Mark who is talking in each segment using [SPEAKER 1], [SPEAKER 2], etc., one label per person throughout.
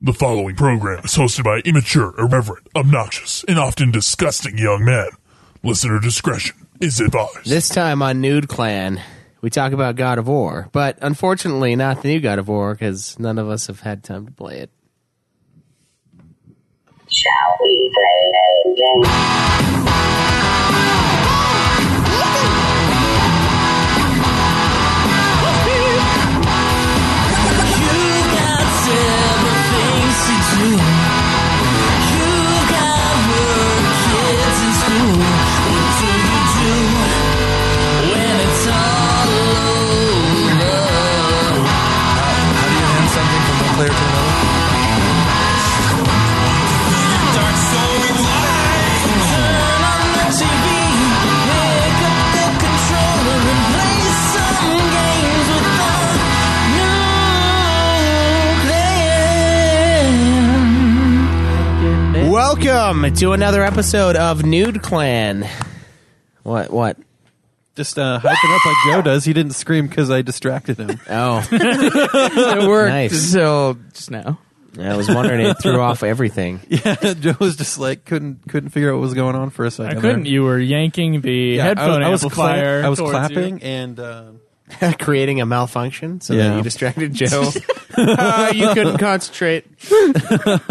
[SPEAKER 1] The following program is hosted by immature, irreverent, obnoxious, and often disgusting young men. Listener discretion is advised.
[SPEAKER 2] This time on Nude Clan, we talk about God of War, but unfortunately not the new God of War because none of us have had time to play it.
[SPEAKER 3] Shall we play a game?
[SPEAKER 2] Welcome to another episode of Nude Clan. What? What?
[SPEAKER 4] just uh, hype it up like Joe does. He didn't scream because I distracted him.
[SPEAKER 2] Oh,
[SPEAKER 5] it worked
[SPEAKER 2] Nice.
[SPEAKER 5] until just now.
[SPEAKER 2] I was wondering. It threw off everything.
[SPEAKER 4] yeah, Joe was just like couldn't couldn't figure out what was going on for a
[SPEAKER 5] I
[SPEAKER 4] second.
[SPEAKER 5] couldn't.
[SPEAKER 4] there.
[SPEAKER 5] You were yanking the
[SPEAKER 4] Yeah,
[SPEAKER 5] headphone
[SPEAKER 4] I, was- I was, cla-
[SPEAKER 5] amplifier.
[SPEAKER 4] I was
[SPEAKER 5] towards
[SPEAKER 4] clapping
[SPEAKER 5] you.
[SPEAKER 4] and um
[SPEAKER 2] Creating a malfunction so that
[SPEAKER 4] Yeah.
[SPEAKER 2] you distracted Joe. Ah,
[SPEAKER 5] Uh,
[SPEAKER 2] you couldn't concentrate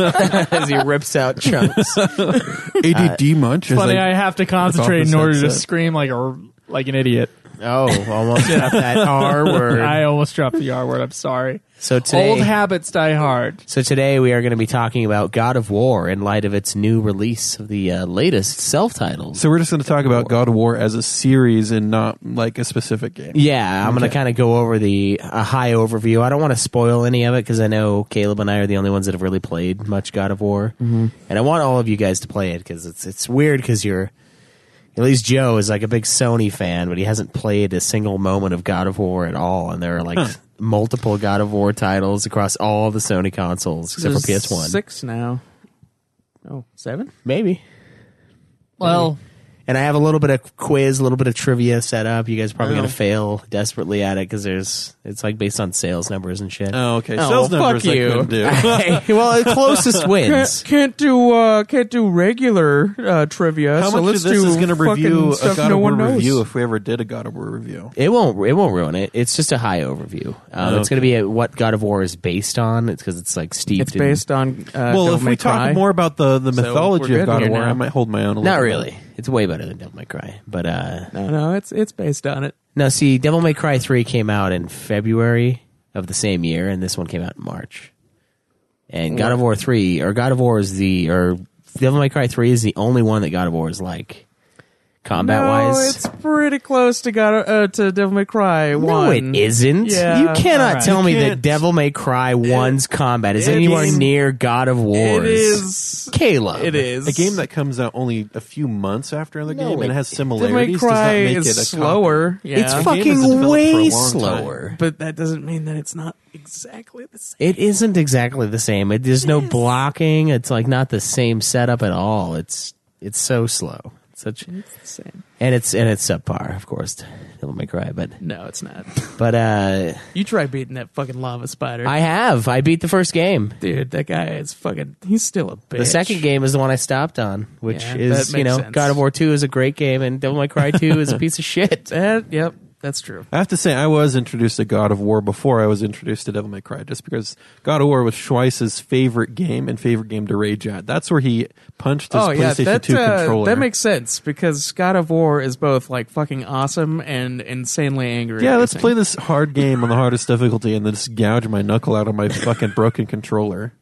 [SPEAKER 2] as he rips out chunks.
[SPEAKER 4] ADD munch. is
[SPEAKER 5] Funny,
[SPEAKER 4] like-
[SPEAKER 5] I have to
[SPEAKER 4] off
[SPEAKER 5] concentrate in
[SPEAKER 4] this
[SPEAKER 5] order to
[SPEAKER 4] headset.
[SPEAKER 5] scream like a like an idiot.
[SPEAKER 2] Oh, almost dropped that R
[SPEAKER 5] I
[SPEAKER 2] word.
[SPEAKER 5] almost dropped the R word. I'm sorry.
[SPEAKER 2] So today,
[SPEAKER 5] Old habits die hard.
[SPEAKER 2] So today we are going to be talking about God of War in light of its new release of the uh, latest self-titled.
[SPEAKER 4] so we're just going to talk about God of War as a series and not like a specific game.
[SPEAKER 2] yeah, I'm going to kind of go over the a high overview. I don't want to spoil any of it because I know Caleb and I are the only ones that have really played much God of War, and I want all of you guys to play it because it's it's weird because you're at least Joe is like a big Sony fan, but he hasn't played a single moment of God of War at all, and there are like multiple God of War titles across all the Sony consoles except for
[SPEAKER 5] There's
[SPEAKER 2] PS1,
[SPEAKER 5] Six now. Oh, seven?
[SPEAKER 2] maybe.
[SPEAKER 5] Well,
[SPEAKER 2] And I have a little bit of quiz, a little bit of trivia set up. You guys are probably going
[SPEAKER 5] Oh.
[SPEAKER 2] to fail desperately at it because there's it's like based on sales numbers and shit.
[SPEAKER 4] Oh, okay.
[SPEAKER 2] Oh,
[SPEAKER 4] Sales
[SPEAKER 2] well,
[SPEAKER 4] numbers
[SPEAKER 2] fuck
[SPEAKER 4] I
[SPEAKER 2] you.
[SPEAKER 4] couldn't do.
[SPEAKER 2] Hey, well, the closest wins.
[SPEAKER 5] can't, can't do uh, can't do regular uh, trivia.
[SPEAKER 4] How
[SPEAKER 5] so
[SPEAKER 4] much
[SPEAKER 5] let's
[SPEAKER 4] of this
[SPEAKER 5] do
[SPEAKER 4] is going to
[SPEAKER 5] fucking
[SPEAKER 4] review a
[SPEAKER 5] stuff
[SPEAKER 4] God
[SPEAKER 5] no
[SPEAKER 4] of War
[SPEAKER 5] one knows.
[SPEAKER 4] review if we ever did a God of War review?
[SPEAKER 2] It won't. It won't ruin it. It's just a high overview. Um, It's
[SPEAKER 4] Okay.
[SPEAKER 2] going to be a, what God of War is based on. It's because it's like steeped.
[SPEAKER 5] It's based on. Uh,
[SPEAKER 4] well,
[SPEAKER 5] Devil
[SPEAKER 4] if
[SPEAKER 5] May
[SPEAKER 4] we
[SPEAKER 5] Cry.
[SPEAKER 4] talk more about the, the
[SPEAKER 5] So
[SPEAKER 4] mythology
[SPEAKER 5] we're
[SPEAKER 4] of
[SPEAKER 5] good
[SPEAKER 4] God of
[SPEAKER 5] here
[SPEAKER 4] War,
[SPEAKER 5] now.
[SPEAKER 4] I might hold my own. A
[SPEAKER 2] In, not
[SPEAKER 4] little bit.
[SPEAKER 2] really. It's way better than Devil May Cry. But uh,
[SPEAKER 5] No, no, it's it's based on it.
[SPEAKER 2] no, see, Devil May Cry three came out in February of the same year, and this one came out in March. And God of War three or God of War is the or Devil May Cry three is the only one that God of War is like combat
[SPEAKER 5] no,
[SPEAKER 2] wise.
[SPEAKER 5] it's pretty close to God uh, to Devil May Cry
[SPEAKER 2] No,
[SPEAKER 5] one.
[SPEAKER 2] it isn't.
[SPEAKER 5] Yeah,
[SPEAKER 2] you cannot
[SPEAKER 5] alright.
[SPEAKER 2] tell
[SPEAKER 4] You
[SPEAKER 2] me that
[SPEAKER 4] can't-
[SPEAKER 2] Devil May Cry one's combat is anywhere
[SPEAKER 5] it's-
[SPEAKER 2] near God of War's.
[SPEAKER 5] It is.
[SPEAKER 2] Caleb.
[SPEAKER 5] It is
[SPEAKER 4] A game that comes out only a few months after another
[SPEAKER 2] No,
[SPEAKER 4] game
[SPEAKER 2] it-
[SPEAKER 4] and has
[SPEAKER 5] Devil May
[SPEAKER 4] similarities does not
[SPEAKER 5] Cry
[SPEAKER 4] make
[SPEAKER 5] is
[SPEAKER 4] it a
[SPEAKER 5] slower. Yeah.
[SPEAKER 2] It's
[SPEAKER 4] game that's
[SPEAKER 2] fucking
[SPEAKER 4] developed for
[SPEAKER 2] way
[SPEAKER 4] a long time.
[SPEAKER 2] slower.
[SPEAKER 5] but that doesn't mean that it's not exactly the same.
[SPEAKER 2] It isn't exactly the same. It, there's no blocking. It's like not the same setup at all. It's it's so slow. It's such
[SPEAKER 5] It's the same.
[SPEAKER 2] and it's and it's subpar, of course. Devil May Cry, but
[SPEAKER 5] No, it's not.
[SPEAKER 2] but uh,
[SPEAKER 5] You try beating that fucking lava spider,
[SPEAKER 2] I have I beat the first game.
[SPEAKER 5] dude. That guy is fucking. He's still a bitch.
[SPEAKER 2] The second game is the one I stopped on, which
[SPEAKER 5] Yeah,
[SPEAKER 2] is
[SPEAKER 5] that
[SPEAKER 2] you
[SPEAKER 5] makes
[SPEAKER 2] know
[SPEAKER 5] sense.
[SPEAKER 2] God of War Two is a great game and Devil May Cry Two is a piece of shit.
[SPEAKER 5] That, yep, that's true.
[SPEAKER 4] I have to say, I was introduced to God of War before I was introduced to Devil May Cry, just because God of War was Schweiss's favorite game and favorite game to rage at. That's where he punched his
[SPEAKER 5] oh yeah,
[SPEAKER 4] PlayStation
[SPEAKER 5] that
[SPEAKER 4] 2
[SPEAKER 5] uh,
[SPEAKER 4] controller.
[SPEAKER 5] that makes sense because God of War is both like fucking awesome and insanely angry.
[SPEAKER 4] yeah,
[SPEAKER 5] at
[SPEAKER 4] let's
[SPEAKER 5] everything.
[SPEAKER 4] play this hard game on the hardest difficulty and then just gouge my knuckle out of my fucking broken controller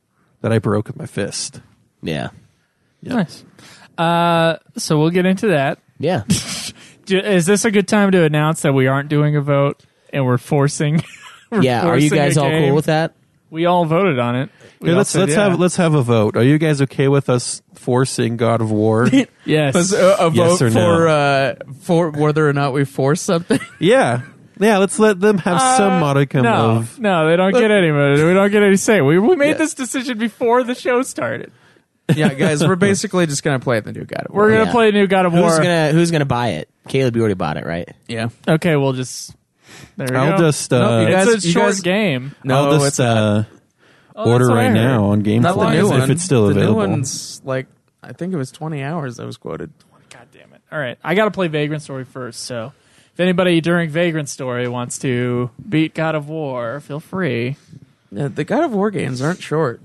[SPEAKER 4] that I broke with my fist.
[SPEAKER 2] Yeah,
[SPEAKER 5] Nice. Uh, so we'll get into that.
[SPEAKER 2] yeah.
[SPEAKER 5] Do, is this a good time to announce that we aren't doing a vote and we're forcing? we're
[SPEAKER 2] yeah, are you
[SPEAKER 5] forcing
[SPEAKER 2] guys
[SPEAKER 5] a
[SPEAKER 2] all
[SPEAKER 5] game?
[SPEAKER 2] cool with that?
[SPEAKER 5] We all voted on it. We
[SPEAKER 4] Here,
[SPEAKER 5] all
[SPEAKER 4] let's
[SPEAKER 5] said
[SPEAKER 4] let's
[SPEAKER 5] yeah.
[SPEAKER 4] have let's have a vote. Are you guys okay with us forcing God of War?
[SPEAKER 5] yes.
[SPEAKER 4] Yes vote or no? for,
[SPEAKER 5] uh, for whether or not we force something.
[SPEAKER 4] yeah, yeah. Let's let them have some modicum
[SPEAKER 5] no,
[SPEAKER 4] of
[SPEAKER 5] no, they don't get any. vote. We don't get any say. We, we made this decision before the show started.
[SPEAKER 6] yeah, guys, we're basically just gonna play the new God of War.
[SPEAKER 5] We're gonna
[SPEAKER 2] Yeah.
[SPEAKER 5] play new God of War.
[SPEAKER 2] Who's gonna Who's gonna buy it? Caleb, you already bought it, right?
[SPEAKER 6] Yeah,
[SPEAKER 5] Okay, we'll just. There we
[SPEAKER 4] I'll
[SPEAKER 5] go.
[SPEAKER 4] just uh,
[SPEAKER 6] you guys-
[SPEAKER 5] it's a short game.
[SPEAKER 6] no,
[SPEAKER 4] I'll just
[SPEAKER 6] it's
[SPEAKER 4] uh,
[SPEAKER 5] Oh,
[SPEAKER 4] Order
[SPEAKER 5] that's what I
[SPEAKER 4] right
[SPEAKER 5] heard.
[SPEAKER 4] now on GameFly
[SPEAKER 6] Not the
[SPEAKER 4] if
[SPEAKER 6] new one.
[SPEAKER 4] it's still
[SPEAKER 6] the
[SPEAKER 4] available.
[SPEAKER 6] new one's like I think it was 20 hours that was quoted.
[SPEAKER 5] God damn it. All right. I got to play Vagrant Story first. So if anybody during Vagrant Story wants to beat God of War, feel free.
[SPEAKER 6] Yeah, the God of War games aren't short.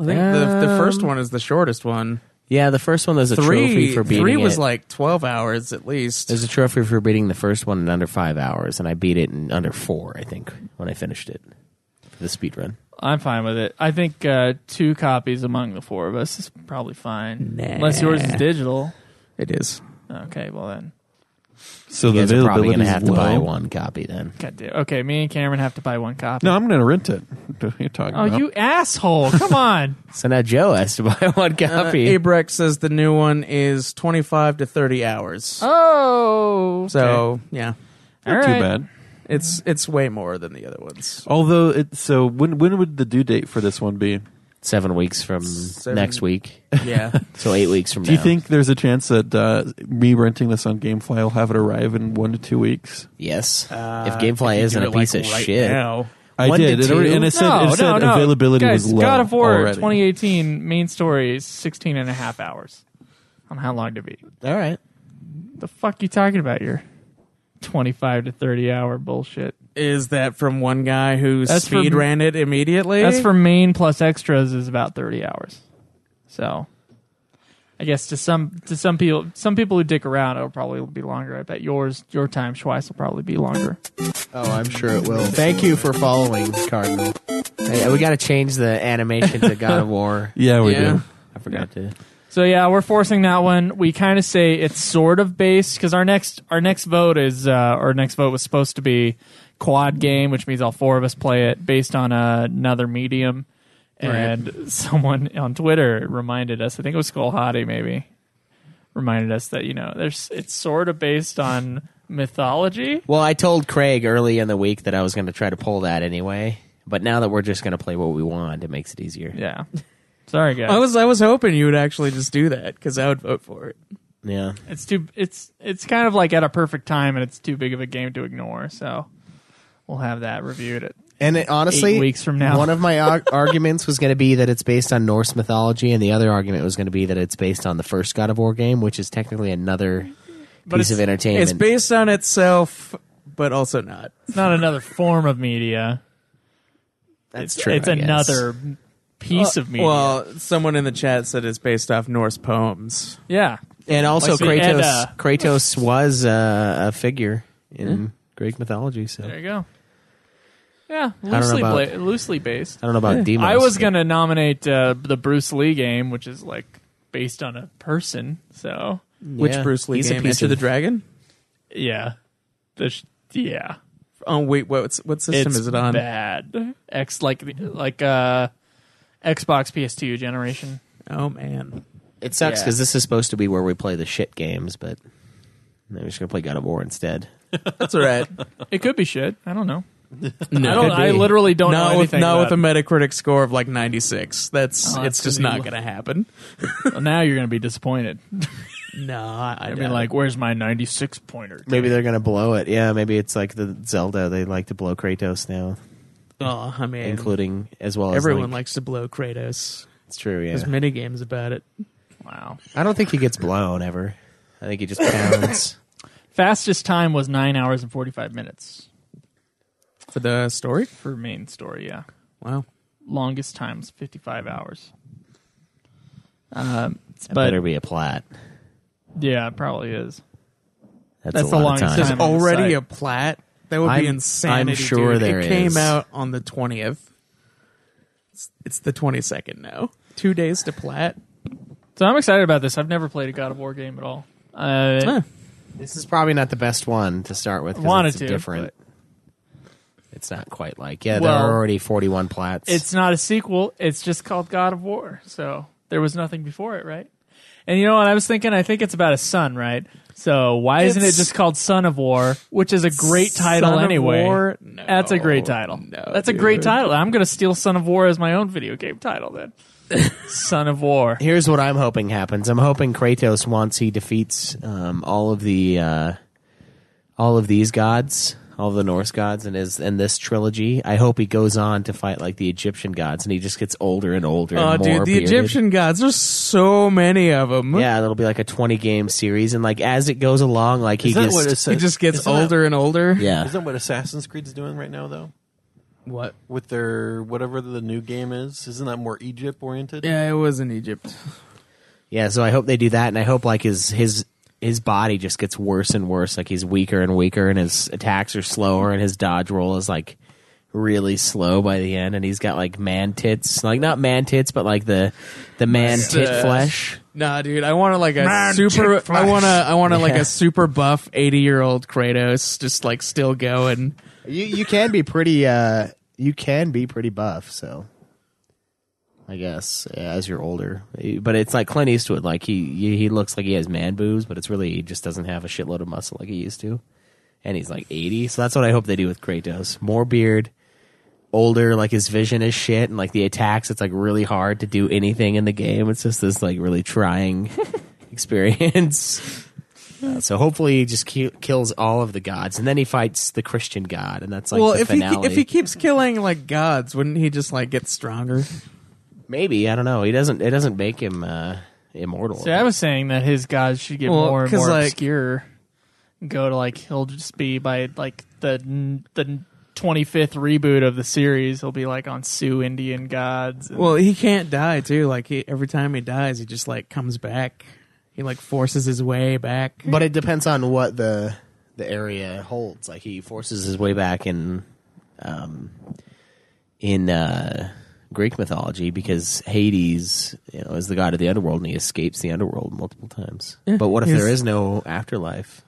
[SPEAKER 6] I think the,
[SPEAKER 4] Uh,
[SPEAKER 6] the first one is the shortest one.
[SPEAKER 2] Yeah, the first one there's a
[SPEAKER 6] Three,
[SPEAKER 2] trophy for beating
[SPEAKER 6] three was
[SPEAKER 2] it.
[SPEAKER 6] like 12 hours at least.
[SPEAKER 2] There's a trophy for beating the first one in under five hours, and I beat it in under four, I think, when I finished it for the speed run.
[SPEAKER 5] I'm fine with it. I think uh, two copies among the four of us is probably fine.
[SPEAKER 6] Nah.
[SPEAKER 5] Unless yours is digital.
[SPEAKER 6] It is.
[SPEAKER 5] Okay, well then.
[SPEAKER 4] so
[SPEAKER 2] You
[SPEAKER 4] the
[SPEAKER 2] guys are probably
[SPEAKER 4] availability
[SPEAKER 2] gonna have
[SPEAKER 4] is
[SPEAKER 2] to buy
[SPEAKER 4] low.
[SPEAKER 2] one copy then.
[SPEAKER 5] God damn. Okay, me and Cameron have to buy one copy.
[SPEAKER 4] No, I'm going to rent it. What are you talking
[SPEAKER 5] Oh,
[SPEAKER 4] about?
[SPEAKER 5] you asshole. Come on.
[SPEAKER 2] So now Joe has to buy one
[SPEAKER 6] Uh,
[SPEAKER 2] copy.
[SPEAKER 6] Abrek says the new one is 25 to 30 hours.
[SPEAKER 5] Oh.
[SPEAKER 6] So, yeah.
[SPEAKER 5] All
[SPEAKER 4] Not too
[SPEAKER 5] right.
[SPEAKER 4] bad.
[SPEAKER 6] It's it's way more than the other ones.
[SPEAKER 4] Although, it, so when when would the due date for this one be?
[SPEAKER 2] Seven weeks from
[SPEAKER 6] Seven-
[SPEAKER 2] next week.
[SPEAKER 6] Yeah.
[SPEAKER 2] So eight weeks from
[SPEAKER 4] Do
[SPEAKER 2] now.
[SPEAKER 4] you think there's a chance that uh, me renting this on GameFly will have it arrive in one to two weeks?
[SPEAKER 2] Yes.
[SPEAKER 6] Uh,
[SPEAKER 2] if GameFly
[SPEAKER 6] you
[SPEAKER 2] isn't
[SPEAKER 6] do
[SPEAKER 2] a
[SPEAKER 6] it, like,
[SPEAKER 2] piece of
[SPEAKER 6] right
[SPEAKER 2] shit.
[SPEAKER 6] now.
[SPEAKER 4] I
[SPEAKER 2] One to
[SPEAKER 4] did, It
[SPEAKER 2] two?
[SPEAKER 4] already- and it said,
[SPEAKER 5] no,
[SPEAKER 4] it
[SPEAKER 5] no,
[SPEAKER 4] said
[SPEAKER 5] no.
[SPEAKER 4] availability
[SPEAKER 5] Guys,
[SPEAKER 4] was low.
[SPEAKER 5] God of War
[SPEAKER 4] already.
[SPEAKER 5] 2018 main story is 16 and a half hours on how long to beat.
[SPEAKER 2] All right.
[SPEAKER 5] The fuck you talking about your 25 to 30 hour bullshit?
[SPEAKER 6] Is that from one guy who
[SPEAKER 5] That's from-
[SPEAKER 6] speed ran it immediately?
[SPEAKER 4] Eh?
[SPEAKER 5] That's for main plus extras is about 30 hours. So I guess to some to some people some people who dick around it'll probably be longer. I bet yours your time Schweiss will probably be longer.
[SPEAKER 2] Oh, I'm sure it will. Thank you for following, Cardinal. we got to change the animation to God of War.
[SPEAKER 4] Yeah, we
[SPEAKER 6] Yeah.
[SPEAKER 4] do.
[SPEAKER 2] I forgot to.
[SPEAKER 5] So yeah, we're forcing that one. We kind of say it's sort of based because our next our next vote is uh, our next vote was supposed to be quad game, which means all four of us play it based on uh, another medium. And someone on Twitter reminded us. I think it was Skull Hottie maybe reminded us that you know there's it's sort of based on mythology.
[SPEAKER 2] Well, I told Craig early in the week that I was going to try to pull that anyway. But now that we're just going to play what we want, it makes it easier.
[SPEAKER 5] Yeah. Sorry guys.
[SPEAKER 6] I was I was hoping you would actually just do that because I would vote for it.
[SPEAKER 2] Yeah.
[SPEAKER 5] it's too it's it's kind of like at a perfect time and it's too big of a game to ignore. So we'll have that reviewed at
[SPEAKER 2] And it, honestly,
[SPEAKER 5] Eight weeks from now.
[SPEAKER 2] one of my ar- arguments was going to be that it's based on Norse mythology, and the other argument was going to be that it's based on the first God of War game, which is technically another piece
[SPEAKER 5] it's-
[SPEAKER 2] of entertainment.
[SPEAKER 6] It's based on itself, but also not.
[SPEAKER 5] It's not another form of media.
[SPEAKER 2] That's
[SPEAKER 5] it's
[SPEAKER 2] true.
[SPEAKER 5] it's
[SPEAKER 2] I guess.
[SPEAKER 5] another piece of media.
[SPEAKER 6] Uh, Well, someone in the chat said it's based off Norse poems.
[SPEAKER 5] yeah.
[SPEAKER 2] And also,
[SPEAKER 5] Like the
[SPEAKER 2] Kratos.
[SPEAKER 5] Edda.
[SPEAKER 2] Kratos was uh, a figure in Greek mythology. So
[SPEAKER 5] There
[SPEAKER 2] I
[SPEAKER 5] you go. Yeah,
[SPEAKER 2] know
[SPEAKER 5] loosely
[SPEAKER 2] about-
[SPEAKER 5] bla- loosely based.
[SPEAKER 2] don't know about demons.
[SPEAKER 5] I was
[SPEAKER 2] but-
[SPEAKER 5] going to nominate uh, the Bruce Lee game, which is like based on a person. So,
[SPEAKER 6] Which
[SPEAKER 2] Yeah.
[SPEAKER 6] Bruce Lee
[SPEAKER 2] He's a
[SPEAKER 6] game?
[SPEAKER 2] piece
[SPEAKER 6] Enter
[SPEAKER 2] of-
[SPEAKER 6] the Dragon.
[SPEAKER 5] yeah. The sh- yeah.
[SPEAKER 6] Oh wait, what's what system
[SPEAKER 5] it's
[SPEAKER 6] is it on?
[SPEAKER 5] bad. X like the- like uh Xbox PS2 generation.
[SPEAKER 6] Oh man,
[SPEAKER 2] It sucks
[SPEAKER 5] Yeah.
[SPEAKER 2] because this is supposed to be where we play the shit games, but we're just gonna play God of War instead.
[SPEAKER 6] that's all right.
[SPEAKER 5] It could be shit. I don't know.
[SPEAKER 6] no,
[SPEAKER 5] I don't I literally don't
[SPEAKER 6] not
[SPEAKER 5] know
[SPEAKER 6] with
[SPEAKER 5] anything
[SPEAKER 6] not with
[SPEAKER 5] about
[SPEAKER 6] a Metacritic score of like 96. That's
[SPEAKER 5] Oh,
[SPEAKER 6] it's
[SPEAKER 5] that's
[SPEAKER 6] just
[SPEAKER 5] gonna be
[SPEAKER 6] not
[SPEAKER 5] low.
[SPEAKER 6] going to happen.
[SPEAKER 5] it. now you're going to be disappointed.
[SPEAKER 6] No, I,
[SPEAKER 5] I mean, like, where's my 96 pointer?
[SPEAKER 2] Maybe they're gonna blow it. Yeah, maybe it's like the Zelda. They like to blow Kratos now,
[SPEAKER 6] oh, I mean,
[SPEAKER 2] including as well as
[SPEAKER 6] everyone
[SPEAKER 2] like,
[SPEAKER 6] likes to blow Kratos.
[SPEAKER 2] it's true. Yeah,
[SPEAKER 6] There's many games about it.
[SPEAKER 5] Wow.
[SPEAKER 2] I don't think he gets blown ever. I think he just pounds.
[SPEAKER 5] Fastest time was nine hours and 45 minutes
[SPEAKER 6] For the story,
[SPEAKER 5] for main story, yeah.
[SPEAKER 6] wow.
[SPEAKER 5] Longest time was 55 hours. Um,
[SPEAKER 2] That
[SPEAKER 5] but
[SPEAKER 2] better be a plat.
[SPEAKER 5] yeah, it probably is.
[SPEAKER 2] That's,
[SPEAKER 5] That's
[SPEAKER 2] a
[SPEAKER 5] the
[SPEAKER 2] lot
[SPEAKER 5] longest
[SPEAKER 2] of time.
[SPEAKER 5] time. I'm on the
[SPEAKER 6] already
[SPEAKER 5] site.
[SPEAKER 6] a plat. That would
[SPEAKER 2] I'm-
[SPEAKER 6] be
[SPEAKER 2] I'm
[SPEAKER 6] insanity.
[SPEAKER 2] sure
[SPEAKER 6] dude.
[SPEAKER 2] there
[SPEAKER 6] it came
[SPEAKER 2] is.
[SPEAKER 6] out on the twentieth. It's, it's the twenty second now. Two days to plat.
[SPEAKER 5] So I'm excited about this. I've never played a God of War game at all. Uh,
[SPEAKER 6] Huh.
[SPEAKER 2] This is probably not the best one to start with. 'cause
[SPEAKER 5] Wanted
[SPEAKER 2] it's
[SPEAKER 5] to,
[SPEAKER 2] different. It's not quite like yeah.
[SPEAKER 5] Well,
[SPEAKER 2] there are already forty-one plats.
[SPEAKER 5] It's not a sequel. It's just called God of War. So there was nothing before it, right? And you know what I was thinking? I think it's about a son, right? So why isn't it
[SPEAKER 6] It's-
[SPEAKER 5] just called Son of War, which is a great title
[SPEAKER 6] Son of
[SPEAKER 5] anyway?
[SPEAKER 6] War? No,
[SPEAKER 5] That's a great title.
[SPEAKER 6] no,
[SPEAKER 5] That's a great
[SPEAKER 6] dude.
[SPEAKER 5] title. I'm going to steal Son of War as my own video game title then. Son of War.
[SPEAKER 2] here's what I'm hoping happens. I'm hoping Kratos once he defeats um, all of the uh, all of these gods, all the Norse gods in his in this trilogy. I hope he goes on to fight like the Egyptian gods, and he just gets older and older.
[SPEAKER 6] Oh,
[SPEAKER 2] and more
[SPEAKER 6] dude, the
[SPEAKER 2] bearded.
[SPEAKER 6] Egyptian gods. There's so many of them.
[SPEAKER 2] Yeah, that'll be like a twenty game series, and like as it goes along, like he
[SPEAKER 4] Isn't that
[SPEAKER 2] just
[SPEAKER 4] what it
[SPEAKER 6] He
[SPEAKER 4] says?
[SPEAKER 6] just gets
[SPEAKER 4] Isn't that-
[SPEAKER 6] older and older.
[SPEAKER 2] yeah.
[SPEAKER 4] Isn't that what Assassin's Creed's doing right now, though?
[SPEAKER 6] What?
[SPEAKER 4] With their whatever the new game is, isn't that more Egypt oriented?
[SPEAKER 6] Yeah, it was in Egypt.
[SPEAKER 2] Yeah, so I hope they do that, and I hope like his his his body just gets worse and worse. Like he's weaker and weaker, and his attacks are slower, and his dodge roll is like really slow by the end, and he's got like man tits, like not man tits, but like the the man tit
[SPEAKER 6] Uh,
[SPEAKER 2] flesh.
[SPEAKER 6] Nah, dude, I want to like a
[SPEAKER 1] Man,
[SPEAKER 6] super.
[SPEAKER 1] chick flash.
[SPEAKER 6] I want to. I want to like
[SPEAKER 2] Yeah.
[SPEAKER 6] a super buff eighty year old Kratos, just like still going.
[SPEAKER 2] You you can be pretty uh you can be pretty buff, so I guess yeah, as you're older, but it's like Clint Eastwood. Like he he looks like he has man boobs, but it's really he just doesn't have a shitload of muscle like he used to, and he's like 80. So that's what I hope they do with Kratos: more beard, older. Like his vision is shit, and like the attacks, it's like really hard to do anything in the game. It's just this like really trying experience. Uh, so hopefully he just ki- kills all of the gods, and then he fights the Christian god, and that's like
[SPEAKER 6] well,
[SPEAKER 2] the
[SPEAKER 6] if
[SPEAKER 2] finale.
[SPEAKER 6] he if he keeps killing like gods, wouldn't he just like get stronger?
[SPEAKER 2] Maybe I don't know. He doesn't. It doesn't make him uh, immortal.
[SPEAKER 5] See, I was saying that his gods should get
[SPEAKER 6] Well,
[SPEAKER 5] more and
[SPEAKER 6] 'cause,
[SPEAKER 5] more
[SPEAKER 6] like-
[SPEAKER 5] obscure. Go to like he'll just be by like the the twenty fifth reboot of the series. He'll be like on Sioux Indian gods. and-
[SPEAKER 6] Well, he can't die too. Like he, every time he dies, he just like comes back. He like forces his way back.
[SPEAKER 2] but it depends on what the the area holds. Like he forces his way back in um, in uh, Greek mythology because Hades, you know, is the god of the underworld, and he escapes the underworld multiple times. But what if
[SPEAKER 6] he's-
[SPEAKER 2] there is no afterlife?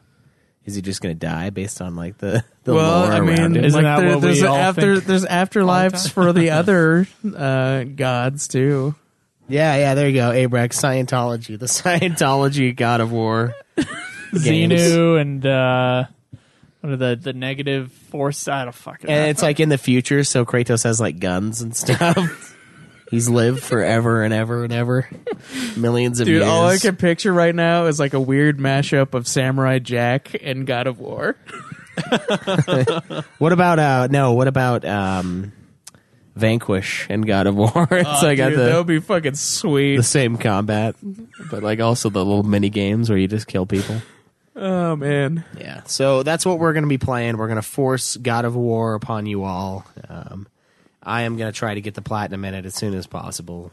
[SPEAKER 2] Is he just going to die based on like the the
[SPEAKER 6] well,
[SPEAKER 2] lore
[SPEAKER 6] I
[SPEAKER 2] around
[SPEAKER 6] mean,
[SPEAKER 2] it?
[SPEAKER 5] Isn't
[SPEAKER 6] like,
[SPEAKER 5] that
[SPEAKER 6] there-
[SPEAKER 5] what we
[SPEAKER 6] there's
[SPEAKER 5] all
[SPEAKER 6] after
[SPEAKER 5] think
[SPEAKER 6] there's afterlives for the other uh, gods too.
[SPEAKER 2] Yeah, yeah. There you go, Abrax. Scientology, the Scientology god of war. games.
[SPEAKER 5] Xenu and uh, what are the the negative force? I don't fucking. know.
[SPEAKER 2] And it's like in the future, so Kratos has like guns and stuff. He's lived forever and ever and ever, millions of
[SPEAKER 6] Dude,
[SPEAKER 2] years.
[SPEAKER 6] all I can picture right now is like a weird mashup of Samurai Jack and God of War.
[SPEAKER 2] What about uh no? What about um, Vanquish and God of War? it's like got
[SPEAKER 6] Oh, Dude, that
[SPEAKER 2] the
[SPEAKER 6] would be fucking sweet.
[SPEAKER 2] the same combat, but like also the little mini games where you just kill people.
[SPEAKER 6] oh man,
[SPEAKER 2] Yeah. So that's what we're going to be playing. We're going to force God of War upon you all. Um, I am going to try to get the platinum in it as soon as possible.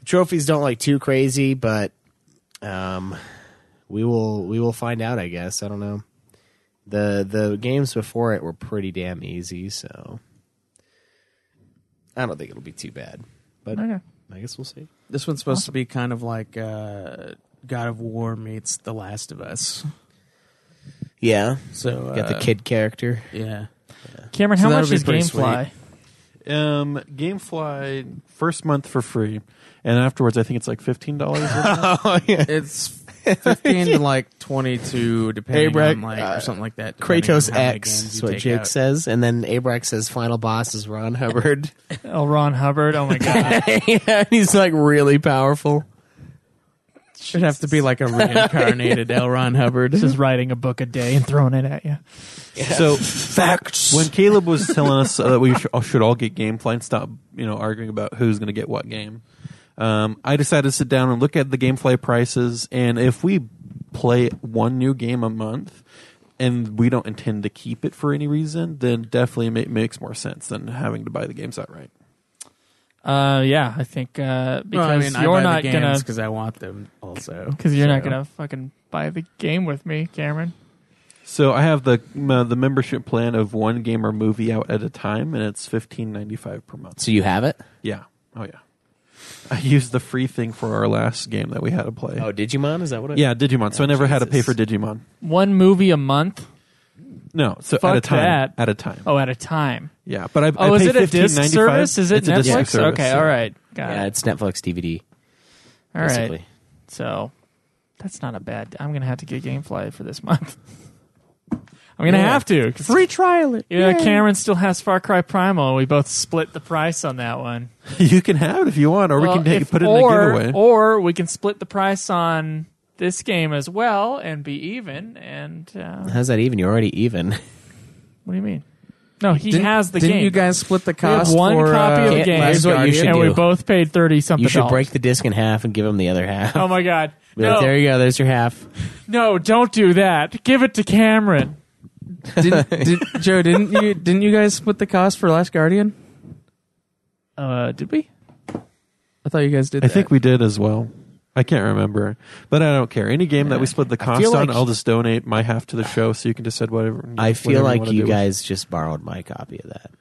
[SPEAKER 2] The trophies don't like too crazy, but um, we will we will find out. I guess I don't know. the The games before it were pretty damn easy, so I don't think it'll be too bad. But I guess we'll see.
[SPEAKER 6] this one's supposed to be kind of like uh, God of War meets The Last of Us.
[SPEAKER 2] Yeah,
[SPEAKER 6] So uh,
[SPEAKER 2] got the kid character.
[SPEAKER 6] Yeah,
[SPEAKER 5] Cameron,
[SPEAKER 6] So
[SPEAKER 5] how
[SPEAKER 6] that'll
[SPEAKER 5] much
[SPEAKER 6] be
[SPEAKER 5] is
[SPEAKER 6] pretty
[SPEAKER 5] GameFly?
[SPEAKER 4] Um, GameFly first month for free, and afterwards I think it's like fifteen dollars.
[SPEAKER 6] it's fifteen to like twenty-two, depending
[SPEAKER 2] Brett,
[SPEAKER 6] on like or something like that. depending on
[SPEAKER 2] Kratos
[SPEAKER 6] how many
[SPEAKER 2] X
[SPEAKER 6] games
[SPEAKER 2] is
[SPEAKER 6] you
[SPEAKER 2] what
[SPEAKER 6] take
[SPEAKER 2] Jake
[SPEAKER 6] out.
[SPEAKER 2] says, and then Abrax says final boss is Ron Hubbard.
[SPEAKER 5] Oh, Ron Hubbard. Oh my god.
[SPEAKER 2] and he's like really powerful.
[SPEAKER 6] Should have to be like a reincarnated L. Ron Hubbard.
[SPEAKER 5] Just writing a book a day and throwing it at you.
[SPEAKER 4] so facts. When Caleb was telling us uh, that we sh- should all get GameFly and stop, you know, arguing about who's going to get what game, um, I decided to sit down and look at the GameFly prices, and if we play one new game a month. And we don't intend to keep it for any reason, then definitely it ma- makes more sense than having to buy the games outright.
[SPEAKER 5] Uh, yeah, I think uh, because
[SPEAKER 6] Well, I mean, I
[SPEAKER 5] you're
[SPEAKER 6] buy the
[SPEAKER 5] not
[SPEAKER 6] games
[SPEAKER 5] gonna
[SPEAKER 6] 'cause I want them also.
[SPEAKER 5] because you're not
[SPEAKER 6] So-
[SPEAKER 5] gonna fucking buy the game with me, Cameron.
[SPEAKER 4] So I have the m- uh, the membership plan of one game or movie out at a time, and it's fifteen ninety five per month.
[SPEAKER 2] So you have it?
[SPEAKER 4] Yeah. Oh yeah. I used the free thing for our last game that we had to play.
[SPEAKER 2] Oh, Digimon? Is that what it
[SPEAKER 4] yeah, Digimon. So I never had to pay
[SPEAKER 2] Jesus.
[SPEAKER 4] for Digimon.
[SPEAKER 5] One movie a month.
[SPEAKER 4] No, so
[SPEAKER 5] Fuck
[SPEAKER 4] at a time.
[SPEAKER 5] that.
[SPEAKER 4] At a time.
[SPEAKER 5] Oh, at a time.
[SPEAKER 4] Yeah, but I,
[SPEAKER 5] Oh,
[SPEAKER 4] I
[SPEAKER 5] is
[SPEAKER 4] pay
[SPEAKER 5] it a disc
[SPEAKER 4] 15.95.
[SPEAKER 5] service? Is it
[SPEAKER 4] It's a
[SPEAKER 5] Netflix?
[SPEAKER 4] disc service,
[SPEAKER 5] okay,
[SPEAKER 4] yeah.
[SPEAKER 5] all right, got
[SPEAKER 2] Yeah,
[SPEAKER 5] it.
[SPEAKER 2] it's Netflix DVD.
[SPEAKER 5] All right.
[SPEAKER 2] basically.
[SPEAKER 5] So that's not a bad. I'm gonna have to get GameFly for this month. I'm gonna have to. 'cause-
[SPEAKER 6] Free trial it.
[SPEAKER 5] Yeah,
[SPEAKER 6] Yay.
[SPEAKER 5] Cameron still has Far Cry Primal. We both split the price on that one.
[SPEAKER 4] you can have it if you want, or we
[SPEAKER 5] Well,
[SPEAKER 4] can take,
[SPEAKER 5] if-
[SPEAKER 4] put it
[SPEAKER 5] or,
[SPEAKER 4] in a giveaway.
[SPEAKER 5] Or we can split the price on this game as well and be even. And uh,
[SPEAKER 2] How's that even? You're already even.
[SPEAKER 5] What do you mean? No, he
[SPEAKER 6] Didn't-
[SPEAKER 5] has the
[SPEAKER 6] didn't
[SPEAKER 5] game.
[SPEAKER 6] you guys split the
[SPEAKER 5] We have
[SPEAKER 6] cost?
[SPEAKER 5] one
[SPEAKER 6] for,
[SPEAKER 5] copy
[SPEAKER 6] uh,
[SPEAKER 5] of the game,
[SPEAKER 2] Here's what you should
[SPEAKER 5] and we
[SPEAKER 2] do.
[SPEAKER 5] both paid thirty something.
[SPEAKER 2] You should
[SPEAKER 5] dollars.
[SPEAKER 2] break the disc in half and give him the other half.
[SPEAKER 5] Oh my god!
[SPEAKER 2] Be like,
[SPEAKER 5] No,
[SPEAKER 2] There you go. There's your half.
[SPEAKER 5] no, don't do that. Give it to Cameron.
[SPEAKER 6] didn't, did, Joe, didn't you didn't you guys split the cost for Last Guardian?
[SPEAKER 5] Uh, did we?
[SPEAKER 6] I thought you guys did.
[SPEAKER 4] I
[SPEAKER 6] that.
[SPEAKER 4] think we did as well. I can't remember, but I don't care. Any game that we split the cost
[SPEAKER 2] feel
[SPEAKER 4] on,
[SPEAKER 2] like-
[SPEAKER 4] I'll just donate my half to the show, so you can decide whatever.
[SPEAKER 2] I feel
[SPEAKER 4] whatever
[SPEAKER 2] like
[SPEAKER 4] wanna
[SPEAKER 2] you
[SPEAKER 4] do.
[SPEAKER 2] guys just borrowed my copy of that.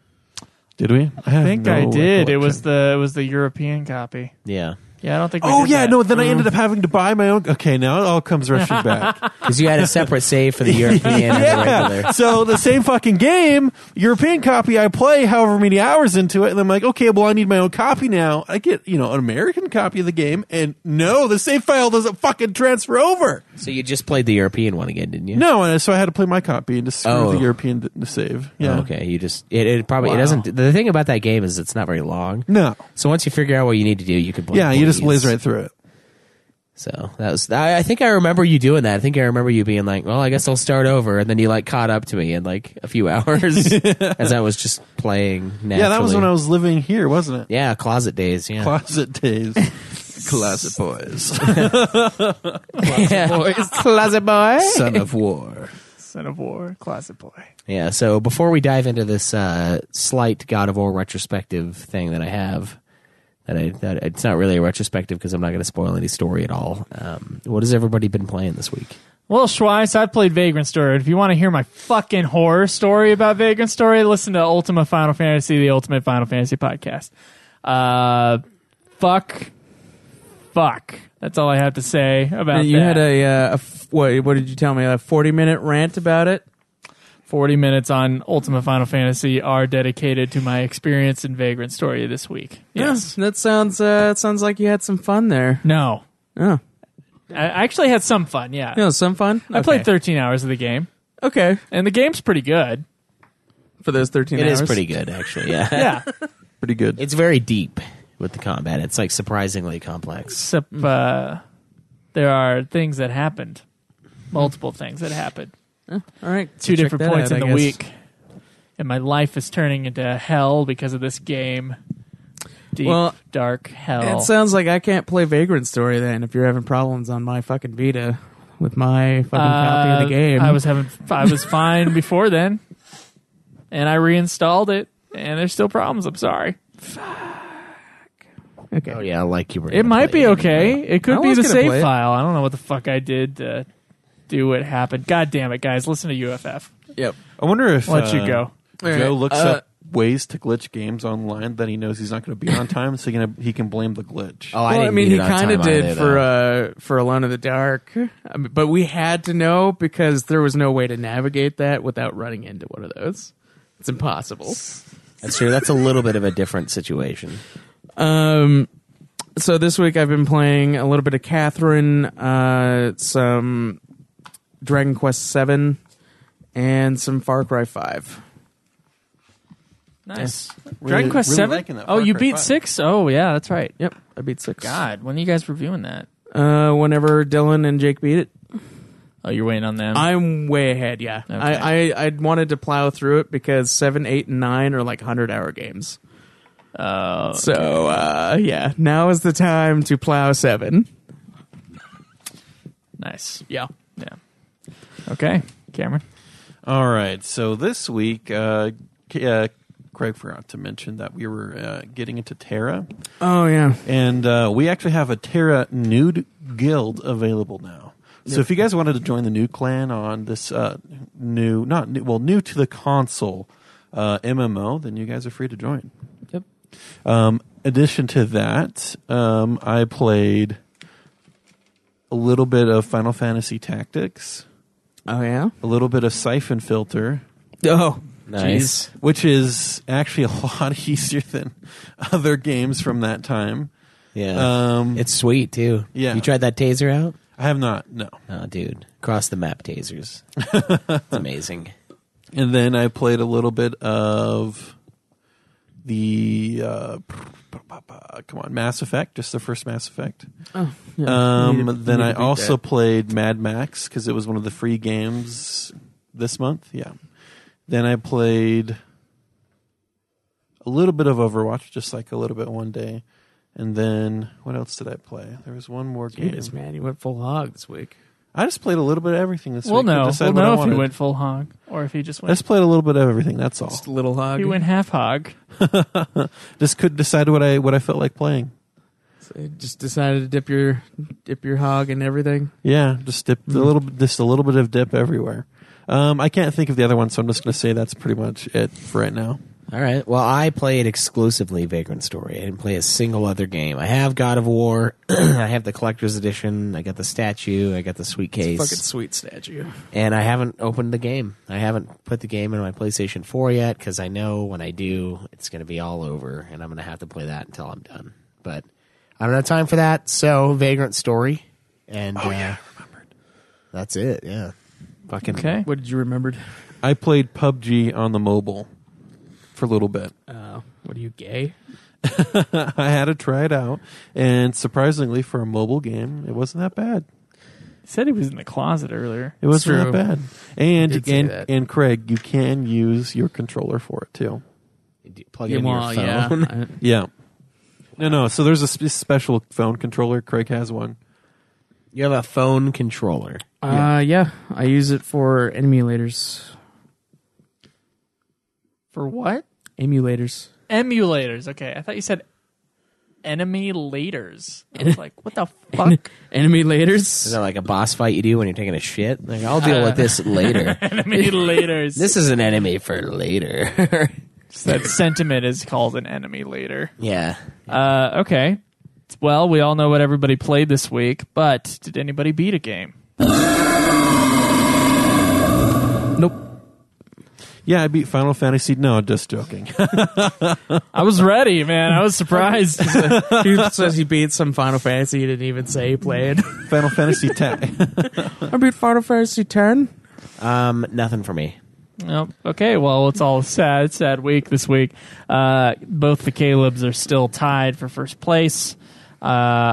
[SPEAKER 4] did we?
[SPEAKER 5] I think I did. It was the it was the European copy.
[SPEAKER 2] Yeah.
[SPEAKER 5] Yeah, I don't think. we
[SPEAKER 4] Oh
[SPEAKER 5] did
[SPEAKER 4] yeah,
[SPEAKER 5] that.
[SPEAKER 4] no. Then I ended up having to buy my own. Okay, now it all comes rushing back.
[SPEAKER 2] Because you had a separate save for the European and the regular.
[SPEAKER 4] so the same fucking game, European copy, I play however many hours into it, and I'm like, okay, well, I need my own copy now. I get you know an American copy of the game, and no, the save file doesn't fucking transfer over.
[SPEAKER 2] So you just played the European one again, didn't you?
[SPEAKER 4] No, and so I had to play my copy and just screw
[SPEAKER 2] Oh.
[SPEAKER 4] the European d- save. Yeah.
[SPEAKER 2] Oh, okay. You just it, it probably it doesn't. The thing about that game is it's not very long.
[SPEAKER 4] No.
[SPEAKER 2] So once you figure out what you need to do, you can play.
[SPEAKER 4] Yeah, you just
[SPEAKER 2] plays.
[SPEAKER 4] blaze right through it.
[SPEAKER 2] So that was. I, I think I remember you doing that. I think I remember you being like, "Well, I guess I'll start over," and then you like caught up to me in like a few hours as I was just playing. Naturally.
[SPEAKER 4] Yeah, that was when I was living here, wasn't it?
[SPEAKER 2] Yeah, closet days. Yeah.
[SPEAKER 4] Closet days. Closet boys.
[SPEAKER 2] closet boy.
[SPEAKER 4] Son of war.
[SPEAKER 5] Son of War, classic boy.
[SPEAKER 2] Yeah. So before we dive into this uh, slight God of War retrospective thing that I have, that I that it's not really a retrospective because I'm not going to spoil any story at all. Um, what has everybody been playing this week?
[SPEAKER 5] Well, Schweiss, I played Vagrant Story. If you want to hear my fucking horror story about Vagrant Story, listen to Ultima Final Fantasy, the Ultimate Final Fantasy podcast. Uh, fuck, fuck. That's all I have to say about
[SPEAKER 6] you
[SPEAKER 5] that.
[SPEAKER 6] had a, uh, a f- what? What did you tell me? A forty-minute rant about it.
[SPEAKER 5] 40 minutes on Ultima Final Fantasy are dedicated to my experience in Vagrant Story this week. Yes.
[SPEAKER 6] Yeah, that sounds. Uh, it sounds like you had some fun there.
[SPEAKER 5] No.
[SPEAKER 6] Oh,
[SPEAKER 5] I I actually had some fun, yeah.
[SPEAKER 6] you know, some fun.
[SPEAKER 5] I played
[SPEAKER 6] Okay.
[SPEAKER 5] 13 hours of the game,
[SPEAKER 6] okay
[SPEAKER 5] and the game's pretty good.
[SPEAKER 6] for those thirteen
[SPEAKER 2] It
[SPEAKER 6] hours.
[SPEAKER 2] is pretty good, actually. Yeah.
[SPEAKER 5] Yeah.
[SPEAKER 4] Pretty good.
[SPEAKER 2] It's very deep with the combat. It's like surprisingly complex.
[SPEAKER 5] except uh, there are things that happened, multiple things that happened,
[SPEAKER 6] All right,
[SPEAKER 5] two
[SPEAKER 6] check
[SPEAKER 5] different
[SPEAKER 6] that
[SPEAKER 5] points
[SPEAKER 6] out,
[SPEAKER 5] in the
[SPEAKER 6] I guess.
[SPEAKER 5] week, and my life is turning into hell because of this game. Deep,
[SPEAKER 6] Well,
[SPEAKER 5] dark hell.
[SPEAKER 6] It sounds like I can't play Vagrant Story then. If you're having problems on my fucking Vita with my fucking copy of the
[SPEAKER 5] Uh,
[SPEAKER 6] game,
[SPEAKER 5] I was having, I was fine before then, and I reinstalled it, and there's still problems. I'm sorry.
[SPEAKER 6] okay.
[SPEAKER 2] Oh yeah, like you were.
[SPEAKER 5] It
[SPEAKER 2] gonna
[SPEAKER 5] might
[SPEAKER 2] play
[SPEAKER 5] be okay. It
[SPEAKER 6] I
[SPEAKER 5] could be
[SPEAKER 6] was
[SPEAKER 5] the
[SPEAKER 6] gonna play
[SPEAKER 5] save
[SPEAKER 6] it.
[SPEAKER 5] file. I don't know what the fuck I did to do what happened. God damn it, guys! Listen to UFF.
[SPEAKER 6] Yep.
[SPEAKER 4] I wonder if
[SPEAKER 5] Let
[SPEAKER 4] uh,
[SPEAKER 5] you go.
[SPEAKER 4] Joe
[SPEAKER 6] All right.
[SPEAKER 4] looks
[SPEAKER 6] Uh,
[SPEAKER 4] up ways to glitch games online that he knows he's not going to be on time, so he can, he can blame the glitch.
[SPEAKER 2] Oh, I,
[SPEAKER 6] Well, I,
[SPEAKER 2] didn't
[SPEAKER 6] mean,
[SPEAKER 2] need
[SPEAKER 6] he
[SPEAKER 2] it on
[SPEAKER 6] kind of
[SPEAKER 2] time
[SPEAKER 6] did
[SPEAKER 2] either,
[SPEAKER 6] for
[SPEAKER 2] though.
[SPEAKER 6] uh, for Alone in the Dark, I mean, but we had to know because there was no way to navigate that without running into one of those. It's impossible.
[SPEAKER 2] That's true. That's a little bit of a different situation.
[SPEAKER 6] Um, so this week I've been playing a little bit of Catherine, uh, some Dragon Quest Seven, and some Far Cry Five.
[SPEAKER 5] Nice.
[SPEAKER 4] Really-
[SPEAKER 5] Dragon Quest
[SPEAKER 4] really
[SPEAKER 5] Seven.
[SPEAKER 4] liking that
[SPEAKER 5] oh,
[SPEAKER 4] Far
[SPEAKER 5] you
[SPEAKER 4] Cry
[SPEAKER 5] beat
[SPEAKER 4] five.
[SPEAKER 5] six. Oh, yeah, that's right.
[SPEAKER 6] Yep, I beat six.
[SPEAKER 5] God, when are you guys reviewing that?
[SPEAKER 6] Uh, whenever Dylan and Jake beat it,
[SPEAKER 5] Oh, you're waiting on them.
[SPEAKER 6] I'm way ahead. Yeah, I, I I wanted to plow through it because seven, eight, and nine are like hundred hour games.
[SPEAKER 5] Uh,
[SPEAKER 6] So uh, yeah, now is the time to plow seven.
[SPEAKER 5] nice.
[SPEAKER 6] Yeah.
[SPEAKER 5] Yeah. Okay, Cameron.
[SPEAKER 4] All right. So this week, uh, K- uh, Craig forgot to mention that we were uh, getting into Terra,
[SPEAKER 6] Oh yeah.
[SPEAKER 4] and uh, we actually have a Terra nude guild available now. So if you guys wanted to join the new clan on this uh, new, not new, well, new to the console uh, MMO, then you guys are free to join.
[SPEAKER 6] Yep.
[SPEAKER 4] Um, addition to that, um, I played a little bit of Final Fantasy Tactics,
[SPEAKER 6] Oh yeah.
[SPEAKER 4] a little bit of Siphon Filter,
[SPEAKER 6] Oh.
[SPEAKER 2] Nice.
[SPEAKER 4] which is actually a lot easier than other games from that time.
[SPEAKER 2] Yeah.
[SPEAKER 4] Um,
[SPEAKER 2] it's sweet too.
[SPEAKER 4] yeah.
[SPEAKER 2] You tried that taser out?
[SPEAKER 4] I have not no.
[SPEAKER 2] Oh, dude. Cross the map tasers. it's amazing.
[SPEAKER 4] And then I played a little bit of the uh, come on Mass Effect, just the first Mass Effect.
[SPEAKER 6] Oh,
[SPEAKER 4] Um,
[SPEAKER 6] Need to-
[SPEAKER 4] then
[SPEAKER 6] need to
[SPEAKER 4] I
[SPEAKER 6] beat
[SPEAKER 4] also
[SPEAKER 6] that.
[SPEAKER 4] played Mad Max because it was one of the free games this month. Yeah. Then I played a little bit of Overwatch, just like a little bit one day. And then what else did I play? There was one more game.
[SPEAKER 6] Goodness, man, you went full hog this week.
[SPEAKER 4] I just played a little bit of everything this
[SPEAKER 5] We'll
[SPEAKER 4] week. to
[SPEAKER 5] know.
[SPEAKER 4] decide
[SPEAKER 5] We'll
[SPEAKER 4] what I
[SPEAKER 5] know if he
[SPEAKER 4] wanted.
[SPEAKER 5] went full hog or if he just
[SPEAKER 4] I
[SPEAKER 5] went.
[SPEAKER 4] just played a little bit of everything. That's all.
[SPEAKER 6] Just a little hog.
[SPEAKER 5] He went half hog.
[SPEAKER 4] Just could decide what I what I felt like playing.
[SPEAKER 6] So you just decided to dip your dip your hog and everything.
[SPEAKER 4] Yeah, just dip
[SPEAKER 6] Hmm.
[SPEAKER 4] a little, just a little bit of dip everywhere. Um, I can't think of the other one, so I'm just going to say that's pretty much it for right now.
[SPEAKER 2] All right. Well, I played exclusively Vagrant Story. I didn't play a single other game. I have God of War. I have the collector's edition. I got the statue. I got the sweet case.
[SPEAKER 6] Fucking sweet statue.
[SPEAKER 2] and I haven't opened the game. I haven't put the game in my PlayStation 4 yet because I know when I do, it's going to be all over, and I'm going to have to play that until I'm done. But I don't have time for that. So Vagrant Story, and oh, yeah, That's it. Yeah, fucking
[SPEAKER 5] Okay.
[SPEAKER 6] What did you remember?
[SPEAKER 4] I played PUBG on the mobile for a little bit.
[SPEAKER 6] Uh, what are you gay?
[SPEAKER 4] I had to try it out, and surprisingly, for a mobile game, it wasn't that bad.
[SPEAKER 5] He said he was in the closet earlier.
[SPEAKER 4] It wasn't
[SPEAKER 6] true.
[SPEAKER 4] that bad. And
[SPEAKER 6] did say
[SPEAKER 4] and
[SPEAKER 6] that.
[SPEAKER 4] and Craig, you can use your controller for it too.
[SPEAKER 2] Plug in your phone.
[SPEAKER 6] yeah.
[SPEAKER 4] Yeah. No, no. So there's a sp- special phone controller. Craig has one.
[SPEAKER 2] You have a phone controller.
[SPEAKER 6] Uh, yeah. I use it for emulators.
[SPEAKER 5] For what?
[SPEAKER 6] Emulators.
[SPEAKER 5] Emulators. Okay, I thought you said enemy laters. I was like, what the fuck?
[SPEAKER 6] Enemy
[SPEAKER 2] Is
[SPEAKER 6] laters.
[SPEAKER 2] that like a boss fight you do when you're taking a shit? Like I'll deal with this later.
[SPEAKER 5] enemy laters.
[SPEAKER 2] This is an enemy for later.
[SPEAKER 5] that sentiment is called an enemy later.
[SPEAKER 2] yeah.
[SPEAKER 5] Uh, okay. Well, we all know what everybody played this week, but did anybody beat a game?
[SPEAKER 6] Nope.
[SPEAKER 4] Yeah, I beat Final Fantasy. No, just joking.
[SPEAKER 5] I was ready, man. I was surprised.
[SPEAKER 6] he says he beat some Final Fantasy. He didn't even say he played.
[SPEAKER 4] Final Fantasy Ten.
[SPEAKER 6] I beat Final Fantasy ten.
[SPEAKER 2] Um. Nothing for me.
[SPEAKER 5] Nope. Okay, well, it's all a sad, sad week this week. Uh, both the Calebs are still tied for first place. Uh,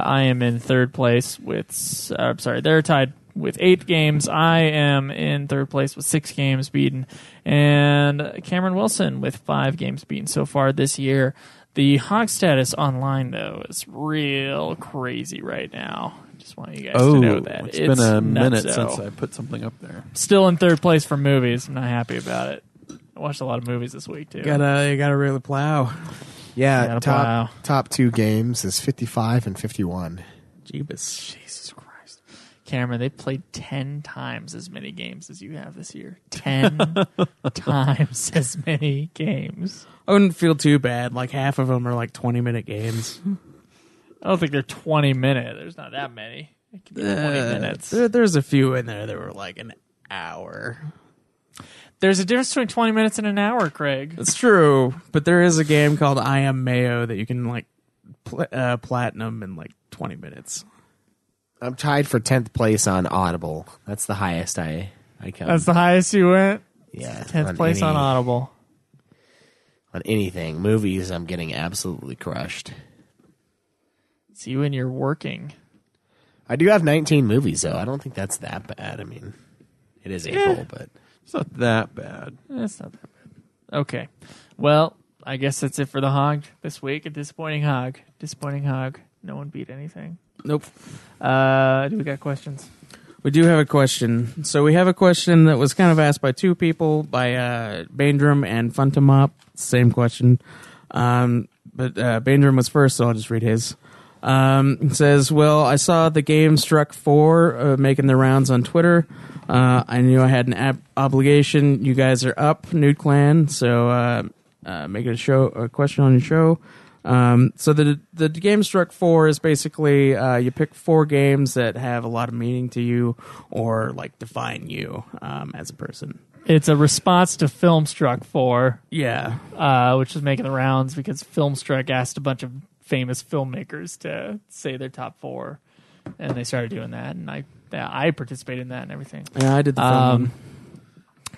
[SPEAKER 5] I am in third place with, s- uh, I'm sorry, they're tied with eight games. I am in third place with six games beaten. And Cameron Wilson with five games beaten so far this year. The Hog status online, though, is real crazy right now. Just want you guys to
[SPEAKER 4] oh,
[SPEAKER 5] know that.
[SPEAKER 4] it's been a minute
[SPEAKER 5] nutso
[SPEAKER 4] since I put something up there.
[SPEAKER 5] still in third place for movies. I'm not happy about it. I watched a lot of movies this week too.
[SPEAKER 6] Gotta, you gotta really plow.
[SPEAKER 2] Yeah,
[SPEAKER 5] Gotta
[SPEAKER 2] top
[SPEAKER 5] plow.
[SPEAKER 2] top two games is 55 and 51.
[SPEAKER 6] Jeebus.
[SPEAKER 5] Jesus Christ, Cameron, they played ten times as many games as you have this year. Ten times as many games.
[SPEAKER 6] I wouldn't feel too bad. Like half of them are like twenty minute games.
[SPEAKER 5] I don't think they're 20 minute. There's not that many. It could be 20 minutes.
[SPEAKER 6] There, there's a few in there that were like an hour.
[SPEAKER 5] There's a difference between 20 minutes and an hour, Craig.
[SPEAKER 6] It's true, but there is a game called I Am Mayo that you can like pl- uh, platinum in like twenty minutes.
[SPEAKER 2] I'm tied for 10th place on Audible. That's the highest I I count.
[SPEAKER 5] That's the highest you went.
[SPEAKER 2] yeah,
[SPEAKER 5] 10th place on
[SPEAKER 2] any-
[SPEAKER 5] Audible.
[SPEAKER 2] on anything. Movies, I'm getting absolutely crushed.
[SPEAKER 5] It's you and you're working.
[SPEAKER 2] I do have 19 movies though. I don't think that's that bad. I mean, it is April, but
[SPEAKER 4] It's not that bad.
[SPEAKER 5] That's not that bad. Okay. Well, I guess that's it for the hog this week. A disappointing hog. Disappointing hog. No one beat anything.
[SPEAKER 6] Nope.
[SPEAKER 5] Uh, do we got questions?
[SPEAKER 6] We do have a question. So we have a question that was kind of asked by two people, by uh, Bandrum and Funtamop. Same question. Um, but uh, Bandrum was first, so I'll just read his. Um, it says, Well, I saw the game struck four uh, making the rounds on Twitter. Uh, I knew I had an ab- obligation. You guys are up, Nude Clan, so uh, uh, make it a show a question on your show. Um, so the the game struck four is basically uh, you pick four games that have a lot of meaning to you or like define you um, as a person.
[SPEAKER 5] It's a response to Filmstruck 4,
[SPEAKER 6] Yeah,
[SPEAKER 5] uh, which is making the rounds because Filmstruck asked a bunch of famous filmmakers to say their top four, and they started doing that, and I yeah, I participated in that and everything.
[SPEAKER 6] yeah, I did the film.
[SPEAKER 5] Um,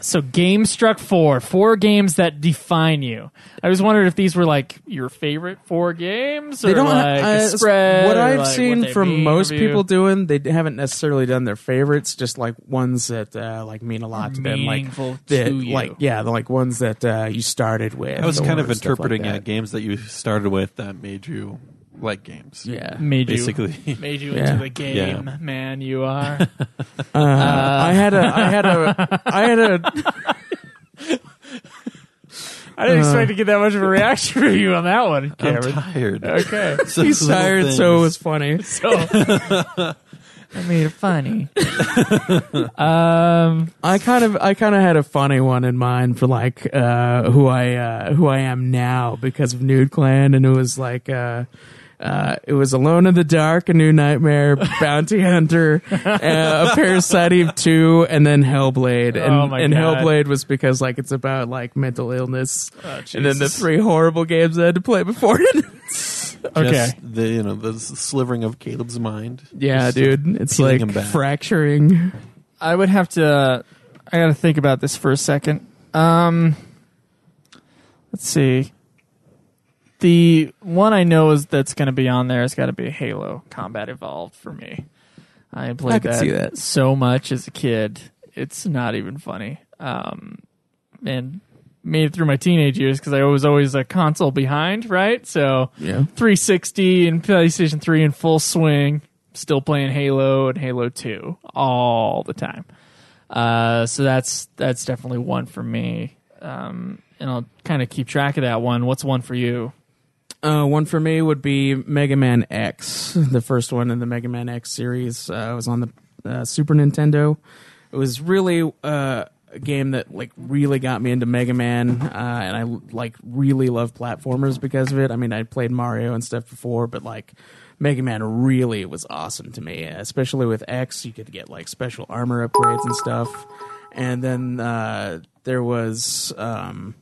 [SPEAKER 5] So game struck four, four games that define you. I was wondering if these were like your favorite four games, or
[SPEAKER 6] They don't.
[SPEAKER 5] like
[SPEAKER 6] uh,
[SPEAKER 5] a
[SPEAKER 6] s-
[SPEAKER 5] spread.
[SPEAKER 6] what
[SPEAKER 5] or,
[SPEAKER 6] I've
[SPEAKER 5] like, what
[SPEAKER 6] seen
[SPEAKER 5] they
[SPEAKER 6] from
[SPEAKER 5] mean
[SPEAKER 6] most
[SPEAKER 5] for you.
[SPEAKER 6] people doing, they haven't necessarily done their favorites. Just like ones that uh, like mean a lot to them, like
[SPEAKER 5] Meaningful
[SPEAKER 6] that,
[SPEAKER 5] to you.
[SPEAKER 6] like yeah, the like ones that uh, you started with.
[SPEAKER 4] I was
[SPEAKER 6] or
[SPEAKER 4] kind of
[SPEAKER 6] stuff like
[SPEAKER 4] interpreting uh,
[SPEAKER 6] that.
[SPEAKER 4] games that you started with that made you like games.
[SPEAKER 6] Yeah.
[SPEAKER 5] made you
[SPEAKER 4] Basically.
[SPEAKER 5] made you
[SPEAKER 6] Yeah.
[SPEAKER 5] into the game,
[SPEAKER 4] Yeah.
[SPEAKER 5] man. You are.
[SPEAKER 6] Uh, I had a, I had a, I had a.
[SPEAKER 5] I didn't expect to get that much of a reaction from you on that one,
[SPEAKER 4] I'm
[SPEAKER 5] Cameron.
[SPEAKER 4] tired.
[SPEAKER 5] Okay,
[SPEAKER 4] So
[SPEAKER 6] Uh, He's
[SPEAKER 4] little
[SPEAKER 6] tired,
[SPEAKER 4] things.
[SPEAKER 6] so it was funny.
[SPEAKER 5] so I made it funny. um,
[SPEAKER 6] I kind of, I kind of had a funny one in mind for like uh, who I, uh, who I am now because of Nude Clan, and it was like. Uh, uh, it was Alone in the Dark, A New Nightmare, Bounty Hunter, uh, A Parasite Eve 2, and then Hellblade. And,
[SPEAKER 5] Oh my
[SPEAKER 6] and
[SPEAKER 5] God.
[SPEAKER 6] Hellblade was because like it's about like mental illness. and then the
[SPEAKER 5] Oh, Jesus.
[SPEAKER 6] three horrible games I had to play before it.
[SPEAKER 5] okay.
[SPEAKER 4] Just the you know the s- slivering of Caleb's mind.
[SPEAKER 6] yeah,
[SPEAKER 4] Just
[SPEAKER 6] dude. It's
[SPEAKER 4] peeling
[SPEAKER 6] like
[SPEAKER 4] him back.
[SPEAKER 6] fracturing.
[SPEAKER 5] I would have to. I got to think about this for a second. Um, let's see. The one I know is that's going to be on there has got to be Halo Combat Evolved for me. I played
[SPEAKER 6] I could
[SPEAKER 5] that,
[SPEAKER 6] see that.
[SPEAKER 5] so much as a kid. It's not even funny. Um, and made it through my teenage years because I was always a console behind, right? So
[SPEAKER 6] Yeah.
[SPEAKER 5] 360 and PlayStation 3 in full swing, still playing Halo and Halo 2 all the time. Uh, so that's that's definitely one for me. Um, and I'll kind of keep track of that one. What's one for you?
[SPEAKER 6] Uh, one for me would be Mega Man X, the first one in the Mega Man X series. Uh, it was on the uh, Super Nintendo. It was really uh, a game that like really got me into Mega Man, uh, and I like really love platformers because of it. I mean, I played Mario and stuff before, but like Mega Man really was awesome to me, especially with X. You could get like special armor upgrades and stuff, and then uh, there was. Um,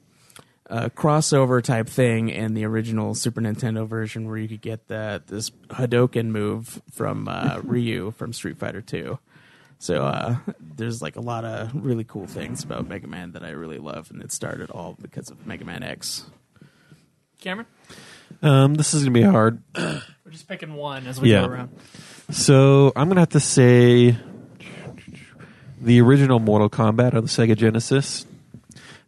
[SPEAKER 6] uh, crossover type thing in the original Super Nintendo version, where you could get the this Hadoken move from uh, Ryu from Street Fighter Two. So uh, there's like a lot of really cool things about Mega Man that I really love, and it started all because of Mega Man X.
[SPEAKER 5] Cameron?
[SPEAKER 4] Um, this is gonna be hard.
[SPEAKER 5] We're just picking one as we
[SPEAKER 4] Yeah.
[SPEAKER 5] go around.
[SPEAKER 4] So I'm gonna have to say the original Mortal Kombat on the Sega Genesis.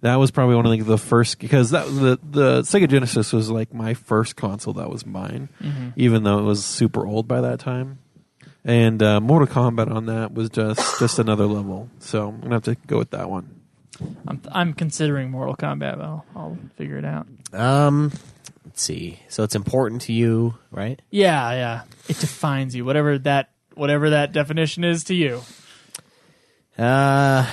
[SPEAKER 4] That was probably one of like, the first because that the the Sega Genesis was like my first console that was mine,
[SPEAKER 2] Mm-hmm.
[SPEAKER 4] even though it was super old by that time. And uh, Mortal Kombat on that was just just another level. So I'm gonna have to go with that one.
[SPEAKER 5] I'm, I'm considering Mortal Kombat, but I'll, I'll figure it out.
[SPEAKER 2] Um, let's see. So it's important to you, right?
[SPEAKER 5] Yeah, yeah. It defines you, whatever that whatever that definition is to you.
[SPEAKER 2] Uh,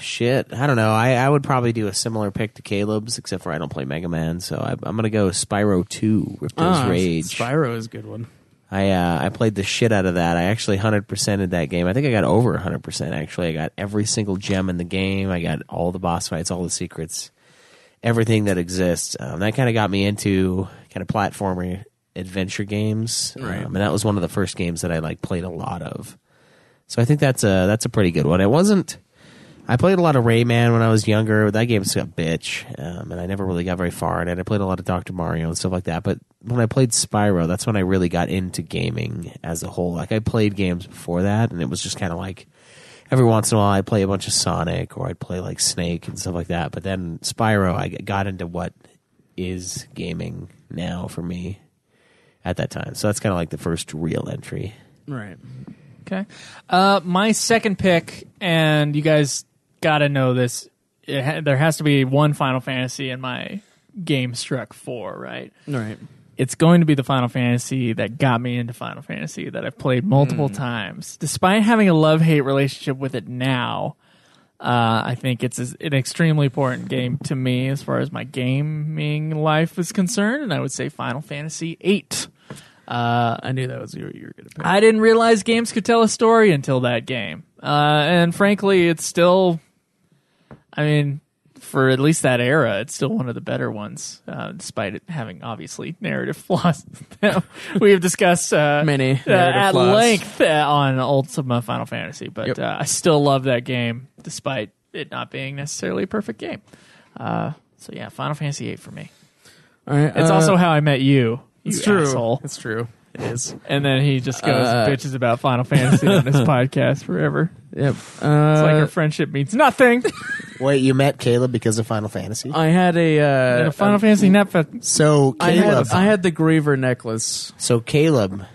[SPEAKER 2] shit. I don't know. I, I would probably do a similar pick to Caleb's, except for I don't play Mega Man, so I, I'm gonna go Spyro Two: Ripto's
[SPEAKER 5] Ah,
[SPEAKER 2] Rage.
[SPEAKER 6] Ah, Spyro is a good one.
[SPEAKER 2] I uh, I played the shit out of that. I actually hundred percented that game. I think I got over hundred percent. Actually, I got every single gem in the game. I got all the boss fights, all the secrets, everything that exists. Um, that kind of got me into kind of platformer adventure games, right. um, and that was one of the first games that I like played a lot of. So I think that's a that's a pretty good one. It wasn't. I played a lot of Rayman when I was younger. That game's a bitch, um, and I never really got very far in it. I played a lot of Doctor Mario and stuff like that. But when I played Spyro, that's when I really got into gaming as a whole. Like I played games before that, and it was just kind of like every once in a while I'd play a bunch of Sonic or I'd play like Snake and stuff like that. But then Spyro, I got into what is gaming now for me at that time. So that's kind of like the first real entry.
[SPEAKER 6] Right.
[SPEAKER 5] Okay. Uh, my second pick, and you guys got to know this. It ha- there has to be one Final Fantasy in my game struck four, right?
[SPEAKER 6] Right.
[SPEAKER 5] It's going to be the Final Fantasy that got me into Final Fantasy that I've played multiple times. Despite having a love hate relationship with it now, uh, I think it's as- an extremely important game to me as far as my gaming life is concerned, and I would say Final Fantasy VIII. Uh,
[SPEAKER 6] I knew that was what you were going to pick.
[SPEAKER 5] I didn't realize games could tell a story until that game. Uh, and frankly, it's still, I mean, for at least that era, it's still one of the better ones, uh, despite it having obviously narrative flaws. that we have discussed uh,
[SPEAKER 6] Many
[SPEAKER 5] uh,
[SPEAKER 6] narrative
[SPEAKER 5] at
[SPEAKER 6] flaws.
[SPEAKER 5] length uh, on Ultima Final Fantasy, but
[SPEAKER 6] Yep.
[SPEAKER 5] uh, I still love that game despite it not being necessarily a perfect game. Uh, so yeah, Final Fantasy VIII for me.
[SPEAKER 6] All right.
[SPEAKER 5] It's
[SPEAKER 6] uh,
[SPEAKER 5] also how I met you.
[SPEAKER 6] it's
[SPEAKER 5] you
[SPEAKER 6] true.
[SPEAKER 5] asshole.
[SPEAKER 6] It's true. It is.
[SPEAKER 5] And then he just goes
[SPEAKER 6] Uh,
[SPEAKER 5] bitches about Final Fantasy on this podcast forever.
[SPEAKER 6] Yep.
[SPEAKER 5] It's like
[SPEAKER 6] Uh,
[SPEAKER 5] our friendship means nothing.
[SPEAKER 2] Wait, you met Caleb because of Final Fantasy?
[SPEAKER 6] I had a
[SPEAKER 5] And
[SPEAKER 6] uh,
[SPEAKER 5] a Final Fantasy Netfest.
[SPEAKER 2] so
[SPEAKER 6] I had,
[SPEAKER 2] Caleb,
[SPEAKER 6] I had the Griever necklace.
[SPEAKER 2] so Caleb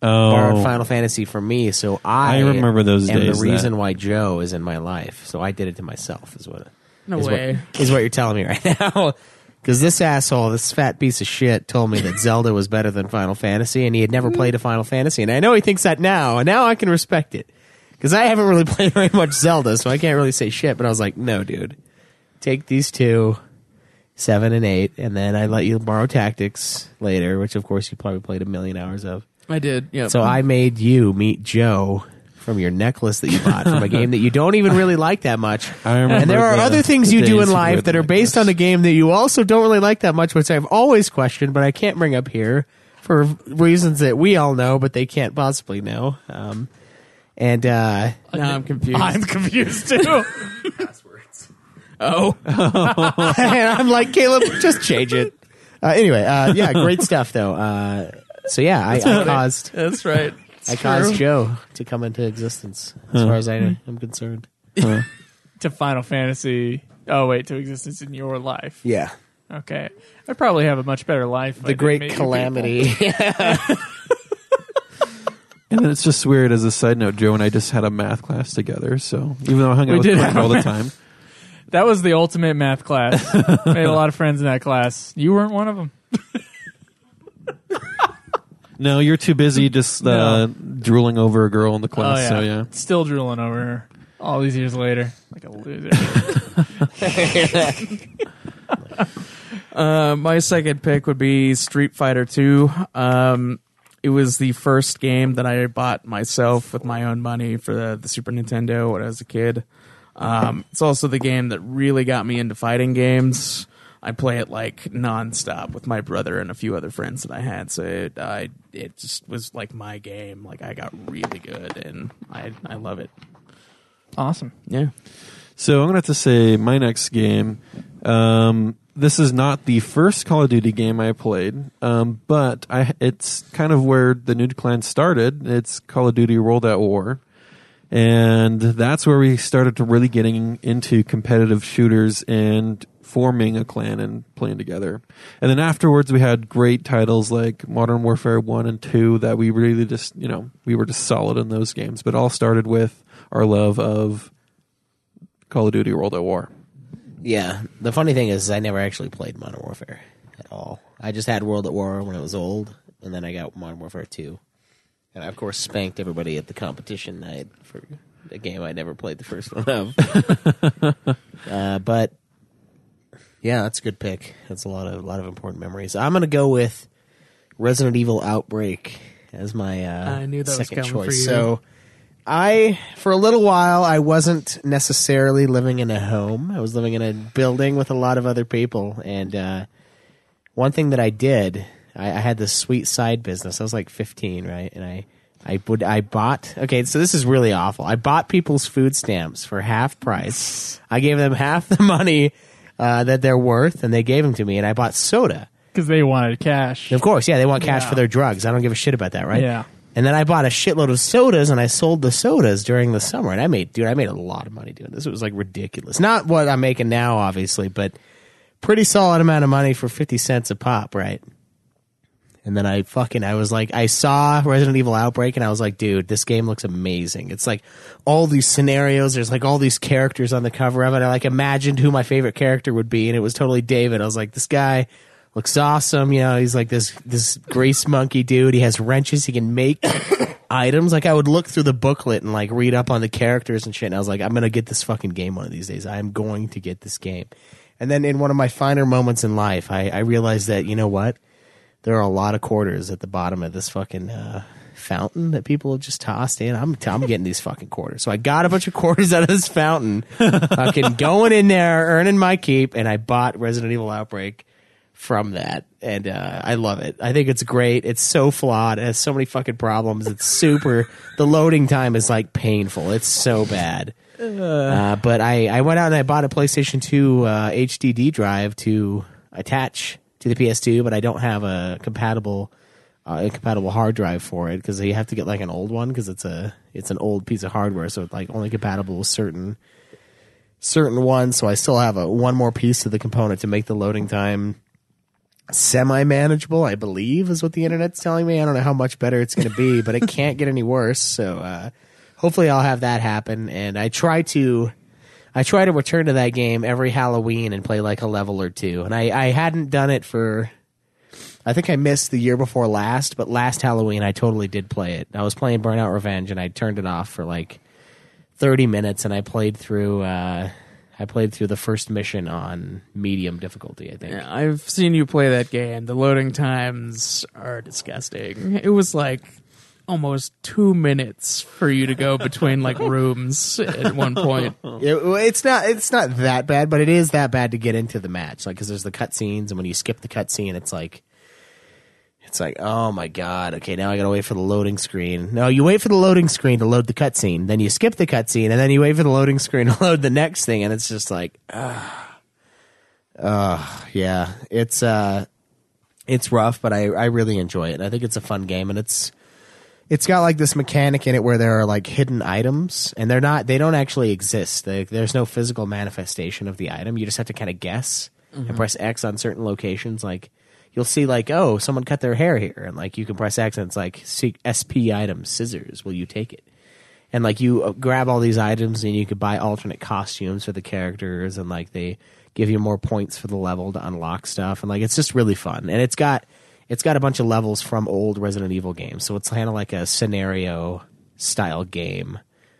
[SPEAKER 2] borrowed
[SPEAKER 4] Oh,
[SPEAKER 2] Final Fantasy from me. So I,
[SPEAKER 4] I remember those
[SPEAKER 2] am
[SPEAKER 4] days,
[SPEAKER 2] The reason
[SPEAKER 4] that-
[SPEAKER 2] why Joe is in my life. So I did it to myself. Is what.
[SPEAKER 6] No
[SPEAKER 2] is
[SPEAKER 6] way.
[SPEAKER 2] What, is what you're telling me right now. Because this asshole, this fat piece of shit, told me that Zelda was better than Final Fantasy, and he had
[SPEAKER 6] Mm.
[SPEAKER 2] never played a Final Fantasy. And I know he thinks that now, and now I can respect it. Because I haven't really played very much Zelda, so I can't really say shit. But I was like, no, dude, take these two, seven and eight, and then I let you borrow Tactics later, which of course you probably played a million hours of.
[SPEAKER 6] I did. Yeah.
[SPEAKER 2] So I made you meet Joe from your necklace that you bought from a game that you don't even really like that much.
[SPEAKER 4] I remember
[SPEAKER 2] and there are
[SPEAKER 4] the-
[SPEAKER 2] other things
[SPEAKER 4] the
[SPEAKER 2] you do
[SPEAKER 4] days
[SPEAKER 2] in
[SPEAKER 4] with
[SPEAKER 2] life that
[SPEAKER 4] the
[SPEAKER 2] are based on a
[SPEAKER 4] necklace.
[SPEAKER 2] game that you also don't really like that much, which I've always questioned, but I can't bring up here for reasons that we all know, but they can't possibly know. Um, and uh,
[SPEAKER 6] now I'm confused.
[SPEAKER 5] I'm confused too.
[SPEAKER 6] oh,
[SPEAKER 2] and I'm like, Caleb, just change it. Uh, anyway, uh, yeah, great stuff though. Uh, so yeah, I, I caused
[SPEAKER 6] that's right. It's
[SPEAKER 2] I caused
[SPEAKER 6] true.
[SPEAKER 2] Joe to come into existence, as far as I am concerned.
[SPEAKER 5] to Final Fantasy. Oh wait, to existence in your life.
[SPEAKER 2] Yeah.
[SPEAKER 5] Okay, I probably have a much better life. if I
[SPEAKER 2] the
[SPEAKER 5] didn't
[SPEAKER 2] great
[SPEAKER 5] meet you
[SPEAKER 2] calamity.
[SPEAKER 4] and then it's just weird. As a side note, Joe and I just had a math class together. So even though I hung out with
[SPEAKER 5] did
[SPEAKER 4] Clint
[SPEAKER 5] have a
[SPEAKER 4] all the
[SPEAKER 5] math-
[SPEAKER 4] time,
[SPEAKER 5] people. That was the ultimate math class. Made a lot of friends in that class. You weren't one of them.
[SPEAKER 4] no, you're too busy just uh, drooling over a girl in the
[SPEAKER 5] Oh
[SPEAKER 4] class.
[SPEAKER 5] yeah.
[SPEAKER 4] So yeah,
[SPEAKER 5] still drooling over her all these years later, like a loser.
[SPEAKER 6] Uh, my second pick would be Street Fighter Two. Um, it was the first game that I bought myself with my own money for the, the Super Nintendo when I was a kid. Um, it's also the game that really got me into fighting games. I play it like nonstop with my brother and a few other friends that I had. So it, I, it just was like my game. Like I got really good and I, I love it.
[SPEAKER 5] awesome.
[SPEAKER 6] Yeah.
[SPEAKER 4] So I'm gonna have to say my next game. Um, this is not the first Call of Duty game I played, um, but I, it's kind of where the new clan started. It's Call of Duty World at War, and that's where we started to really getting into competitive shooters and forming a clan and playing together. And then afterwards, we had great titles like Modern Warfare One and Two that we really just you know we were just solid in those games. But it all started with our love of Call of Duty World at War.
[SPEAKER 2] yeah. The funny thing is, I never actually played Modern Warfare at all. I just had World at War when it was old, and then I got Modern Warfare 2. And I, of course, spanked everybody at the competition night for a game I never played the first one of. uh, but yeah, that's a good pick. That's a lot of a lot of important memories. I'm gonna go with Resident Evil Outbreak as my uh,
[SPEAKER 6] I knew that was
[SPEAKER 2] second
[SPEAKER 6] coming
[SPEAKER 2] choice.
[SPEAKER 6] for you.
[SPEAKER 2] So I, for a little while, I wasn't necessarily living in a home. I was living in a building with a lot of other people. And uh, one thing that I did, I, I had this sweet side business. I was like 15, right? And I, I would, I bought. Okay, so this is really awful. I bought people's food stamps for half price. I gave them half the money uh, that they're worth, and they gave them to me. And I bought soda.
[SPEAKER 5] Because they wanted cash.
[SPEAKER 2] Of course, yeah, they want cash
[SPEAKER 5] Yeah.
[SPEAKER 2] for their drugs. I don't give a shit about that, right?
[SPEAKER 5] Yeah.
[SPEAKER 2] And then I bought a shitload of sodas and I sold the sodas during the summer. And I made, dude, I made a lot of money doing this. It was like ridiculous. Not what I'm making now, obviously, but pretty solid amount of money for 50 cents a pop, right? And then I fucking, I was like, I saw Resident Evil Outbreak and I was like, dude, this game looks amazing. It's like all these scenarios. There's like all these characters on the cover of it. I like imagined who my favorite character would be and it was totally David. I was like, this guy looks awesome. You know, he's like this, this grease monkey dude. He has wrenches. He can make items. Like I would look through the booklet and like read up on the characters and shit. And I was like, I'm going to get this fucking game one of these days. I am going to get this game. And then in one of my finer moments in life, I, I realized that, you know what? there are a lot of quarters at the bottom of this fucking uh, fountain that people have just tossed in. I'm, I'm getting these fucking quarters. So I got a bunch of quarters out of this fountain, fucking going in there, earning my keep, and I bought Resident Evil Outbreak from that. And uh, I love it. I think it's great. It's so flawed. It has so many fucking problems. It's super. the loading time is like painful. It's so bad. Uh, but I, I went out and I bought a PlayStation 2 uh, HDD drive to attach to the PS2, but I don't have a compatible uh, a compatible hard drive for it because you have to get like an old one because it's a it's an old piece of hardware, so it's like only compatible with certain certain ones. So I still have a one more piece of the component to make the loading time semi manageable. I believe is what the internet's telling me. I don't know how much better it's going to be, but it can't get any worse. So uh, hopefully I'll have that happen. And I try to. I try to return to that game every Halloween and play like a level or two. And I, I hadn't done it for I think I missed the year before last, but last Halloween I totally did play it. I was playing Burnout Revenge and I turned it off for like 30 minutes and I played through uh I played through the first mission on medium difficulty, I think.
[SPEAKER 6] Yeah, I've seen you play that game. The loading times are disgusting. It was like almost two minutes for you to go between like rooms at one point.
[SPEAKER 2] It- well, it's not it's not that bad, but it is that bad to get into the match. Like, because there's the cutscenes, and when you skip the cutscene, it's like, it's like, oh my god, okay, now I gotta wait for the loading screen. No, you wait for the loading screen to load the cutscene, then you skip the cutscene, and then you wait for the loading screen to load the next thing, and it's just like, ah, Ugh, yeah, it's uh, it's rough, but I I really enjoy it. I think it's a fun game, and it's it's got like this mechanic in it where there are like hidden items and they're not they don't actually exist They- there's no physical manifestation of the item you just have to kind of guess and press x on certain locations like you'll see like oh someone cut their hair here and like you can press x and it's like seek sp item scissors will you take it and like you uh, grab all these items and you could buy alternate costumes for the characters and like they give you more points for the level to unlock stuff and like it's just really fun and it's got it's got a bunch of levels from old resident evil games so it's kind of like a scenario style game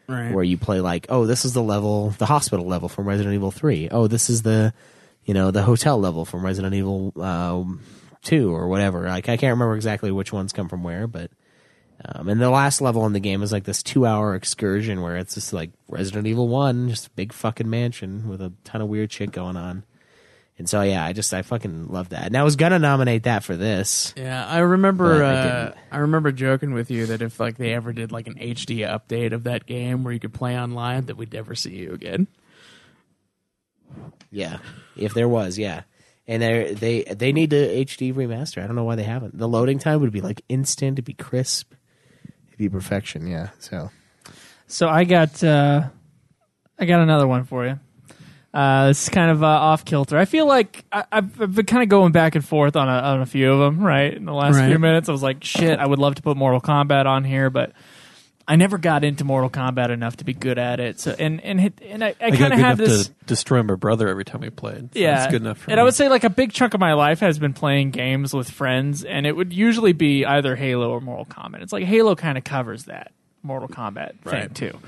[SPEAKER 6] Right.
[SPEAKER 2] where you play like oh this is the level the hospital level from resident evil 3 oh this is the you know the hotel level from resident evil um, 2 or whatever like i can't remember exactly which ones come from where but um, and the last level in the game is like this two hour excursion where it's just like Resident Evil 1, just a big fucking mansion with a ton of weird shit going on. And so, yeah, I just, I fucking love that. And I was going to nominate that for this.
[SPEAKER 6] Yeah, I remember.
[SPEAKER 2] But I
[SPEAKER 6] Uh,
[SPEAKER 2] didn't.
[SPEAKER 6] I remember joking with you that if like they ever did like an HD update of that game where you could play online, that we'd never see you again.
[SPEAKER 2] Yeah. If there was, yeah. And they they they need to HD remaster. I don't know why they haven't. The loading time would be like instant, it'd be crisp, it'd be perfection. Yeah. So
[SPEAKER 5] So I got uh, I got another one for you. Uh, this is kind of uh, off kilter. I feel like I, I've, I've been kind of going back and forth on a, on a few of them. Right in the last
[SPEAKER 6] Right.
[SPEAKER 5] few minutes, I was like, "Shit, I would love to put Mortal Kombat on here," but I never got into Mortal Kombat enough to be good at it. So and and hit- and I, I
[SPEAKER 4] I got
[SPEAKER 5] kind
[SPEAKER 4] good
[SPEAKER 5] of
[SPEAKER 4] enough
[SPEAKER 5] had this.
[SPEAKER 4] to destroy my brother every time we played. So
[SPEAKER 5] yeah,
[SPEAKER 4] it's good enough for
[SPEAKER 5] and
[SPEAKER 4] me.
[SPEAKER 5] I would say like a big chunk of my life has been playing games with friends, and it would usually be either Halo or Mortal Kombat. It's like Halo kind of covers that Mortal Kombat thing
[SPEAKER 4] Right.
[SPEAKER 5] too,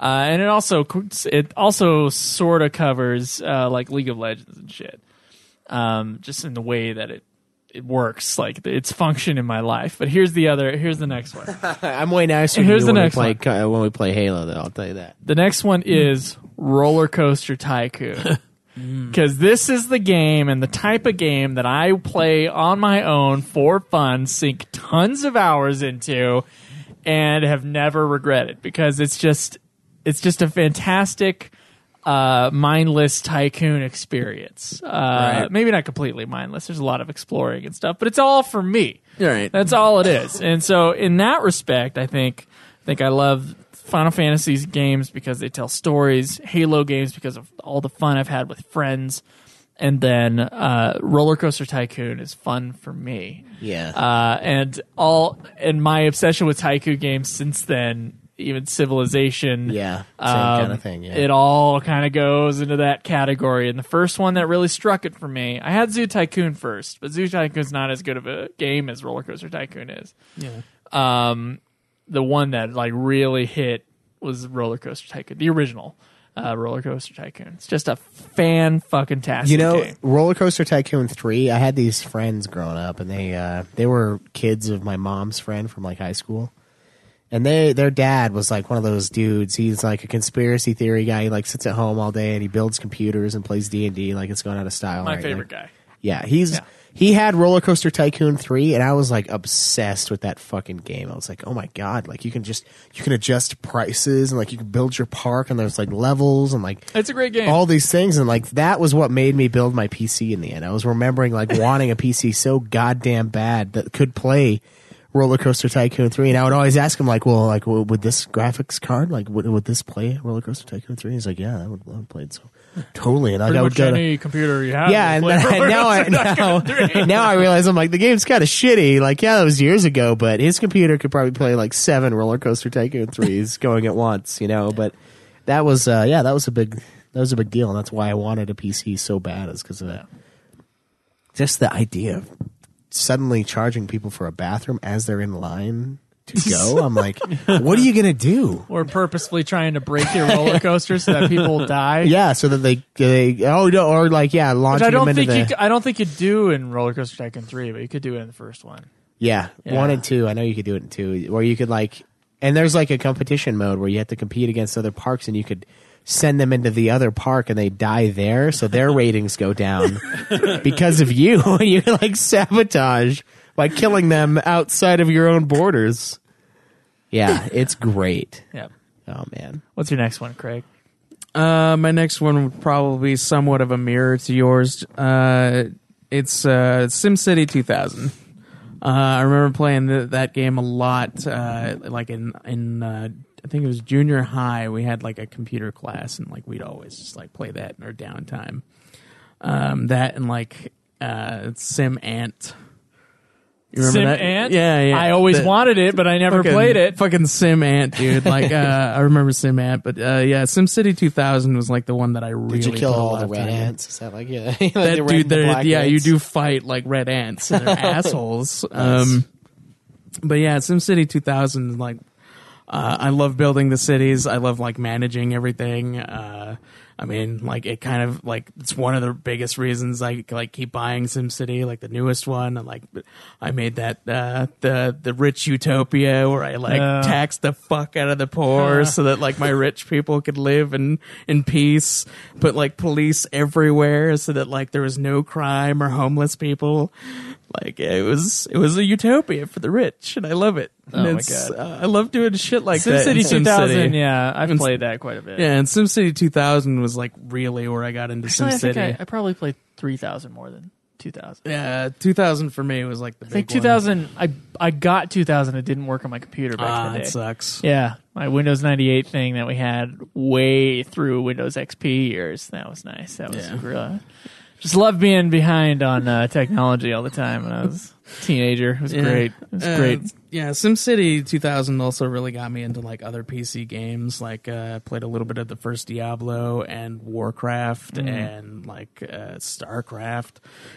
[SPEAKER 5] uh, and it also it also sort of covers uh, like League of Legends and shit, um, just in the way that it it works, like its function in my life. But here's the other, here's the next one.
[SPEAKER 2] I'm way nicer.
[SPEAKER 5] And
[SPEAKER 2] to
[SPEAKER 5] here's
[SPEAKER 2] you
[SPEAKER 5] the
[SPEAKER 2] when
[SPEAKER 5] next
[SPEAKER 2] we
[SPEAKER 5] one.
[SPEAKER 2] play uh, when we play Halo, though. I'll tell you that.
[SPEAKER 5] The next one is Roller Coaster Tycoon. Because this is the game and the type of game that I play on my own for fun, sink tons of hours into, and have never regretted because it's just it's just a fantastic uh, mindless tycoon experience. Uh, Maybe not completely mindless. There's a lot of exploring and stuff, but it's all for me.
[SPEAKER 6] Right.
[SPEAKER 5] That's all it is. And so in that respect, I think I think I love Final Fantasy's games because they tell stories, Halo games because of all the fun I've had with friends, and then uh, Roller Coaster Tycoon is fun for me.
[SPEAKER 2] Yeah.
[SPEAKER 5] Uh, and all and my obsession with Tycoon games since then, even Civilization,
[SPEAKER 2] Yeah,
[SPEAKER 5] um,
[SPEAKER 2] same kinda thing, yeah.
[SPEAKER 5] It all kind of goes into that category. And the first one that really struck it for me, I had Zoo Tycoon first, but Zoo Tycoon's not as good of a game as Roller Coaster Tycoon is.
[SPEAKER 6] Yeah.
[SPEAKER 5] Um, the one that like really hit was Roller Coaster Tycoon, the original uh, Roller Coaster Tycoon. It's just a fan fucking tastic.
[SPEAKER 2] you know,
[SPEAKER 5] game.
[SPEAKER 2] Roller Coaster Tycoon three. I had these friends growing up, and they uh, they were kids of my mom's friend from like high school, and they their dad was like one of those dudes. He's like a conspiracy theory guy. He like sits at home all day and he builds computers and plays D and D like it's going out of style.
[SPEAKER 5] my
[SPEAKER 2] right?
[SPEAKER 5] favorite
[SPEAKER 2] Like-
[SPEAKER 5] guy.
[SPEAKER 2] Yeah, he's he had Roller Coaster Tycoon three, and I was like obsessed with that fucking game. I was like, oh my god, like you can just you can adjust prices and like you can build your park, and there's like levels and like
[SPEAKER 5] It's a great game.
[SPEAKER 2] all these things, and like that was what made me build my PC in the end. I was remembering like wanting a PC so goddamn bad that could play Roller Coaster Tycoon three, and I would always ask him like, well, like w- would this graphics card like would, would this play Roller Coaster Tycoon three? He's like, yeah, that would, I would play it so totally, and like,
[SPEAKER 5] Pretty
[SPEAKER 2] I would
[SPEAKER 5] much
[SPEAKER 2] go to-
[SPEAKER 5] any computer you have.
[SPEAKER 2] yeah, and
[SPEAKER 5] will play
[SPEAKER 2] then- now, I,
[SPEAKER 5] Roller Coaster
[SPEAKER 2] now,
[SPEAKER 5] Tycoon 3.
[SPEAKER 2] now I realize I'm like the game's kind of shitty. Like, yeah, that was years ago, but his computer could probably play like seven Roller Coaster Tycoon threes going at once, you know. But that was, uh, yeah, that was a big, that was a big deal, and that's why I wanted a PC so bad is because of that. Just the idea of suddenly charging people for a bathroom as they're in line to go. I'm like, what are you gonna do?
[SPEAKER 5] We're purposefully trying to break your roller coaster so that people die.
[SPEAKER 2] Yeah, so that they, they oh no, or like yeah,
[SPEAKER 5] Which
[SPEAKER 2] launching
[SPEAKER 5] I don't
[SPEAKER 2] them into
[SPEAKER 5] think
[SPEAKER 2] the,
[SPEAKER 5] you. c- I don't think you do in Roller Coaster Tycoon three, but you could do it in the first one.
[SPEAKER 2] Yeah,
[SPEAKER 5] Yeah.
[SPEAKER 2] one and two. I know you could do it in two, or you could like, and there's like a competition mode where you have to compete against other parks, and you could send them into the other park and they die there, so their ratings go down because of you. you like sabotage by killing them outside of your own borders. Yeah, it's great.
[SPEAKER 5] Yeah.
[SPEAKER 2] Oh man,
[SPEAKER 5] What's your next one, Craig?
[SPEAKER 6] Uh, my next one would probably be somewhat of a mirror to yours. Uh, it's uh, SimCity 2000. Uh, I remember playing th- that game a lot. Uh, like in in uh, I think it was junior high. We had like a computer class, and like we'd always just like play that in our downtime. Um, that and like uh, Sim Ant. You remember
[SPEAKER 5] Sim
[SPEAKER 6] that?
[SPEAKER 5] Ant?
[SPEAKER 6] Yeah, yeah.
[SPEAKER 5] I always
[SPEAKER 6] The-
[SPEAKER 5] wanted it, but I never
[SPEAKER 6] fucking-
[SPEAKER 5] played it.
[SPEAKER 6] Fucking Sim Ant, dude. Like uh, I remember Sim Ant, but uh, yeah, Sim City 2000 was like the one that I really
[SPEAKER 2] did you kill
[SPEAKER 6] put a
[SPEAKER 2] all
[SPEAKER 6] lot
[SPEAKER 2] the
[SPEAKER 6] of
[SPEAKER 2] red
[SPEAKER 6] time in.
[SPEAKER 2] ants? Is that like yeah,
[SPEAKER 6] That dude, there, yeah, you do fight like red ants. And they're assholes. Um, but yeah, Sim City 2000. Like, uh, I love building the cities. I love like managing everything. Uh, I mean, like it kind of like it's one of the biggest reasons I like keep buying Sim City, like the newest one. And, like I made that uh, the the rich utopia where I like
[SPEAKER 5] Yeah.
[SPEAKER 6] taxed the fuck out of the poor so that like my rich people could live in in peace. Put like police everywhere so that like there was no crime or homeless people. Like it was it was a utopia for the rich, and I love it.
[SPEAKER 5] Oh my
[SPEAKER 6] And it's,
[SPEAKER 5] God.
[SPEAKER 6] uh, I love doing shit like that. in
[SPEAKER 5] SimCity
[SPEAKER 6] SimCity.
[SPEAKER 5] 2000. Yeah, I've
[SPEAKER 6] And-
[SPEAKER 5] played that quite a bit.
[SPEAKER 6] Yeah, and SimCity 2000 was like really where I got into
[SPEAKER 5] Actually, I, think I,
[SPEAKER 6] SimCity.
[SPEAKER 5] I probably played 3000 more than 2000.
[SPEAKER 6] Yeah, 2000 for me was like the
[SPEAKER 5] I think
[SPEAKER 6] big
[SPEAKER 5] 2000. I I got 2000. It didn't work on my computer
[SPEAKER 6] One.
[SPEAKER 5] back
[SPEAKER 6] Ah,
[SPEAKER 5] in the
[SPEAKER 6] it
[SPEAKER 5] day.
[SPEAKER 6] sucks.
[SPEAKER 5] Yeah, my Windows 98 thing that we had way through Windows XP years. That was nice. That was
[SPEAKER 6] Yeah.
[SPEAKER 5] real. Just loved being behind on uh, technology all the time when I was a teenager. It was
[SPEAKER 6] Yeah.
[SPEAKER 5] great. It was
[SPEAKER 6] Uh,
[SPEAKER 5] great.
[SPEAKER 6] Yeah, SimCity 2000 also really got me into like other PC games. Like uh, played a little bit of the first Diablo and Warcraft
[SPEAKER 5] Mm.
[SPEAKER 6] and like uh, Starcraft.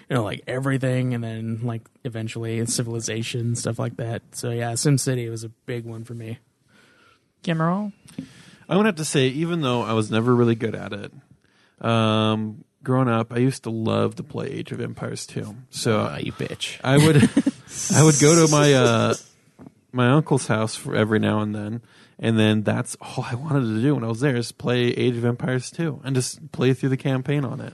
[SPEAKER 6] You know, like everything, and then like eventually Civilization stuff like that. So yeah, SimCity was a big one for me.
[SPEAKER 5] Camera
[SPEAKER 4] I'm gonna have to say, even though I was never really good at it, um, growing up, I used to love to play Age of Empires 2. So
[SPEAKER 2] Ah, you bitch.
[SPEAKER 4] I would, I would go to my uh, my uncle's house for every now and then, and then that's all I wanted to do when I was there is play Age of Empires 2 and just play through the campaign on it.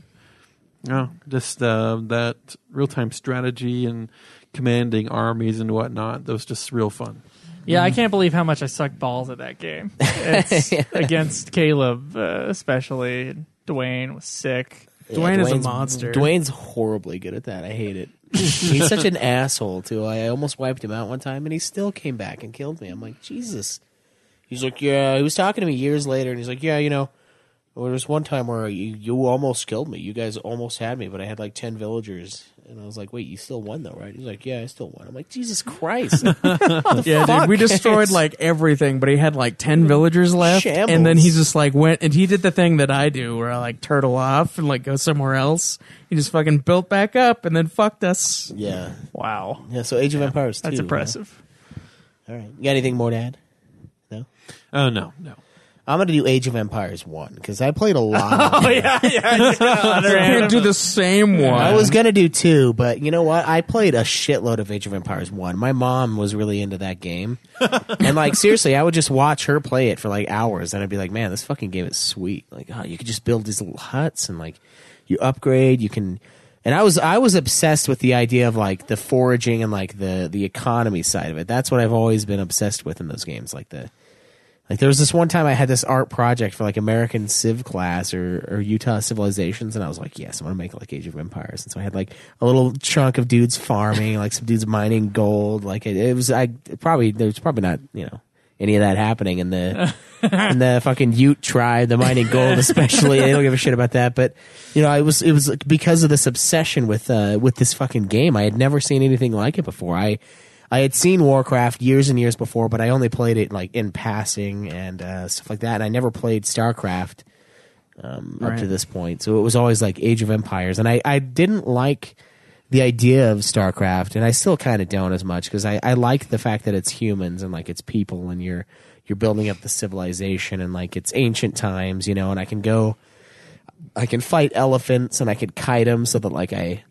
[SPEAKER 4] No, just uh, that real time strategy and commanding armies and whatnot. That was just real fun.
[SPEAKER 5] Yeah,
[SPEAKER 2] Mm.
[SPEAKER 5] I can't believe how much I sucked balls at that game. It's against Caleb, uh, especially. and Dwayne was sick.
[SPEAKER 6] Dwayne is a monster.
[SPEAKER 2] Dwayne's horribly good at that. I hate it. He's such an asshole too. I almost wiped him out one time, and he still came back and killed me. I'm like, Jesus. He's like, yeah. He was talking to me years later, and he's like, yeah, you know, there was one time where you, you almost killed me. You guys almost had me, but I had like ten villagers, and I was like, wait, you still won though, right? He's like, yeah, I still won. I'm like, Jesus Christ.
[SPEAKER 6] Yeah, dude, we destroyed
[SPEAKER 2] It's-
[SPEAKER 6] like everything, but he had like ten villagers left, and then
[SPEAKER 2] Shambles.
[SPEAKER 6] he just like went and he did the thing that I do, where I like turtle off and like go somewhere else. He just fucking built back up and then fucked us.
[SPEAKER 2] yeah,
[SPEAKER 5] Wow,
[SPEAKER 2] yeah. So Age of Empires.
[SPEAKER 5] that's
[SPEAKER 2] two,
[SPEAKER 5] impressive.
[SPEAKER 2] yeah. All right, you got anything more to add?
[SPEAKER 4] Oh no, no.
[SPEAKER 2] I'm gonna do Age of Empires one because I played a lot.
[SPEAKER 6] Oh,
[SPEAKER 2] of
[SPEAKER 6] I can't do the same one.
[SPEAKER 2] I was gonna do two, but you know what? I played a shitload of Age of Empires one. My mom was really into that game, and like seriously, I would just watch her play it for like hours, and I'd be like, "Man, this fucking game is sweet! Like, oh, you could just build these little huts and like you upgrade. You can And I was I was obsessed with the idea of like the foraging and like the the economy side of it. That's what I've always been obsessed with in those games, like the like there was this one time I had this art project for like American Civ class or, or Utah Civilizations, and I was like, yes, I want to make like Age of Empires. And so I had like a little chunk of dudes farming, like some dudes mining gold. Like it, it was, I probably there's probably not you know any of that happening in the in the fucking Ute tribe, the mining gold especially. they don't give a shit about that. But you know, I was it was like, because of this obsession with uh with this fucking game. I had never seen anything like it before. I I had seen Warcraft years and years before, but I only played it like in passing and uh, stuff like that. And I never played StarCraft um, up to
[SPEAKER 6] Right.
[SPEAKER 2] this point, so it was always like Age of Empires. And I I didn't like the idea of StarCraft, and I still kind of don't as much because I I like the fact that it's humans and like it's people and you're you're building up the civilization and like it's ancient times, you know. And I can go. I can fight elephants and I can kite them so that like I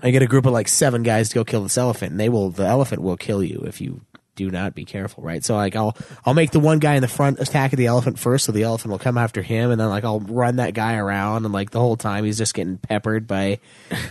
[SPEAKER 2] I get a group of like seven guys to go kill this elephant, and they will the elephant will kill you if you do not be careful, right? So like I'll I'll make the one guy in the front attack the elephant first, so the elephant will come after him, and then like I'll run that guy around, and like the whole time he's just getting peppered by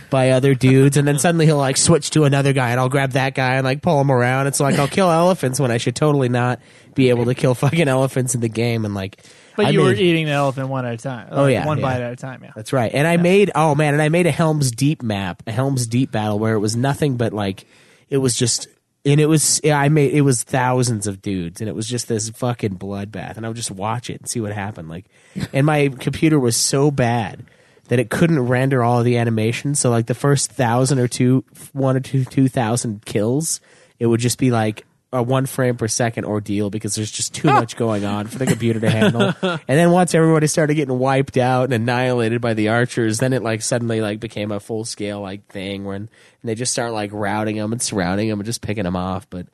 [SPEAKER 2] by other dudes, and then suddenly he'll like switch to another guy, and I'll grab that guy and like pull him around, and so like I'll kill elephants when I should totally not be able to kill fucking elephants in the game, and like
[SPEAKER 5] But
[SPEAKER 2] I
[SPEAKER 5] you were
[SPEAKER 2] made-
[SPEAKER 5] eating the elephant one at a time.
[SPEAKER 2] Oh,
[SPEAKER 5] Like,
[SPEAKER 2] yeah,
[SPEAKER 5] one
[SPEAKER 2] yeah.
[SPEAKER 5] bite at a time. Yeah.
[SPEAKER 2] That's right. And I made oh man, and I made a Helm's Deep map, a Helm's Deep battle where it was nothing but like it was just and it was yeah, I made it was thousands of dudes and it was just this fucking bloodbath and I would just watch it and see what happened like and my computer was so bad that it couldn't render all of the animations so like the first 1000 or two one or two 2000 kills it would just be like a one frame per second ordeal because there's just too much going on for the computer to handle. and then once everybody started getting wiped out and annihilated by the archers, then it like suddenly like became a full scale like thing when and they just start like routing them and surrounding them and just picking them off. But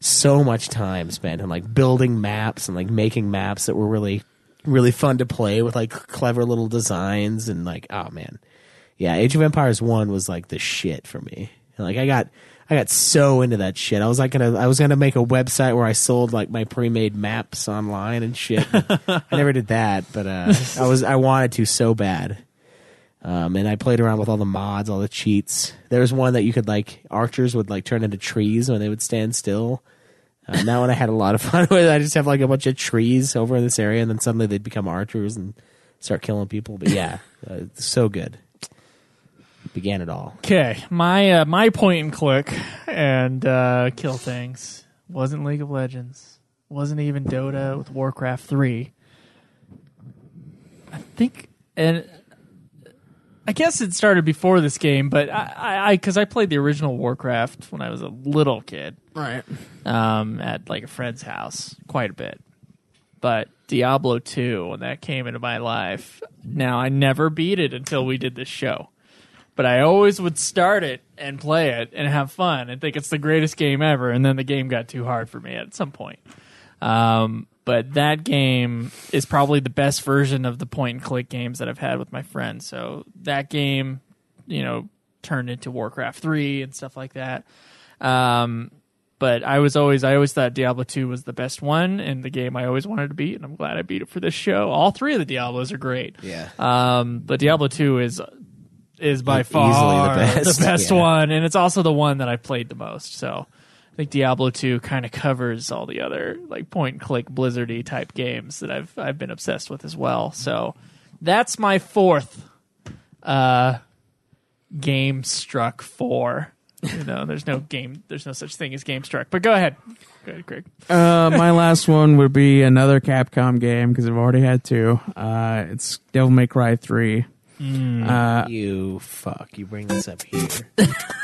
[SPEAKER 2] so much time spent on like building maps and like making maps that were really really fun to play with like clever little designs and like oh man yeah age of empires 1 was like the shit for me And, like i got i got so into that shit i was like gonna i was gonna make a website where i sold like my pre-made maps online and shit i never did that but uh i was i wanted to so bad um, and I played around with all the mods, all the cheats. There was one that you could like archers would like turn into trees when they would stand still. Um, that one I had a lot of fun with. I just have like a bunch of trees over in this area, and then suddenly they'd become archers and start killing people. But yeah, uh, it's so good. Began it all.
[SPEAKER 5] Okay, my uh, my point and click and uh, kill things wasn't League of Legends, wasn't even Dota with Warcraft three. I think, and I guess it started before this game, but I because I, played the original Warcraft when I was a little kid
[SPEAKER 6] Right.
[SPEAKER 5] um, at like a friend's house quite a bit, but Diablo two when that came into my life. Now I never beat it until we did this show but I always would start it and play it and have fun and think it's the greatest game ever. And then the game got too hard for me at some point. Um, but that game is probably the best version of the point and click games that I've had with my friends. So that game, you know, turned into Warcraft 3 and stuff like that. Um, but I was always, I always thought Diablo 2 was the best one and the game I always wanted to beat. And I'm glad I beat it for this show. All three of the Diablos are great.
[SPEAKER 2] Yeah.
[SPEAKER 5] Um, but Diablo 2 is is by
[SPEAKER 2] Easily the
[SPEAKER 5] far E-, the best,
[SPEAKER 2] best, yeah.
[SPEAKER 5] one, and it's also the one that I played the most. So I think Diablo 2 kind of covers all the other like point and click Blizzardy type games that I've I've been obsessed with as well. So that's my fourth uh, game struck four. You know, there's no game. There's no such thing as game struck. But go ahead, go ahead, Greg.
[SPEAKER 6] Uh, my last one would be another Capcom game because I've already had two. Uh, it's Devil May Cry three.
[SPEAKER 2] Uh, you fuck. You bring this up here.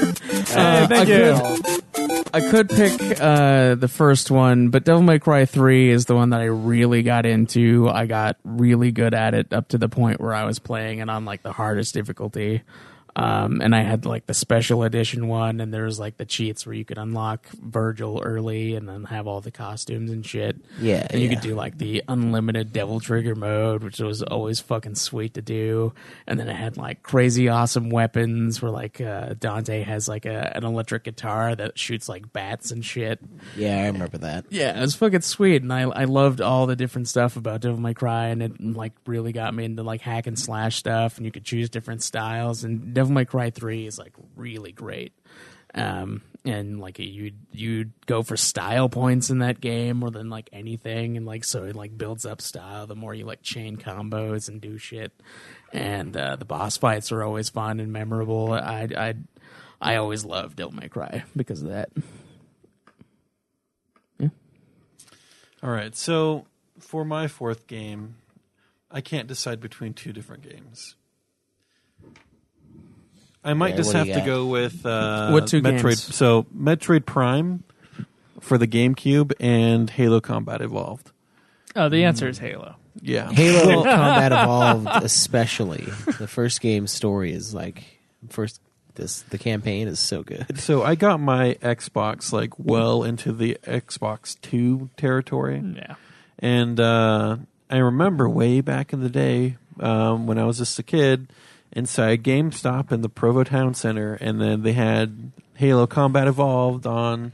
[SPEAKER 5] thank
[SPEAKER 6] I
[SPEAKER 5] you.
[SPEAKER 6] I could pick uh, the first one, but Devil May Cry 3 is the one that I really got into. I got really good at it up to the point where I was playing it on like the hardest difficulty. Um, and I had like the special edition one, and there was like the cheats where you could unlock Virgil early and then have all the costumes and shit.
[SPEAKER 2] Yeah,
[SPEAKER 6] And you
[SPEAKER 2] yeah.
[SPEAKER 6] could do like the unlimited Devil Trigger mode, which was always fucking sweet to do. And then it had like crazy awesome weapons where like uh, Dante has like a, an electric guitar that shoots like bats and shit.
[SPEAKER 2] Yeah, I remember that.
[SPEAKER 6] Yeah, it was fucking sweet, and I I loved all the different stuff about Devil May Cry, and it like really got me into like hack and slash stuff, and you could choose different styles. And Devil Devil May Cry Three is like really great, um, and like you you go for style points in that game more than like anything, and like so it like builds up style the more you like chain combos and do shit, and uh, the boss fights are always fun and memorable. I I I always love Devil May Cry because of that.
[SPEAKER 4] All right. So for my fourth game, I can't decide between two different games. I might
[SPEAKER 2] Yeah,
[SPEAKER 4] just
[SPEAKER 2] what
[SPEAKER 4] have
[SPEAKER 2] do you
[SPEAKER 4] to
[SPEAKER 2] got?
[SPEAKER 4] go with uh,
[SPEAKER 6] What two
[SPEAKER 4] Metroid.
[SPEAKER 6] games?
[SPEAKER 4] So Metroid Prime for the GameCube and Halo Combat Evolved.
[SPEAKER 5] Oh, the answer is Halo.
[SPEAKER 4] Yeah.
[SPEAKER 2] Halo Combat Evolved, especially the first game story is like first this the campaign is so good.
[SPEAKER 4] So I got my Xbox like well into the Xbox Two territory.
[SPEAKER 6] Mm-hmm.
[SPEAKER 5] Yeah.
[SPEAKER 4] And uh, I remember way back in the day um, when I was just a kid inside GameStop in the Provo Town Center, and then they had Halo Combat Evolved on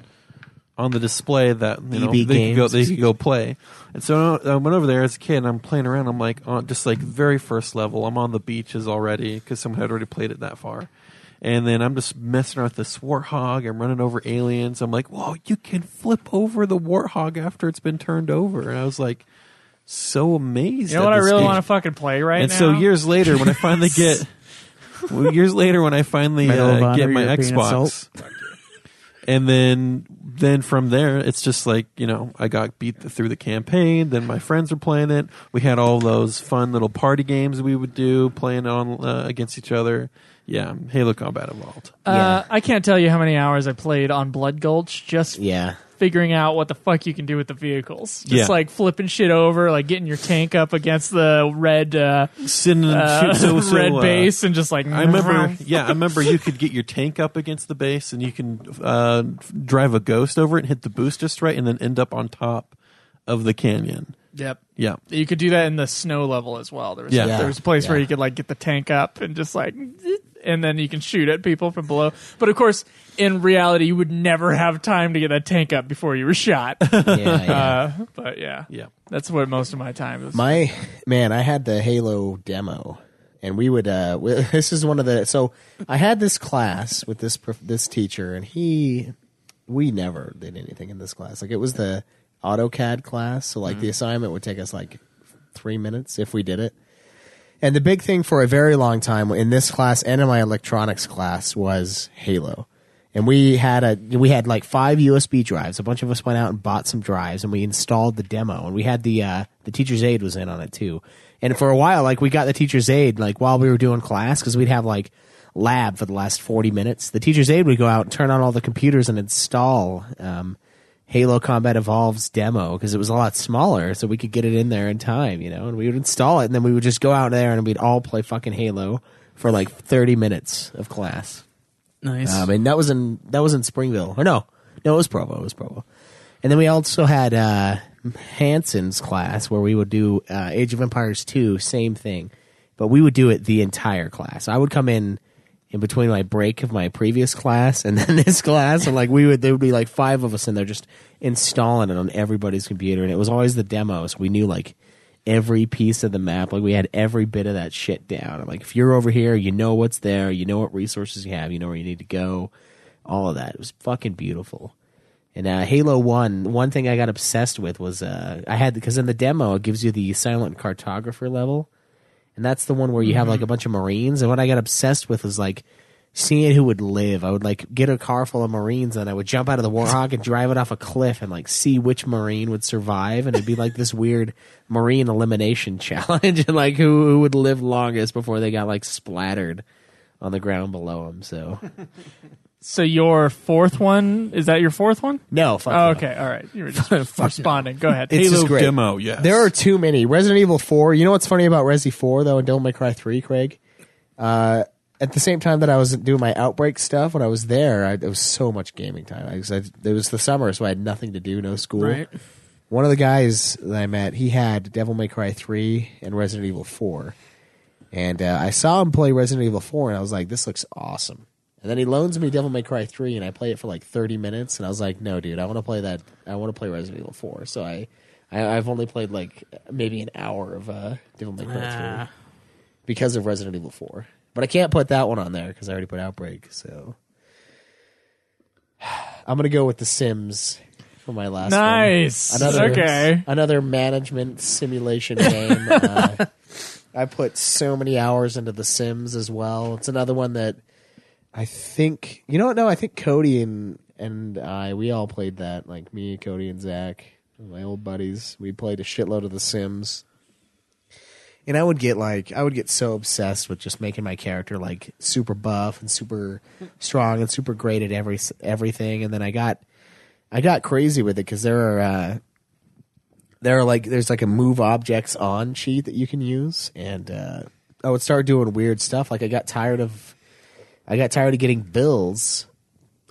[SPEAKER 4] on the display that you
[SPEAKER 5] E
[SPEAKER 4] know,
[SPEAKER 2] EB
[SPEAKER 4] they could go
[SPEAKER 2] Games.
[SPEAKER 4] they could go play. And so uh, I went over there as a kid, and I'm playing around. I'm like on just like very first level. I'm on the beaches already because someone had already played it that far. And then I'm just messing around with this warthog. I'm running over aliens. I'm like, whoa, you can flip over the warthog after it's been turned over. And I was like, so amazed.
[SPEAKER 5] You know what I really want to fucking play right
[SPEAKER 4] and
[SPEAKER 5] now?
[SPEAKER 4] so years later, when I finally get, well, years later when I finally
[SPEAKER 6] Medal of
[SPEAKER 4] uh,
[SPEAKER 6] Honor,
[SPEAKER 4] get my
[SPEAKER 6] European
[SPEAKER 4] Xbox,
[SPEAKER 6] Assault.
[SPEAKER 4] and then then from there, it's just like you know I got beat through the campaign. Then my friends were playing it. We had all those fun little party games we would do playing on uh, against each other. Yeah, Halo Combat Evolved.
[SPEAKER 5] Uh, I can't tell you how many hours I played on Blood Gulch just
[SPEAKER 2] Yeah.
[SPEAKER 5] figuring out what the fuck you can do with the vehicles. Just
[SPEAKER 4] Yeah.
[SPEAKER 5] like flipping shit over, like getting your tank up against the red uh,
[SPEAKER 4] Sin and
[SPEAKER 5] uh,
[SPEAKER 4] shoot- so- so,
[SPEAKER 5] red
[SPEAKER 4] uh,
[SPEAKER 5] base and just like
[SPEAKER 4] I remember, yeah, I remember you could get your tank up against the base, and you can uh, f- drive a ghost over it and hit the boost just right, and then end up on top of the canyon.
[SPEAKER 5] Yep.
[SPEAKER 4] Yeah,
[SPEAKER 5] You could do that in the snow level as well. There was
[SPEAKER 4] Yeah.
[SPEAKER 5] there was a place where
[SPEAKER 2] Yeah.
[SPEAKER 5] you could like get the tank up and just like and then you can shoot at people from below. But of course, in reality, you would never have time to get that tank up before you were shot.
[SPEAKER 2] Yeah, yeah.
[SPEAKER 5] uh, but yeah.
[SPEAKER 4] yeah.
[SPEAKER 5] That's what most of my time is.
[SPEAKER 2] My man, I had the Halo demo, and we would. Uh, w- this is one of the. So I had this class with this prof- this teacher, and he, we never did anything in this class. Like it was the AutoCAD class, so like the assignment would take us like three minutes if we did it. And the big thing for a very long time in this class and in my electronics class was Halo. And we had a we had like five USB drives. A bunch of us went out and bought some drives, and we installed the demo. And we had the uh, the teacher's aide was in on it too. And for a while, like we got the teacher's aide like while we were doing class because we'd have like lab for the last forty minutes. The teacher's aide would go out and turn on all the computers and install um, Halo Combat Evolves demo because it was a lot smaller, so we could get it in there in time, you know. And we would install it, and then we would just go out there and we'd all play fucking Halo for like thirty minutes of class.
[SPEAKER 6] Nice.
[SPEAKER 2] Um, and that was in that was in Springville, or no, no, it was Provo. It was Provo. And then we also had uh, Hanson's class where we would do uh, Age of Empires two, same thing, but we would do it the entire class. I would come in in between my break of my previous class and then this class, and like we would there would be like five of us in there just installing it on everybody's computer, and it was always the demos. We knew like every piece of the map. Like we had every bit of that shit down. I'm like, if you're over here, you know what's there, you know what resources you have, you know where you need to go, all of that. It was fucking beautiful. And uh, Halo One, one thing I got obsessed with was uh, I had because in the demo it gives you the silent cartographer level, and that's the one where you have like a bunch of Marines. And what I got obsessed with was like seeing who would live. I would like get a car full of Marines and I would jump out of the Warhawk and drive it off a cliff and like see which Marine would survive. And it'd be like this weird Marine elimination challenge and like who, who would live longest before they got like splattered on the ground below them. So
[SPEAKER 5] So your fourth one is that your fourth one?
[SPEAKER 2] no, fuck
[SPEAKER 5] Oh,
[SPEAKER 2] no.
[SPEAKER 5] okay, all right. You were just responding. Go ahead.
[SPEAKER 2] It's
[SPEAKER 4] Halo
[SPEAKER 2] just great.
[SPEAKER 4] demo, yes.
[SPEAKER 2] There are too many. Resident Evil 4. You know what's funny about Resi 4, though, and Devil May Cry 3, Craig? Uh, at the same time that I was doing my outbreak stuff, when I was there, I, it was so much gaming time. I, was- I, it was the summer, so I had nothing to do, no school.
[SPEAKER 6] Right.
[SPEAKER 2] One of the guys that I met, he had Devil May Cry 3 and Resident Evil 4. And uh, I saw him play Resident Evil 4, and I was like, this looks awesome. And then he loans me Devil May Cry 3, and I play it for like 30 minutes, and I was like, no, dude, I want to play that. I want to play Resident Evil 4. So I, I, I've only played like maybe an hour of uh, Devil May Cry 3
[SPEAKER 6] Ah.
[SPEAKER 2] because of Resident Evil 4. But I can't put that one on there because I already put Outbreak. So I'm gonna go with The Sims for my last. one.
[SPEAKER 5] Nice. Okay.
[SPEAKER 2] Another management simulation game. uh, I put so many hours into The Sims as well. It's another one that I think you know what? No, I think Cody and and I we all played that. Like me, Cody, and Zach, my old buddies. We played a shitload of The Sims. And I would get like I would get so obsessed with just making my character like super buff and super strong and super great at every everything. And then I got I got crazy with it because there are uh, there are like there's like a move objects on cheat that you can use, and uh, I would start doing weird stuff. Like I got tired of I got tired of getting bills,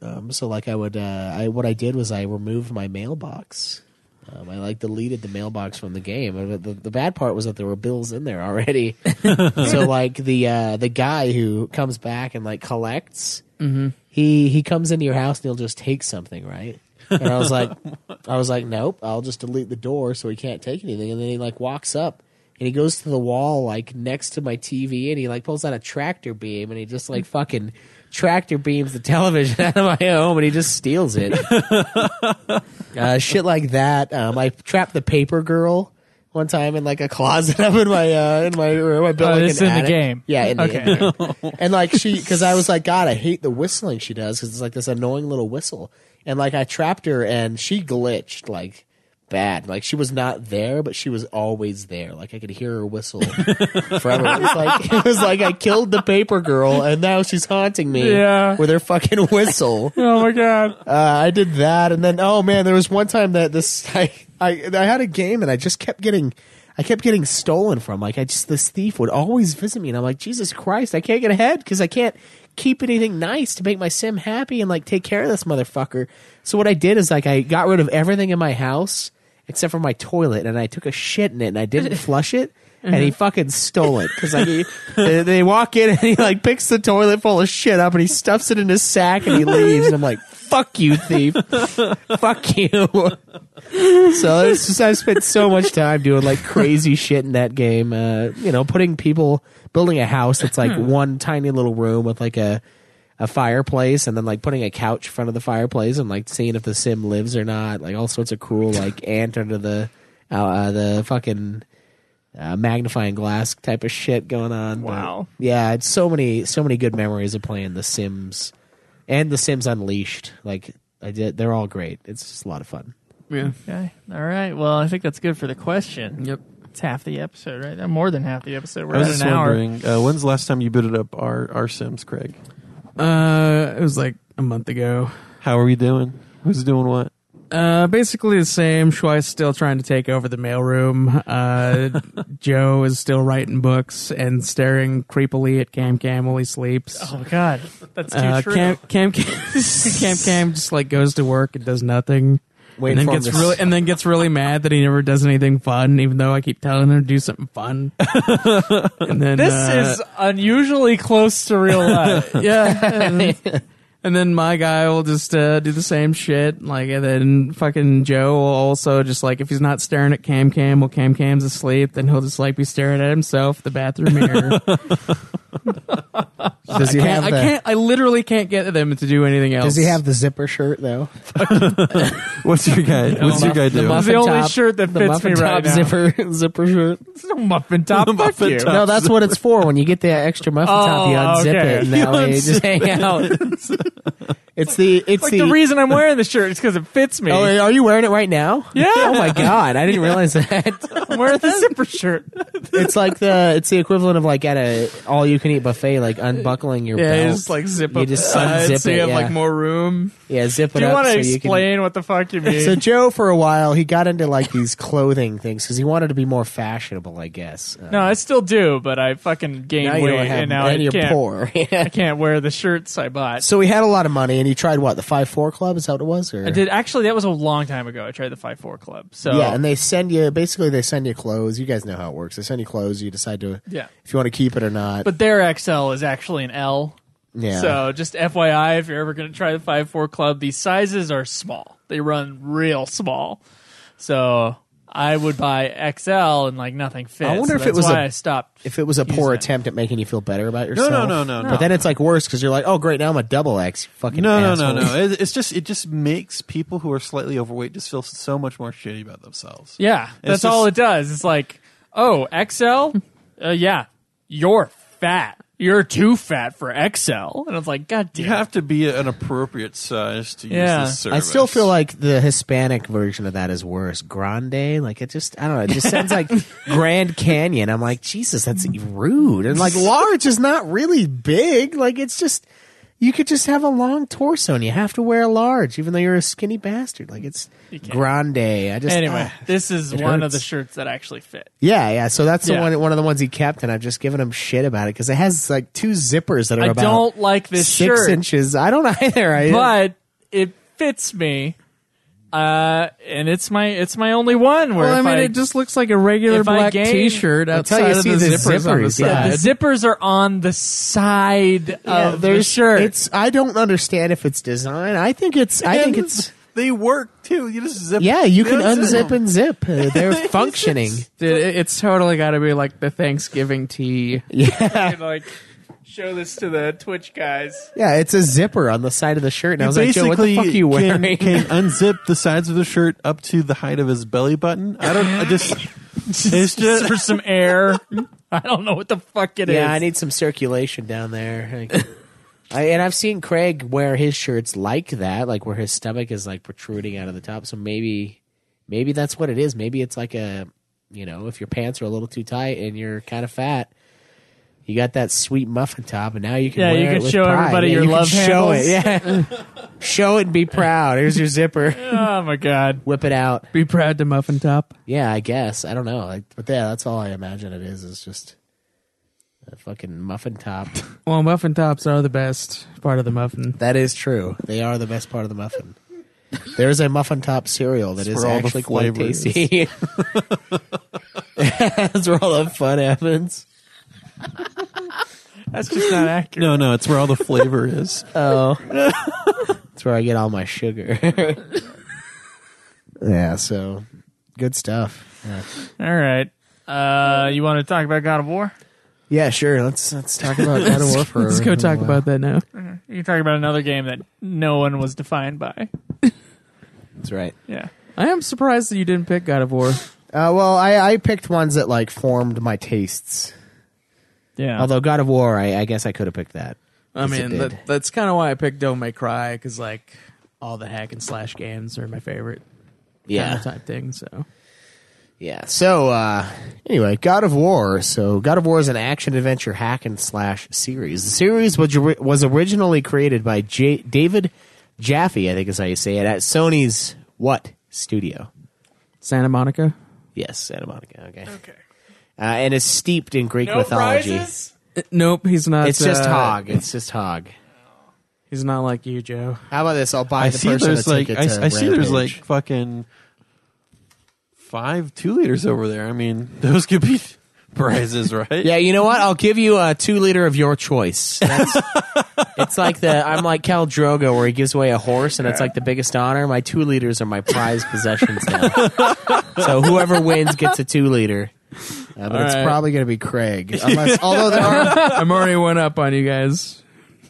[SPEAKER 2] um, so like I would uh, I what I did was I removed my mailbox. Um, I like deleted the mailbox from the game. And The, the, the bad part was that there were bills in there already. so like the uh, the guy who comes back and like collects, he he comes into your house and he'll just take something, right? And I was like, I was like, nope, I'll just delete the door so he can't take anything. And then he like walks up and he goes to the wall like next to my TV and he like pulls out a tractor beam and he just like fucking tractor beams the television out of my home and he just steals it. uh, shit like that. Um, I trapped the paper girl. One time in like a closet up in my uh, in my room, I built
[SPEAKER 5] Oh,
[SPEAKER 2] like
[SPEAKER 5] this
[SPEAKER 2] an
[SPEAKER 5] in the
[SPEAKER 2] attic.
[SPEAKER 5] game.
[SPEAKER 2] Yeah, in the,
[SPEAKER 5] Okay.
[SPEAKER 2] in the game and like she because i was like god i hate the whistling she does because it's like this annoying little whistle and like i trapped her and she glitched like bad like she was not there but she was always there like i could hear her whistle forever it was like it was like i killed the paper girl and now she's haunting me
[SPEAKER 5] Yeah.
[SPEAKER 2] with her fucking whistle
[SPEAKER 5] Oh my god.
[SPEAKER 2] uh, I did that, and then oh man, there was one time that this I, I I had a game and I just kept getting I kept getting stolen from. Like I just this thief would always visit me, and I'm like Jesus Christ, I can't get ahead because I can't keep anything nice to make my sim happy and like take care of this motherfucker. So what I did is like I got rid of everything in my house except for my toilet, and I took a shit in it and I didn't flush it. And he fucking stole it because like he, they, they walk in and he like picks the toilet full of shit up and he stuffs it in his sack and he leaves and I'm like fuck you thief fuck you so it's just, I spent so much time doing like crazy shit in that game uh, you know putting people building a house that's like one tiny little room with like a a fireplace and then like putting a couch in front of the fireplace and like seeing if the sim lives or not like all sorts of cruel like ant under the uh, uh, the fucking uh, magnifying glass type of shit going on. but-
[SPEAKER 5] Wow.
[SPEAKER 2] yeah, it's so many so many good memories of playing The Sims and The Sims Unleashed. Like I did, they're all great. It's just a lot of fun.
[SPEAKER 6] Yeah.
[SPEAKER 5] Okay. All right. Well, I think that's good for the question.
[SPEAKER 6] Yep.
[SPEAKER 5] It's half the episode, right? More than half the episode. We're
[SPEAKER 4] I was
[SPEAKER 5] at
[SPEAKER 4] just
[SPEAKER 5] an hour.
[SPEAKER 4] wondering, uh, when's the last time you booted up our, our Sims, Craig?
[SPEAKER 6] Uh, it was like a month ago.
[SPEAKER 4] How are we doing? Who's doing what?
[SPEAKER 6] Uh, basically the same. Schwei's still trying to take over the mailroom. Uh, Joe is still writing books and staring creepily at Cam Cam while he sleeps.
[SPEAKER 5] Oh god, that's too
[SPEAKER 6] uh,
[SPEAKER 5] true.
[SPEAKER 6] Cam Cam Cam, Cam Cam just like goes to work and does nothing.
[SPEAKER 2] Wait
[SPEAKER 6] and then
[SPEAKER 2] for
[SPEAKER 6] gets
[SPEAKER 2] him to-
[SPEAKER 6] really and then gets really mad that he never does anything fun, even though I keep telling him to do something fun. and then
[SPEAKER 5] this
[SPEAKER 6] uh,
[SPEAKER 5] is unusually close to real life.
[SPEAKER 6] yeah. And, and then my guy will just uh, do the same shit. Like, and then fucking Joe will also just like, if he's not staring at Cam Cam while Cam Cam's asleep, then he'll just like be staring at himself, the bathroom mirror.
[SPEAKER 2] Does he
[SPEAKER 6] I,
[SPEAKER 2] have
[SPEAKER 6] can't, I
[SPEAKER 2] the
[SPEAKER 6] can't, I literally can't get them to do anything else.
[SPEAKER 2] Does he have the zipper shirt though?
[SPEAKER 4] What's your guy? What's your
[SPEAKER 2] The
[SPEAKER 4] guy doing?
[SPEAKER 5] It's the
[SPEAKER 2] muffin
[SPEAKER 5] only
[SPEAKER 2] top-
[SPEAKER 5] shirt that
[SPEAKER 2] the
[SPEAKER 5] fits
[SPEAKER 2] muffin
[SPEAKER 5] me
[SPEAKER 2] top
[SPEAKER 5] right now.
[SPEAKER 2] Zipper zipper shirt.
[SPEAKER 5] It's a muffin top. Fuck
[SPEAKER 4] muffin
[SPEAKER 5] you.
[SPEAKER 4] top.
[SPEAKER 2] No, that's what it's for. When you get the extra muffin top, you
[SPEAKER 5] Oh,
[SPEAKER 2] unzip
[SPEAKER 5] okay.
[SPEAKER 2] it and that
[SPEAKER 5] You
[SPEAKER 2] way you just hang out. It's the it's
[SPEAKER 5] Like the reason I'm wearing the shirt is because it fits me.
[SPEAKER 2] Oh, are you wearing it right now?
[SPEAKER 5] Yeah.
[SPEAKER 2] Oh my god, I didn't realize that.
[SPEAKER 5] I'm wearing the zipper shirt.
[SPEAKER 2] it's like the it's the equivalent of like at a all you can eat buffet, like unbuckling your
[SPEAKER 6] Yeah,
[SPEAKER 2] belt.
[SPEAKER 6] you just like zip
[SPEAKER 2] You
[SPEAKER 6] up
[SPEAKER 2] just
[SPEAKER 6] the sides
[SPEAKER 2] unzip
[SPEAKER 6] so you
[SPEAKER 2] it,
[SPEAKER 6] have
[SPEAKER 2] yeah.
[SPEAKER 6] like more room.
[SPEAKER 2] yeah, zip it
[SPEAKER 5] Do you
[SPEAKER 2] up
[SPEAKER 5] want to
[SPEAKER 2] so
[SPEAKER 5] explain
[SPEAKER 2] you
[SPEAKER 5] what the fuck you
[SPEAKER 2] can.
[SPEAKER 5] mean?
[SPEAKER 2] So Joe, for a while, he got into like these clothing things because he wanted to be more fashionable, I guess. Uh,
[SPEAKER 5] no, I still do, but I fucking gained
[SPEAKER 2] now you
[SPEAKER 5] weight,
[SPEAKER 2] don't have,
[SPEAKER 5] and now
[SPEAKER 2] and
[SPEAKER 5] I
[SPEAKER 2] you're
[SPEAKER 5] can't.
[SPEAKER 2] poor. Yeah.
[SPEAKER 5] I can't wear the shirts I bought.
[SPEAKER 2] So he had a lot of money, and he tried what the five four club? Is that what it was? Or
[SPEAKER 5] I did actually. That was a long time ago. I tried the five four club.
[SPEAKER 4] uh,
[SPEAKER 5] So
[SPEAKER 2] Yeah, and they send you basically they send you clothes. You guys know how it works. They send you clothes. You decide to
[SPEAKER 5] Yeah.
[SPEAKER 2] if you want to keep it or not.
[SPEAKER 5] but their XL is actually an L.
[SPEAKER 2] yeah,
[SPEAKER 4] uh,
[SPEAKER 5] So just FYI, if you're ever going to try the five four club, these sizes are small. They run real small. So I would buy XL and like nothing fits.
[SPEAKER 2] wonder
[SPEAKER 5] So
[SPEAKER 2] if it
[SPEAKER 5] that's
[SPEAKER 2] was
[SPEAKER 5] why
[SPEAKER 2] a-
[SPEAKER 5] I stopped.
[SPEAKER 2] If it was a poor
[SPEAKER 5] Using it.
[SPEAKER 2] attempt at making you feel better about
[SPEAKER 4] no,
[SPEAKER 2] yourself.
[SPEAKER 4] no, no, no.
[SPEAKER 2] But then it's like worse because you're like, oh, great, now I'm a double X. you Fucking
[SPEAKER 4] No, no, no,
[SPEAKER 2] asshole.
[SPEAKER 4] no. It- It's just it just makes people who are slightly overweight just feel so much more shitty about themselves.
[SPEAKER 5] yeah, that's
[SPEAKER 4] just-
[SPEAKER 5] all it does. It's like, oh, XL, uh, yeah, you're fat. You're too fat for XL, and I was like, God damn.
[SPEAKER 4] You have to be an appropriate size to
[SPEAKER 5] Yeah.
[SPEAKER 4] use this service.
[SPEAKER 2] I still feel like the Hispanic version of that is worse. Grande, like it just I don't know, it just sounds like Grand Canyon. I'm like, Jesus, that's rude. And like large is not really big. Like it's just you could just have a long torso and you have to wear a large, even though you're a skinny bastard. Like it's grande. I just
[SPEAKER 5] Anyway,
[SPEAKER 2] ah.
[SPEAKER 5] this is
[SPEAKER 2] it
[SPEAKER 5] one of
[SPEAKER 2] hurts.
[SPEAKER 5] the shirts that actually fit.
[SPEAKER 2] yeah, yeah. So that's
[SPEAKER 5] Yeah.
[SPEAKER 2] the one, one of the ones he kept, and I've just given him shit about it because it has like two zippers that are
[SPEAKER 5] I
[SPEAKER 2] about
[SPEAKER 5] don't like this
[SPEAKER 2] six
[SPEAKER 5] shirt,
[SPEAKER 2] inches. I don't either. I,
[SPEAKER 5] but it fits me. Uh, and it's my it's my only one. Where
[SPEAKER 6] Well, I
[SPEAKER 5] if
[SPEAKER 6] mean, it just looks like a regular
[SPEAKER 5] if I
[SPEAKER 6] black
[SPEAKER 5] gain-
[SPEAKER 6] T-shirt Uh,
[SPEAKER 2] Until you
[SPEAKER 6] outside of
[SPEAKER 2] see
[SPEAKER 6] the,
[SPEAKER 2] the
[SPEAKER 6] zippers, on the
[SPEAKER 2] zippers, yeah.
[SPEAKER 6] side.
[SPEAKER 5] the zippers are on the side
[SPEAKER 2] Yeah,
[SPEAKER 5] of the
[SPEAKER 2] Oh, there's
[SPEAKER 5] shirt.
[SPEAKER 2] It's I don't understand if it's design. I think it's I think it's
[SPEAKER 4] they work too. You just zip.
[SPEAKER 2] yeah. You can
[SPEAKER 4] that's it.
[SPEAKER 2] unzip and zip. Uh, they're functioning.
[SPEAKER 6] Dude, it- it's totally got to be like the Thanksgiving tea.
[SPEAKER 5] I could, like show this to the Twitch guys.
[SPEAKER 2] Yeah, it's a zipper on the side of the shirt. And I was like, Joe, what the fuck are you
[SPEAKER 4] can-
[SPEAKER 2] wearing?
[SPEAKER 4] Can, unzip the sides of the shirt up to the height of his belly button. I don't. I just. It's
[SPEAKER 5] Just
[SPEAKER 4] just.
[SPEAKER 5] for some air. I don't know what the fuck it is.
[SPEAKER 2] yeah, I need some circulation down there. Like, I, and I've seen Craig wear his shirts like that, like where his stomach is like protruding out of the top. So maybe, maybe that's what it is. Maybe it's like a, you know, if your pants are a little too tight and you're kind of fat, you got that sweet muffin top, and now you can
[SPEAKER 5] Yeah,
[SPEAKER 2] wear
[SPEAKER 5] you
[SPEAKER 2] it
[SPEAKER 5] can
[SPEAKER 2] with
[SPEAKER 5] show
[SPEAKER 2] pride.
[SPEAKER 5] everybody
[SPEAKER 2] Yeah,
[SPEAKER 5] your
[SPEAKER 2] you can
[SPEAKER 5] love
[SPEAKER 2] show
[SPEAKER 5] handles.
[SPEAKER 2] it, yeah, show it and be proud. Here's your zipper.
[SPEAKER 5] Oh my god.
[SPEAKER 2] Whip it out.
[SPEAKER 6] Be proud to muffin top.
[SPEAKER 2] Yeah, I guess. I don't know. Like, but yeah, that's all I imagine it is. Is just a fucking muffin top.
[SPEAKER 6] Well, muffin tops are the best part of the muffin.
[SPEAKER 2] That is true. They are the best part of the muffin. There is a muffin top cereal that is
[SPEAKER 4] where all the
[SPEAKER 2] actually quite
[SPEAKER 4] flavor is.
[SPEAKER 2] tasty. That's where all the fun happens.
[SPEAKER 5] That's just not accurate.
[SPEAKER 4] No, no. It's where all the flavor is.
[SPEAKER 2] Oh, that's where I get all my sugar. yeah, so good stuff. Yeah.
[SPEAKER 5] All right. Uh, you want to talk about God of War?
[SPEAKER 2] Yeah, sure. Let's let's talk about God of War for.
[SPEAKER 6] Let's go talk about that now.
[SPEAKER 5] You can talk about another game that no one was defined by.
[SPEAKER 2] That's right.
[SPEAKER 5] Yeah.
[SPEAKER 6] I am surprised that you didn't pick God of War.
[SPEAKER 2] Uh, well, I, I picked ones that like formed my tastes.
[SPEAKER 5] Yeah.
[SPEAKER 2] Although God of War, I, I guess I could have picked that.
[SPEAKER 6] I
[SPEAKER 2] Yes, it
[SPEAKER 6] mean,
[SPEAKER 2] did.
[SPEAKER 6] that, that's kind of why I picked Don't Make Cry because like all the hack and slash games are my favorite kind of type thing. So
[SPEAKER 2] Yeah. So uh, anyway, God of War. So God of War is an action adventure hack and slash series. The series was was originally created by J- David Jaffe, I think is how you say it, at Sony's what studio?
[SPEAKER 6] Santa Monica.
[SPEAKER 2] Yes, Santa Monica. Okay. Okay. Uh, and is steeped in Greek mythology.
[SPEAKER 6] Uh, Nope, he's not.
[SPEAKER 2] It's just
[SPEAKER 6] uh,
[SPEAKER 2] hog. It's just hog.
[SPEAKER 6] He's not like you, Joe.
[SPEAKER 2] How about this? I'll buy
[SPEAKER 4] I
[SPEAKER 2] the
[SPEAKER 4] see.
[SPEAKER 2] person
[SPEAKER 4] There's
[SPEAKER 2] a
[SPEAKER 4] like.
[SPEAKER 2] ticket
[SPEAKER 4] I,
[SPEAKER 2] to
[SPEAKER 4] I see. There's like
[SPEAKER 2] Rampage.
[SPEAKER 4] fucking. Five two liters over there. I mean, those could be prizes, right?
[SPEAKER 2] Yeah, you know what? I'll give you a two liter of your choice. That's, it's like the I'm like Cal Drogo, where he gives away a horse, and it's like the biggest honor. My two liters are my prized possessions now. so whoever wins gets a two liter. Uh, but it's
[SPEAKER 6] right.
[SPEAKER 2] probably going to be Craig, unless although there are
[SPEAKER 6] I'm already one up on you guys.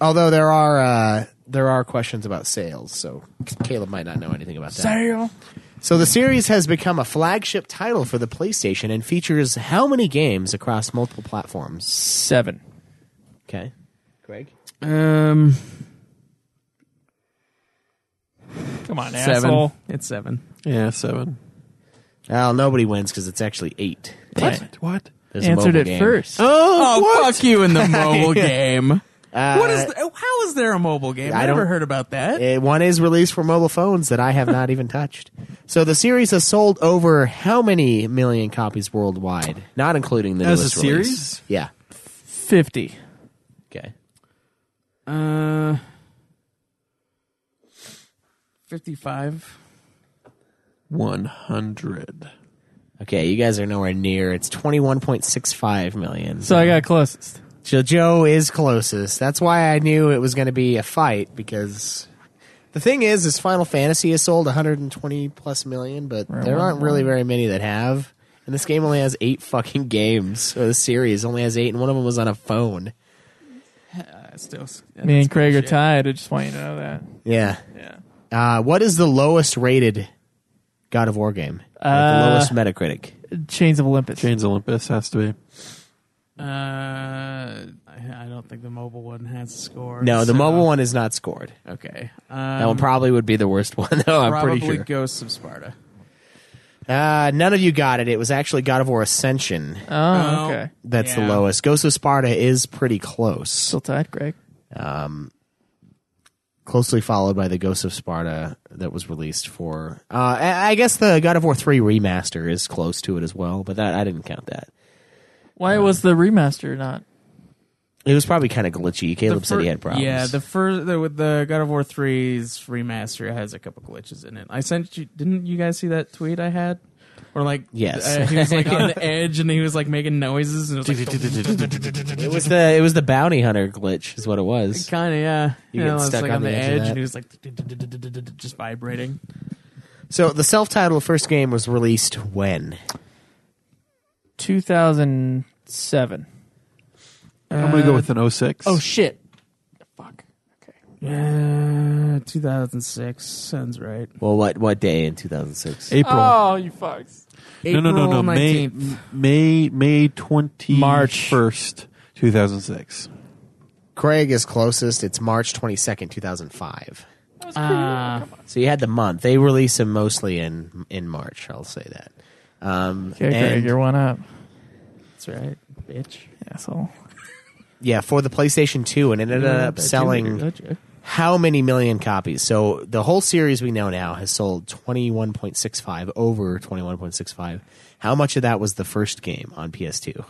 [SPEAKER 2] although there are uh, there are questions about sales, so Caleb might not know anything about that. So the series has become a flagship title for the PlayStation and features how many games across multiple platforms?
[SPEAKER 5] Seven.
[SPEAKER 2] Okay, Craig.
[SPEAKER 6] Um,
[SPEAKER 5] Come on,
[SPEAKER 6] seven.
[SPEAKER 5] asshole.
[SPEAKER 6] It's seven.
[SPEAKER 4] Yeah, seven.
[SPEAKER 2] Well, nobody wins because it's actually eight.
[SPEAKER 4] What? What?
[SPEAKER 2] There's a mobile game.
[SPEAKER 6] Oh, fuck you in the mobile game.
[SPEAKER 2] Uh,
[SPEAKER 6] Oh, What is? th- how is there a mobile game?
[SPEAKER 2] I
[SPEAKER 6] I, never
[SPEAKER 2] don't-
[SPEAKER 6] heard about that.
[SPEAKER 2] eh, one is released for mobile phones that I have not even touched. So the series has sold over how many million copies worldwide, not including the
[SPEAKER 4] As a
[SPEAKER 2] newest release?
[SPEAKER 4] series?
[SPEAKER 2] Yeah.
[SPEAKER 5] Fifty.
[SPEAKER 2] Okay.
[SPEAKER 6] Uh, fifty-five.
[SPEAKER 4] 100.
[SPEAKER 2] Okay, you guys are nowhere near. It's twenty one point six five million.
[SPEAKER 5] So I got closest.
[SPEAKER 2] So Joe is closest. That's why I knew it was going to be a fight because The thing is, is Final Fantasy has sold 120 plus million, but there aren't really very many that have. And this game only has eight fucking games. Or the series only has eight, and one of them was on a phone.
[SPEAKER 6] Uh, still,
[SPEAKER 5] Me and Craig are tied. I just want you to know that.
[SPEAKER 2] Yeah.
[SPEAKER 5] Yeah.
[SPEAKER 2] Uh, what is the lowest rated God of War game? Like
[SPEAKER 5] Uh,
[SPEAKER 2] the lowest Metacritic.
[SPEAKER 5] Chains of Olympus.
[SPEAKER 4] Chains Olympus has to be.
[SPEAKER 6] Uh, I, I don't think the mobile one has score.
[SPEAKER 2] No, the
[SPEAKER 6] so-
[SPEAKER 2] mobile one is not scored.
[SPEAKER 6] Okay, um,
[SPEAKER 2] That one probably would be the worst one, though. I'm
[SPEAKER 6] probably
[SPEAKER 2] pretty sure.
[SPEAKER 6] Ghosts of Sparta.
[SPEAKER 2] Uh, none of you got it. It was actually God of War Ascension.
[SPEAKER 5] Oh, okay.
[SPEAKER 2] That's the
[SPEAKER 6] Yeah.
[SPEAKER 2] lowest. Ghost of Sparta is pretty close.
[SPEAKER 5] Still tied, Craig.
[SPEAKER 2] closely followed by the Ghost of Sparta that was released for. Uh, I I guess the God of War three remaster is close to it as well, but that I didn't count that.
[SPEAKER 5] Why was the remaster not?
[SPEAKER 2] It was probably kind of glitchy. Caleb
[SPEAKER 6] The
[SPEAKER 2] said he
[SPEAKER 6] fir-
[SPEAKER 2] had problems.
[SPEAKER 6] Yeah, the first the, with the God of War 3's remaster has a couple glitches in it. I sent you. Didn't you guys see that tweet I had? Or like,
[SPEAKER 2] Yes.
[SPEAKER 6] uh, he was like on the edge and he was like making noises and it was like,
[SPEAKER 2] it was the it was the bounty hunter glitch, is what it was.
[SPEAKER 6] kind of yeah.
[SPEAKER 2] You
[SPEAKER 6] You know,
[SPEAKER 2] get
[SPEAKER 6] it was
[SPEAKER 2] stuck
[SPEAKER 6] like
[SPEAKER 2] on
[SPEAKER 6] on
[SPEAKER 2] the
[SPEAKER 6] the
[SPEAKER 2] edge of
[SPEAKER 6] edge
[SPEAKER 2] that.
[SPEAKER 6] and he was like just vibrating.
[SPEAKER 2] So the self-titled first game was released when?
[SPEAKER 5] 2007.
[SPEAKER 4] I'm gonna go with an 06.
[SPEAKER 5] Oh, shit. Fuck.
[SPEAKER 6] Yeah, 2006 sounds right.
[SPEAKER 2] Well, what what day in 2006?
[SPEAKER 4] April.
[SPEAKER 5] Oh, you fucks.
[SPEAKER 4] no, no, no, no. May,
[SPEAKER 6] 19th.
[SPEAKER 4] M- May, May 20
[SPEAKER 5] March.
[SPEAKER 4] first, 2006.
[SPEAKER 2] Craig is closest. It's March 22nd, 2005.
[SPEAKER 5] Uh,
[SPEAKER 6] Ah,
[SPEAKER 2] So you had the month. They release them mostly in in March. I'll say that. Um,
[SPEAKER 5] Okay, Craig,
[SPEAKER 2] and-
[SPEAKER 5] you're one up.
[SPEAKER 6] that's right, bitch.
[SPEAKER 5] Asshole.
[SPEAKER 2] yeah, for the PlayStation 2, and it ended up selling how many million copies? So the whole series we know now has sold 21.65 over 21.65. How much of that was the first game on PS2?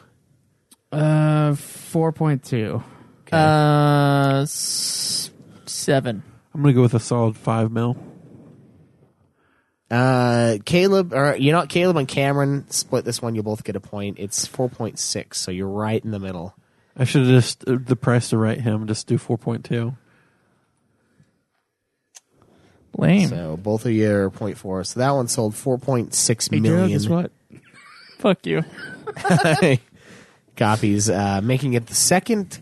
[SPEAKER 6] Uh, 4.2.
[SPEAKER 5] Uh, s- seven.
[SPEAKER 4] I'm gonna go with a solid five mil.
[SPEAKER 2] Uh, Caleb, or you know, Caleb and Cameron split this one. You'll both get a point. It's 4.6, so you're right in the middle.
[SPEAKER 4] I should have just uh, the price to write him. Just do 4.2.
[SPEAKER 5] Lame.
[SPEAKER 2] So both of you are 0.4. So that one sold 4.6
[SPEAKER 6] Hey,
[SPEAKER 2] million
[SPEAKER 6] Joe, guess what?
[SPEAKER 5] Fuck you.
[SPEAKER 2] copies, uh, making it the second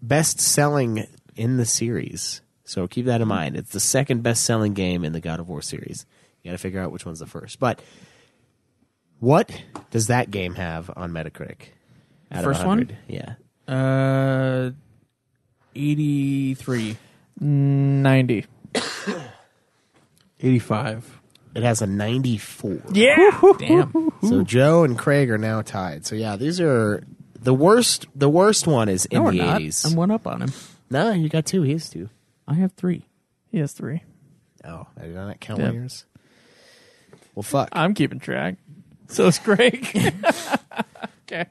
[SPEAKER 2] best selling in the series. So keep that in
[SPEAKER 6] Hmm.
[SPEAKER 2] mind. It's the second best selling game in the God of War series. You got to figure out which one's the first. But what does that game have on Metacritic? Out
[SPEAKER 6] First one?
[SPEAKER 2] 100? Yeah.
[SPEAKER 6] Uh, 83.
[SPEAKER 5] 90.
[SPEAKER 4] 85.
[SPEAKER 2] It has a 94.
[SPEAKER 5] Yeah.
[SPEAKER 6] Damn.
[SPEAKER 2] So Joe and Craig are now tied. So yeah, these are the worst. The worst one is in
[SPEAKER 6] No, we're
[SPEAKER 2] the
[SPEAKER 6] not.
[SPEAKER 2] 80s.
[SPEAKER 6] I'm one up on him.
[SPEAKER 2] no, you got two. He has two.
[SPEAKER 6] I have three.
[SPEAKER 5] He has three.
[SPEAKER 2] Oh, did I not count
[SPEAKER 5] Yep.
[SPEAKER 2] one of yours? Well, fuck.
[SPEAKER 5] I'm keeping track. So it's Craig. okay.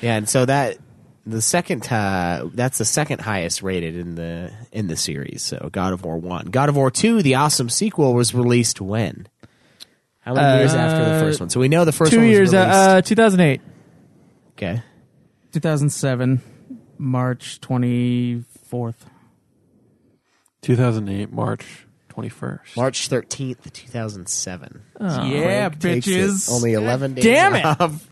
[SPEAKER 2] Yeah, and so that the second uh, that's the second highest rated in the in the series. So God of War one, God of War two, the awesome sequel was released when? Uh, How many years after the first one? So we know the first
[SPEAKER 5] Two
[SPEAKER 2] one was
[SPEAKER 5] years. Uh,
[SPEAKER 2] released.
[SPEAKER 5] uh, 2008.
[SPEAKER 2] okay,
[SPEAKER 6] 2007, March 24th.
[SPEAKER 4] 2008 March 21st.
[SPEAKER 2] March thirteenth, two thousand seven.
[SPEAKER 6] yeah,
[SPEAKER 2] only eleven days.
[SPEAKER 5] Damn it.
[SPEAKER 2] off.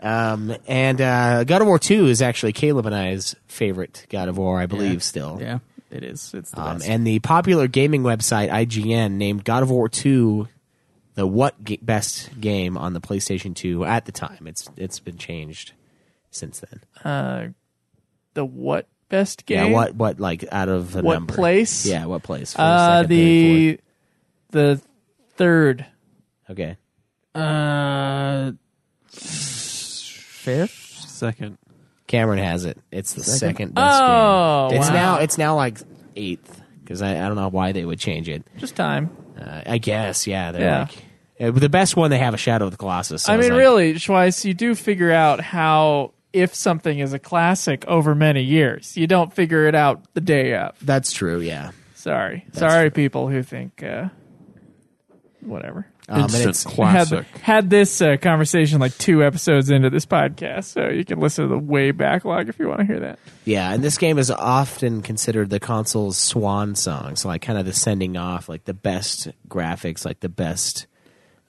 [SPEAKER 2] Um, and uh, God of War two is actually Caleb and I's favorite God of War, I believe. Still,
[SPEAKER 6] Yeah, it is. It's the
[SPEAKER 2] Um,
[SPEAKER 6] best.
[SPEAKER 2] and the popular gaming website IGN named God of War 2 the what ga- best game on the PlayStation 2 at the time. It's it's been changed since then.
[SPEAKER 5] The what best game?
[SPEAKER 2] Yeah, what what like out of a
[SPEAKER 5] What
[SPEAKER 2] number?
[SPEAKER 5] place?
[SPEAKER 2] Yeah, what place? First,
[SPEAKER 5] Uh,
[SPEAKER 2] second, third,
[SPEAKER 5] the the third.
[SPEAKER 2] fourth. okay.
[SPEAKER 6] uh, fifth?
[SPEAKER 4] Second.
[SPEAKER 2] Cameron has it. It's the second, best
[SPEAKER 5] Oh,
[SPEAKER 2] game. It's
[SPEAKER 5] wow.
[SPEAKER 2] now it's now like eighth because I, I don't know why they would change it.
[SPEAKER 5] Just time.
[SPEAKER 2] Uh, I guess yeah, they're
[SPEAKER 5] Yeah.
[SPEAKER 2] like. Uh, the best one they have a Shadow of the Colossus. so
[SPEAKER 5] I
[SPEAKER 2] was
[SPEAKER 5] mean,
[SPEAKER 2] like,
[SPEAKER 5] really, Schweiss, you do figure out how if something is a classic over many years, you don't figure it out the day of.
[SPEAKER 2] That's true. Yeah.
[SPEAKER 5] Sorry, sorry, people who think uh, whatever.
[SPEAKER 2] Um, and
[SPEAKER 4] Instant
[SPEAKER 2] it's-
[SPEAKER 4] classic.
[SPEAKER 5] Had, had this uh, conversation like two episodes into this podcast, so you can listen to the way backlog if you want to hear that.
[SPEAKER 2] Yeah, and this game is often considered the console's swan song. So, like, kind of the sending off, like the best graphics, like the best,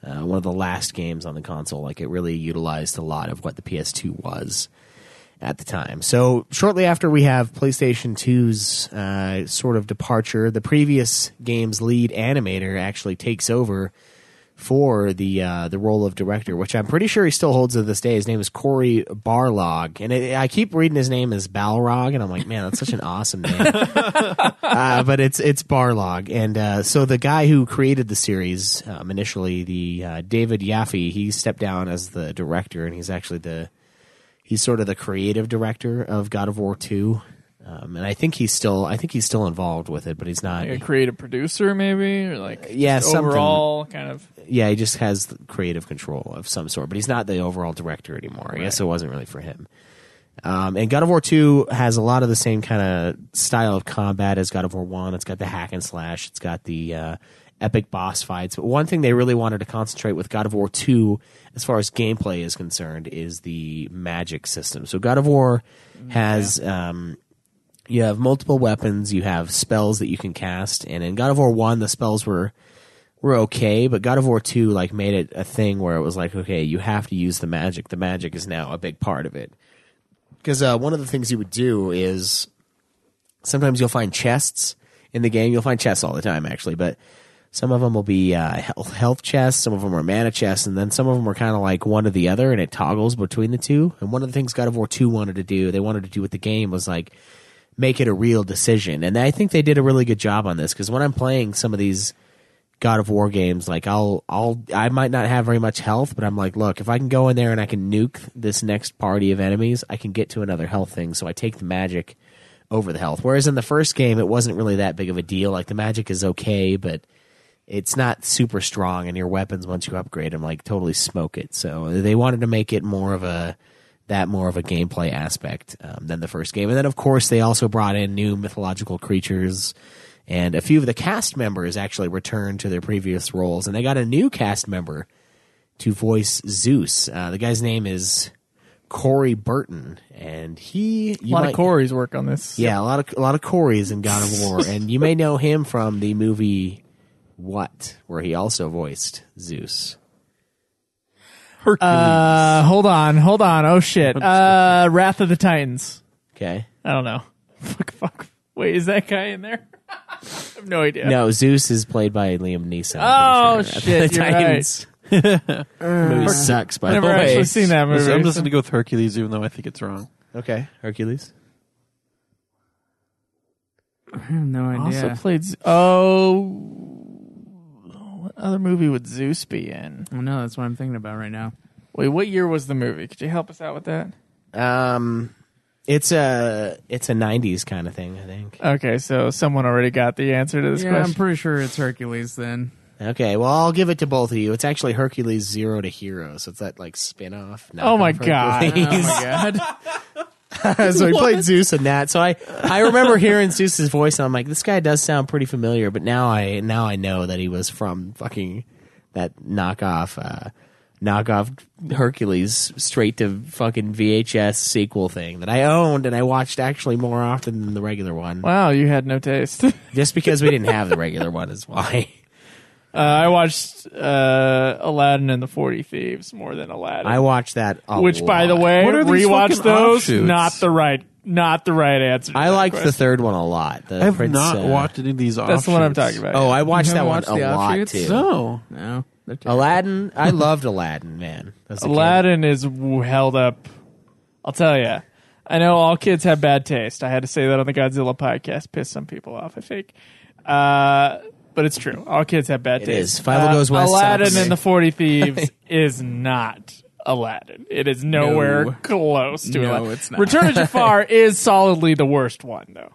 [SPEAKER 2] uh, one of the last games on the console. Like, it really utilized a lot of what the PS2 was at the time. So, shortly after, we have PlayStation 2's uh, sort of departure. The previous game's lead animator actually takes over for the uh, the role of director, which I'm pretty sure he still holds to this day. His name is Corey Barlog, and it, I keep reading his name as Balrog, and I'm like, man, that's such an awesome name. uh, but it's it's Barlog, and uh, so the guy who created the series um, initially, the uh, David Yaffe, he stepped down as the director, and he's actually the he's sort of the creative director of God of War Two. Um, and I think he's still, I think he's still involved with it, but he's not.
[SPEAKER 5] Like a creative producer, maybe, or like
[SPEAKER 2] Uh, yeah,
[SPEAKER 5] just
[SPEAKER 2] something.
[SPEAKER 5] overall kind of.
[SPEAKER 2] yeah, he just has the creative control of some sort, but he's not the overall director anymore. I guess it wasn't really for him. Um, and God of War Two has a lot of the same kind of style of combat as God of War One. It's got the hack and slash. It's got the uh, epic boss fights. But one thing they really wanted to concentrate with God of War Two, as far as gameplay is concerned, is the magic system. So God of War has um, you have multiple weapons, you have spells that you can cast, and in God of War One, the spells were were okay, but God of War Two like made it a thing where it was like, okay, you have to use the magic. The magic is now a big part of it because uh, one of the things you would do is sometimes you'll find chests in the game. You'll find chests all the time, actually, but some of them will be uh, health, health chests, some of them are mana chests, and then some of them are kind of like one or the other, and it toggles between the two. And one of the things God of War 2 wanted to do, they wanted to do with the game, was like make it a real decision. And I think they did a really good job on this because when I'm playing some of these God of War games, like I'll I'll I might not have very much health, but I'm like, look, if I can go in there and I can nuke this next party of enemies, I can get to another health thing. So I take the magic over the health. Whereas in the first game, it wasn't really that big of a deal. Like the magic is okay, but it's not super strong, and your weapons once you upgrade them like totally smoke it. So they wanted to make it more of a that more of a gameplay aspect um, than the first game. And then of course they also brought in new mythological creatures. And a few of the cast members actually returned to their previous roles, and they got a new cast member to voice Zeus. Uh, the guy's name is Corey Burton, and he
[SPEAKER 5] A lot of Corey's work on this.
[SPEAKER 2] yeah, a lot of a lot of Corey's in God of War, and you may know him from the movie What, where he also voiced Zeus.
[SPEAKER 4] Hercules.
[SPEAKER 5] Uh, hold on, hold on. Oh shit. Uh, Wrath of the Titans.
[SPEAKER 2] Okay,
[SPEAKER 5] I don't know. Fuck, fuck. Wait, is that guy in there? I have no idea.
[SPEAKER 2] no, Zeus is played by Liam Neeson.
[SPEAKER 5] Oh,
[SPEAKER 2] I'm pretty sure.
[SPEAKER 5] shit, you're
[SPEAKER 2] movie sucks, by the
[SPEAKER 5] I've never
[SPEAKER 2] way.
[SPEAKER 5] actually seen that movie.
[SPEAKER 4] Listen, I'm just going to go with Hercules, even though I think it's wrong.
[SPEAKER 2] Okay, Hercules.
[SPEAKER 6] I have no
[SPEAKER 5] also
[SPEAKER 6] idea.
[SPEAKER 5] played. Z- Oh, what other movie would Zeus be in?
[SPEAKER 6] I know that's what I'm thinking about right now.
[SPEAKER 5] Wait, what year was the movie? Could you help us out with that?
[SPEAKER 2] Um, it's a it's a '90s kind of thing, I think.
[SPEAKER 5] Okay, so someone already got the answer to this
[SPEAKER 6] yeah, I'm
[SPEAKER 5] question.
[SPEAKER 6] pretty sure it's Hercules then.
[SPEAKER 2] Okay, well, I'll give it to both of you. It's actually Hercules Zero to Hero, so it's that like spin-off.
[SPEAKER 5] Oh my
[SPEAKER 2] knockoff
[SPEAKER 5] God.
[SPEAKER 2] Hercules.
[SPEAKER 6] Oh my god.
[SPEAKER 2] so he played Zeus in that. So I, I remember hearing Zeus's voice, and I'm like, this guy does sound pretty familiar. But now I now I know that he was from fucking that knockoff uh, knockoff Hercules straight to fucking VHS sequel thing that I owned and I watched actually more often than the regular one,
[SPEAKER 5] wow, you had no taste. uh,
[SPEAKER 2] just because we didn't have the regular one is why.
[SPEAKER 5] I watched uh, Aladdin and the Forty Thieves more than Aladdin.
[SPEAKER 2] I watched that. A
[SPEAKER 5] which, by the
[SPEAKER 2] lot.
[SPEAKER 5] way,
[SPEAKER 4] What are these
[SPEAKER 5] rewatch
[SPEAKER 4] fucking
[SPEAKER 5] those.
[SPEAKER 4] offshoots?
[SPEAKER 5] Not the right, not the right answer. to
[SPEAKER 2] I
[SPEAKER 5] that
[SPEAKER 2] liked the
[SPEAKER 5] question.
[SPEAKER 2] third one a lot. The
[SPEAKER 4] I have
[SPEAKER 2] Prince,
[SPEAKER 4] not
[SPEAKER 2] uh,
[SPEAKER 4] watched any of these
[SPEAKER 5] That's the one I'm talking about.
[SPEAKER 2] Oh,
[SPEAKER 5] yeah.
[SPEAKER 2] I watched
[SPEAKER 6] You
[SPEAKER 2] that
[SPEAKER 6] haven't
[SPEAKER 2] one
[SPEAKER 6] watched the
[SPEAKER 2] a lot
[SPEAKER 6] offshoots?
[SPEAKER 2] too.
[SPEAKER 4] No.
[SPEAKER 6] No. they're terrible.
[SPEAKER 2] Aladdin, I loved Aladdin, man. As a kid.
[SPEAKER 5] Aladdin is w- held up. I'll tell you. I know all kids have bad taste. I had to say that on the Godzilla podcast. Pissed some people off, I think. Uh, but it's true. All kids have bad taste.
[SPEAKER 2] is. Philo Goes West
[SPEAKER 5] Uh, Aladdin
[SPEAKER 2] sucks.
[SPEAKER 5] and the Forty Thieves is not Aladdin. It is nowhere
[SPEAKER 6] No.
[SPEAKER 5] close to
[SPEAKER 6] No,
[SPEAKER 5] Aladdin.
[SPEAKER 6] it's not.
[SPEAKER 5] Return of Jafar is solidly the worst one, though.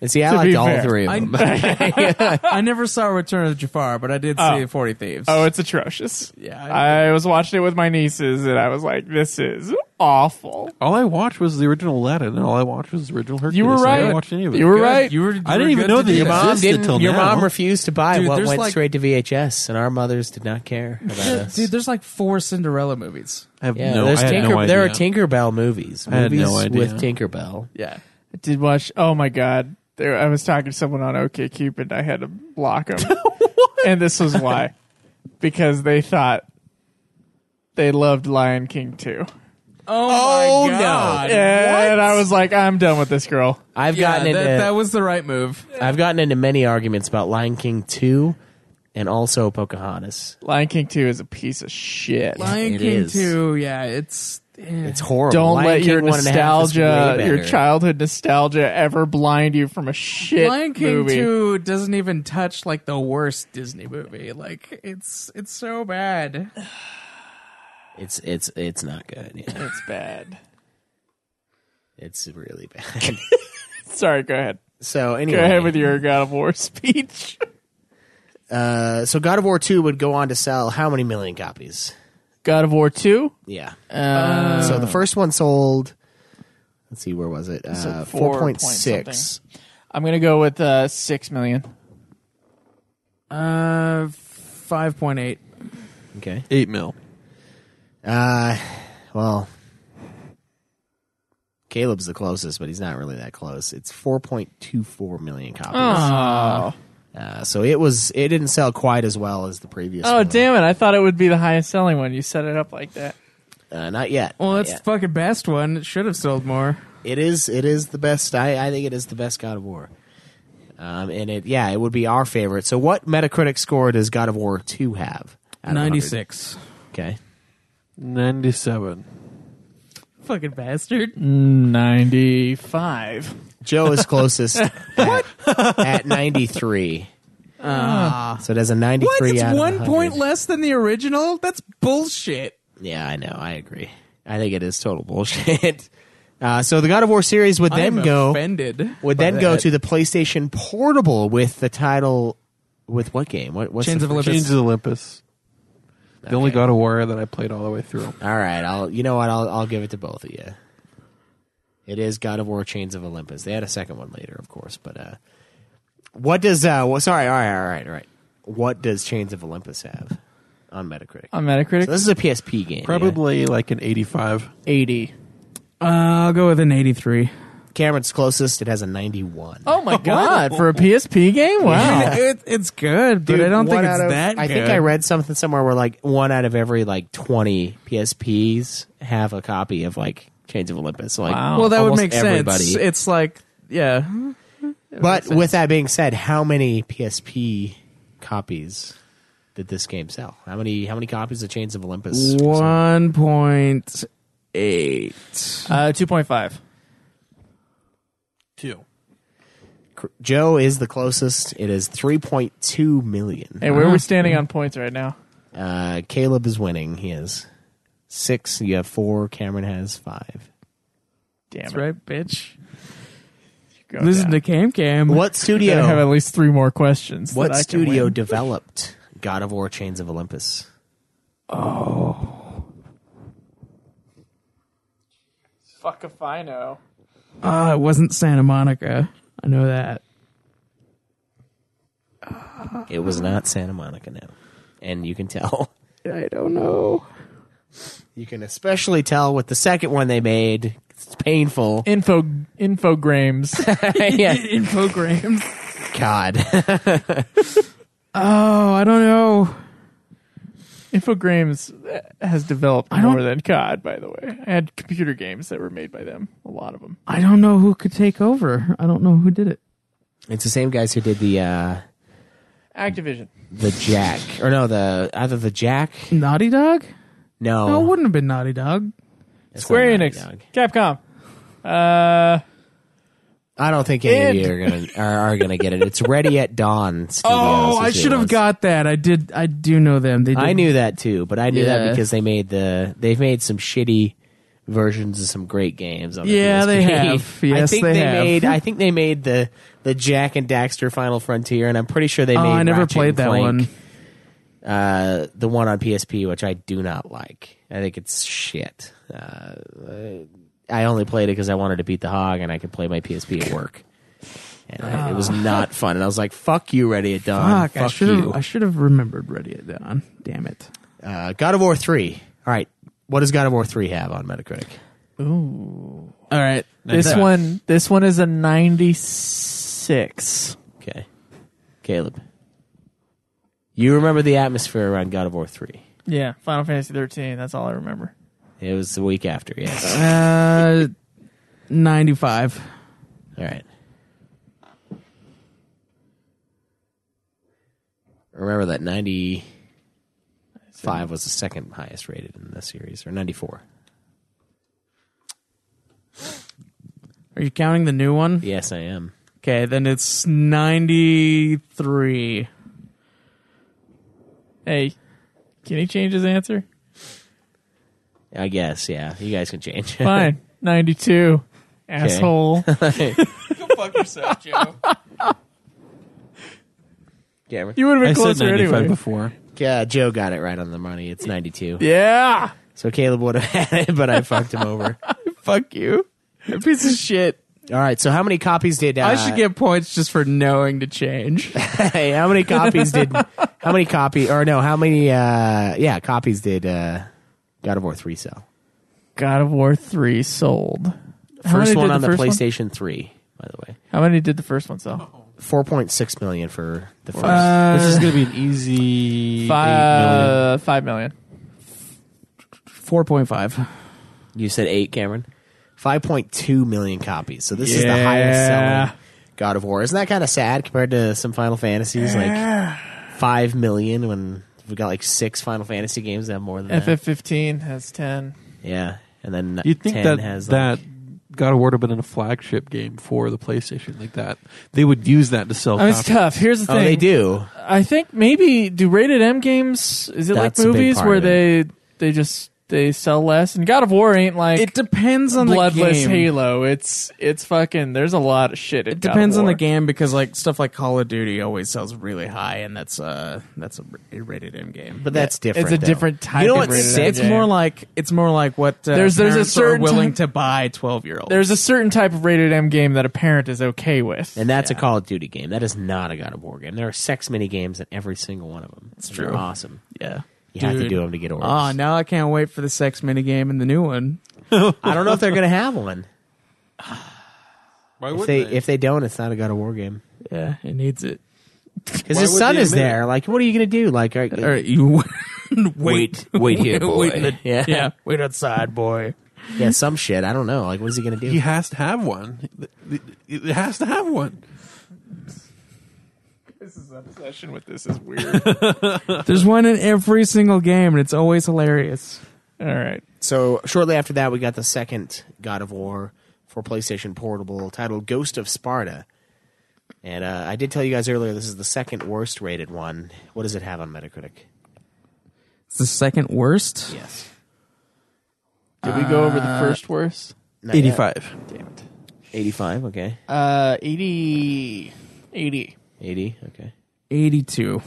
[SPEAKER 2] And see, I
[SPEAKER 5] To
[SPEAKER 2] liked
[SPEAKER 5] be
[SPEAKER 2] all
[SPEAKER 5] fair.
[SPEAKER 2] three of them.
[SPEAKER 6] I never saw Return of Jafar, but I did see
[SPEAKER 5] Oh.
[SPEAKER 6] Forty Thieves.
[SPEAKER 5] Oh, it's atrocious.
[SPEAKER 6] Yeah,
[SPEAKER 5] I, was watching it with my nieces, and I was like, "This is awful.
[SPEAKER 4] All I watched was the original Aladdin, and all I watched was the original Hercules.
[SPEAKER 5] You were
[SPEAKER 4] I didn't
[SPEAKER 5] right.
[SPEAKER 4] watch any of it.
[SPEAKER 5] You were right.
[SPEAKER 6] You were,
[SPEAKER 4] I didn't even know they
[SPEAKER 6] the
[SPEAKER 2] Mom
[SPEAKER 4] existed
[SPEAKER 2] didn't,
[SPEAKER 4] till
[SPEAKER 2] your
[SPEAKER 4] now.
[SPEAKER 2] mom refused to buy
[SPEAKER 6] Dude,
[SPEAKER 2] what
[SPEAKER 6] there's
[SPEAKER 2] went
[SPEAKER 6] like-
[SPEAKER 2] straight to VHS, and our mothers did not care about us.
[SPEAKER 6] Dude, there's like four Cinderella movies.
[SPEAKER 4] I have
[SPEAKER 2] yeah,
[SPEAKER 4] no,
[SPEAKER 2] there's
[SPEAKER 4] I had
[SPEAKER 2] Tinker,
[SPEAKER 4] no idea.
[SPEAKER 2] there are Tinkerbell movies.
[SPEAKER 4] I had
[SPEAKER 2] movies
[SPEAKER 4] no idea.
[SPEAKER 2] with Tinkerbell.
[SPEAKER 6] Yeah.
[SPEAKER 5] I did watch. Oh my god, there, I was talking to someone on OK Cupid. I had to block them, and this was why, because they thought they loved Lion King too,
[SPEAKER 6] Oh, my God.
[SPEAKER 5] and I was like, I'm done with this girl.
[SPEAKER 2] I've
[SPEAKER 6] Yeah,
[SPEAKER 2] gotten into
[SPEAKER 6] that, that was the right move.
[SPEAKER 2] I've gotten into many arguments about Lion King two, and also Pocahontas.
[SPEAKER 5] Lion King two is a piece of shit.
[SPEAKER 6] Lion
[SPEAKER 2] it
[SPEAKER 6] King
[SPEAKER 2] is.
[SPEAKER 6] 2, yeah, it's. eh.
[SPEAKER 2] It's horrible.
[SPEAKER 5] Don't
[SPEAKER 2] Lion
[SPEAKER 5] let
[SPEAKER 2] King
[SPEAKER 5] your
[SPEAKER 2] one and a half is way
[SPEAKER 5] nostalgia, your
[SPEAKER 2] better.
[SPEAKER 5] childhood nostalgia, ever blind you from a shit
[SPEAKER 6] Lion King
[SPEAKER 5] movie.
[SPEAKER 6] 2 doesn't even touch like the worst Disney movie. Like it's it's so bad.
[SPEAKER 2] It's it's it's not good. Yeah.
[SPEAKER 5] It's bad.
[SPEAKER 2] it's really bad.
[SPEAKER 5] Sorry, go ahead.
[SPEAKER 2] so
[SPEAKER 5] Go
[SPEAKER 2] anyway,
[SPEAKER 5] ahead with your God of War speech.
[SPEAKER 2] uh, so God of War two would go on to sell how many million copies?
[SPEAKER 5] God of War two.
[SPEAKER 2] Yeah. so the first one sold. Let's see, where was it? Uh,
[SPEAKER 5] four
[SPEAKER 2] Four point
[SPEAKER 5] point
[SPEAKER 2] six.
[SPEAKER 5] I'm gonna go with uh, six million.
[SPEAKER 6] Uh 5.8.
[SPEAKER 2] Okay.
[SPEAKER 4] eight mil.
[SPEAKER 2] Uh, well, Caleb's the closest, but he's not really that close. It's 4.24 million copies. Uh, so it was it didn't sell quite as well as the previous.
[SPEAKER 5] Oh
[SPEAKER 2] one.
[SPEAKER 5] damn it! I thought it would be the highest selling one. You set it up like that.
[SPEAKER 2] Uh, not yet.
[SPEAKER 6] Well,
[SPEAKER 2] Not
[SPEAKER 6] that's
[SPEAKER 2] yet.
[SPEAKER 6] the fucking best one. It should have sold more.
[SPEAKER 2] it is it is the best. I I think it is the best God of War. Um, and it yeah, it would be our favorite. So what Metacritic score does God of War 2 have? out of 100?
[SPEAKER 6] 96.
[SPEAKER 2] Okay.
[SPEAKER 4] Ninety-seven.
[SPEAKER 6] Fucking bastard.
[SPEAKER 2] Mm,
[SPEAKER 5] Ninety-five.
[SPEAKER 2] Joe is closest at, at 93. so it has a 93
[SPEAKER 6] Uh. What? It's
[SPEAKER 2] out of
[SPEAKER 6] one
[SPEAKER 2] 100.
[SPEAKER 6] point less than the original? That's bullshit.
[SPEAKER 2] Yeah, I know. I agree. I think it is total bullshit. Uh, so the God of War series would then
[SPEAKER 6] I'm
[SPEAKER 2] go
[SPEAKER 6] offended.
[SPEAKER 2] would
[SPEAKER 6] by
[SPEAKER 2] then go
[SPEAKER 6] that.
[SPEAKER 2] to the PlayStation Portable with the title with what game? What what's
[SPEAKER 6] Chains
[SPEAKER 2] the
[SPEAKER 6] of
[SPEAKER 2] first-
[SPEAKER 6] Olympus.
[SPEAKER 4] Change to Olympus. The only God of War that I played all the way through.
[SPEAKER 2] All right, I'll you know what? I'll I'll give it to both of you. It is God of War Chains of Olympus. They had a second one later, of course, but uh what does uh well, sorry, all right, all right, all right. What does Chains of Olympus have on Metacritic?
[SPEAKER 5] On Metacritic,
[SPEAKER 2] So this is a PSP game. yeah?
[SPEAKER 4] Probably like an eighty-five.
[SPEAKER 5] eighty.
[SPEAKER 6] Uh, I'll go with an 83.
[SPEAKER 2] Cameron's closest, it has a 91.
[SPEAKER 5] Oh my god! For a PSP game, wow.
[SPEAKER 6] It, it's good, but
[SPEAKER 2] Oh. Dude,
[SPEAKER 6] I don't think
[SPEAKER 2] one
[SPEAKER 6] it's
[SPEAKER 2] out of-
[SPEAKER 6] that
[SPEAKER 2] I
[SPEAKER 6] good.
[SPEAKER 2] think I read something somewhere where like one out of every like twenty PSPs have a copy of like Chains of Olympus. Like,
[SPEAKER 5] Wow.
[SPEAKER 6] Well, that would
[SPEAKER 2] almost
[SPEAKER 6] make
[SPEAKER 2] everybody.
[SPEAKER 6] sense. It's like, yeah.
[SPEAKER 2] but with that being said, how many PSP copies did this game sell? How many how many copies of Chains of Olympus?
[SPEAKER 6] One point eight.
[SPEAKER 5] Uh, Two point five.
[SPEAKER 4] Two.
[SPEAKER 2] Cr- Joe is the closest. It is three point two million.
[SPEAKER 5] Hey, where are we standing on points right now?
[SPEAKER 2] Uh, Caleb is winning. He is six. You have four. Cameron has five.
[SPEAKER 5] Damn
[SPEAKER 6] That's
[SPEAKER 5] it!
[SPEAKER 6] right, bitch.
[SPEAKER 5] Go
[SPEAKER 6] Listen
[SPEAKER 5] down.
[SPEAKER 6] to Cam Cam.
[SPEAKER 2] What
[SPEAKER 5] I
[SPEAKER 2] studio?
[SPEAKER 5] have at least three more questions. that
[SPEAKER 2] What
[SPEAKER 5] I can
[SPEAKER 2] studio
[SPEAKER 5] win.
[SPEAKER 2] developed God of War Chains of Olympus?
[SPEAKER 5] Fuck if I know.
[SPEAKER 6] Ah, it wasn't Santa Monica. I know that.
[SPEAKER 2] It was not Santa Monica, no. And you can tell.
[SPEAKER 6] I don't know.
[SPEAKER 2] You can especially tell with the second one they made. It's painful.
[SPEAKER 5] Info infogrames.
[SPEAKER 2] yeah.
[SPEAKER 6] Infogrames.
[SPEAKER 2] God.
[SPEAKER 6] Oh, I don't know.
[SPEAKER 5] infogrames uh, has developed
[SPEAKER 6] don't-
[SPEAKER 5] more than COD, by the way. I had computer games that were made by them. A lot of them.
[SPEAKER 6] I don't know who could take over. I don't know who did it.
[SPEAKER 2] it's the same guys who did the uh
[SPEAKER 5] Activision.
[SPEAKER 2] the Jack. Or no, the either the Jack.
[SPEAKER 6] Naughty Dog?
[SPEAKER 2] No.
[SPEAKER 6] No, it wouldn't have been Naughty Dog.
[SPEAKER 2] it's
[SPEAKER 5] Square
[SPEAKER 2] not Naughty
[SPEAKER 5] Enix.
[SPEAKER 2] Dog.
[SPEAKER 5] Capcom. Uh,
[SPEAKER 2] I don't think any
[SPEAKER 5] Id.
[SPEAKER 2] of you are gonna are, are gonna get it. It's Ready at Dawn Studios.
[SPEAKER 6] Oh,
[SPEAKER 2] is
[SPEAKER 6] I
[SPEAKER 2] who it
[SPEAKER 6] should have
[SPEAKER 2] was.
[SPEAKER 6] got that. I did. I do know them. They. Did.
[SPEAKER 2] I knew that too, but I knew that
[SPEAKER 6] Yeah.
[SPEAKER 2] because they made the they've made some shitty versions of some great games. On the
[SPEAKER 6] Yeah, they
[SPEAKER 2] PSP.
[SPEAKER 6] have. Yes,
[SPEAKER 2] I think
[SPEAKER 6] they
[SPEAKER 2] they,
[SPEAKER 6] have.
[SPEAKER 2] made. I think they made the the Jack and Daxter Final Frontier, and I'm pretty sure they
[SPEAKER 6] Oh,
[SPEAKER 2] made.
[SPEAKER 6] I never
[SPEAKER 2] Ratchet
[SPEAKER 6] played
[SPEAKER 2] and
[SPEAKER 6] that
[SPEAKER 2] Clank,
[SPEAKER 6] one.
[SPEAKER 2] Uh, the one on PSP, which I do not like. I think it's shit. Uh, I only played it because I wanted to beat the hog, and I could play my PSP at work. And I, it was not fun. And I was like, "Fuck you, Ready at Dawn.
[SPEAKER 6] Ah. Fuck, I should
[SPEAKER 2] you."
[SPEAKER 6] have I should have remembered Ready at Dawn. Damn it.
[SPEAKER 2] Uh, God of War three. All right, what does God of War three have on Metacritic?
[SPEAKER 6] All right.
[SPEAKER 5] This one, this one is a ninety-six.
[SPEAKER 2] Okay, Caleb, you remember the atmosphere around God of War three?
[SPEAKER 5] Yeah, Final Fantasy thirteen. That's all I remember.
[SPEAKER 2] It was the week after. Yes.
[SPEAKER 6] Uh 95.
[SPEAKER 2] All right. Remember that 95 was the second highest rated in the series, or 94.
[SPEAKER 6] Are you counting the new one?
[SPEAKER 2] Yes, I am.
[SPEAKER 6] Okay, then it's 93.
[SPEAKER 5] Hey, can he change his answer?
[SPEAKER 2] I guess, yeah. You guys can change.
[SPEAKER 5] Fine, ninety-two. Asshole.
[SPEAKER 7] Fuck yourself, Joe.
[SPEAKER 2] Cameron.
[SPEAKER 5] You would have
[SPEAKER 4] I
[SPEAKER 5] been
[SPEAKER 4] said
[SPEAKER 5] closer
[SPEAKER 4] 95
[SPEAKER 5] anyway.
[SPEAKER 4] before.
[SPEAKER 2] Yeah, Joe got it right on the money. It's 92.
[SPEAKER 5] Yeah.
[SPEAKER 2] So Caleb would have had it, but I fucked him over.
[SPEAKER 6] Fuck you. You Piece of shit.
[SPEAKER 2] All right, so how many copies did uh,
[SPEAKER 6] I should get points just for knowing to change.
[SPEAKER 2] Hey, how many copies did how many copy or no, how many uh yeah, copies did uh God of War 3 sell?
[SPEAKER 5] God of War three sold. How many
[SPEAKER 2] First
[SPEAKER 5] did
[SPEAKER 2] one on the
[SPEAKER 5] first one?
[SPEAKER 2] PlayStation 3, by the way.
[SPEAKER 5] How many did the first one sell?
[SPEAKER 2] 4.6 million for the first.
[SPEAKER 4] this is going to be an easy eight million.
[SPEAKER 5] Five, five million.
[SPEAKER 6] 4.5.
[SPEAKER 2] you said 8, Cameron. 5.2 million copies. So this is the highest selling God of War. Isn't that kind of sad compared to some Final Fantasies like 5 million when we got like 6 Final Fantasy games that have more than that.
[SPEAKER 5] FF fifteen has ten.
[SPEAKER 2] Yeah. And then
[SPEAKER 4] You'd think
[SPEAKER 2] 10
[SPEAKER 4] that
[SPEAKER 2] has
[SPEAKER 4] that
[SPEAKER 2] like,
[SPEAKER 4] God of War would have been a flagship game for the PlayStation like that. They would use that to sell.
[SPEAKER 5] I mean, it's
[SPEAKER 4] copies.
[SPEAKER 5] tough. Here's the
[SPEAKER 2] Oh,
[SPEAKER 5] thing.
[SPEAKER 2] they do.
[SPEAKER 5] I think maybe do rated M games. Is it
[SPEAKER 2] That's a
[SPEAKER 5] like
[SPEAKER 2] big
[SPEAKER 5] movies
[SPEAKER 2] part
[SPEAKER 5] where
[SPEAKER 2] of
[SPEAKER 5] they they just they sell less? And God of War ain't like
[SPEAKER 6] It depends on
[SPEAKER 5] bloodless
[SPEAKER 6] the game.
[SPEAKER 5] Halo. It's it's fucking. There's a lot of shit.
[SPEAKER 6] It depends on the game because like stuff like Call of Duty always sells really high, and that's uh that's a r- rated M game.
[SPEAKER 2] But that's different.
[SPEAKER 5] It's a
[SPEAKER 2] though.
[SPEAKER 5] different type.
[SPEAKER 2] You know
[SPEAKER 5] of
[SPEAKER 2] what's
[SPEAKER 5] rated M
[SPEAKER 2] sick?
[SPEAKER 6] It's
[SPEAKER 5] game.
[SPEAKER 6] more like it's more like what uh,
[SPEAKER 5] There's- there's a
[SPEAKER 6] parents
[SPEAKER 5] certain
[SPEAKER 6] are willing
[SPEAKER 5] type-
[SPEAKER 6] to buy twelve year olds.
[SPEAKER 5] There's a certain type of rated M game that a parent is okay with.
[SPEAKER 2] And that's a Call of Duty game. That is not a God of War game. There are sex mini games in every single one of them. It's
[SPEAKER 6] true.
[SPEAKER 2] Awesome.
[SPEAKER 6] yeah.
[SPEAKER 2] You have to do them to get orders.
[SPEAKER 6] Oh, now I can't wait for the sex minigame and the new one.
[SPEAKER 2] I don't know if they're going to have one.
[SPEAKER 4] Why
[SPEAKER 2] If
[SPEAKER 4] would
[SPEAKER 2] they,
[SPEAKER 4] they?
[SPEAKER 2] if they don't, it's not a God of War game.
[SPEAKER 6] Yeah, it needs it.
[SPEAKER 2] Because his
[SPEAKER 4] would
[SPEAKER 2] son
[SPEAKER 4] they
[SPEAKER 2] is
[SPEAKER 4] admit it?
[SPEAKER 2] there. Like, what are you going to do? Like, are,
[SPEAKER 6] All right, you wait,
[SPEAKER 2] Wait- wait here, boy.
[SPEAKER 6] in the-
[SPEAKER 2] Yeah.
[SPEAKER 6] yeah. wait outside, boy.
[SPEAKER 2] yeah, some shit. I don't know. Like, what is he going to do?
[SPEAKER 4] he has to have one. It has to have one.
[SPEAKER 5] obsession with this is weird.
[SPEAKER 6] There's one in every single game, and it's always hilarious.
[SPEAKER 5] All right.
[SPEAKER 2] So shortly after that, we got the second God of War for PlayStation Portable, titled Ghost of Sparta. And uh, I did tell you guys earlier, this is the second worst rated one. What does it have on Metacritic?
[SPEAKER 6] It's the second worst.
[SPEAKER 2] Yes,
[SPEAKER 5] Did we go over the first worst?
[SPEAKER 2] Not yet.
[SPEAKER 4] Eighty-five.
[SPEAKER 5] Damn it.
[SPEAKER 2] Eighty-five. Okay.
[SPEAKER 5] Uh, 80. 80.
[SPEAKER 2] Eighty. Okay.
[SPEAKER 6] 82.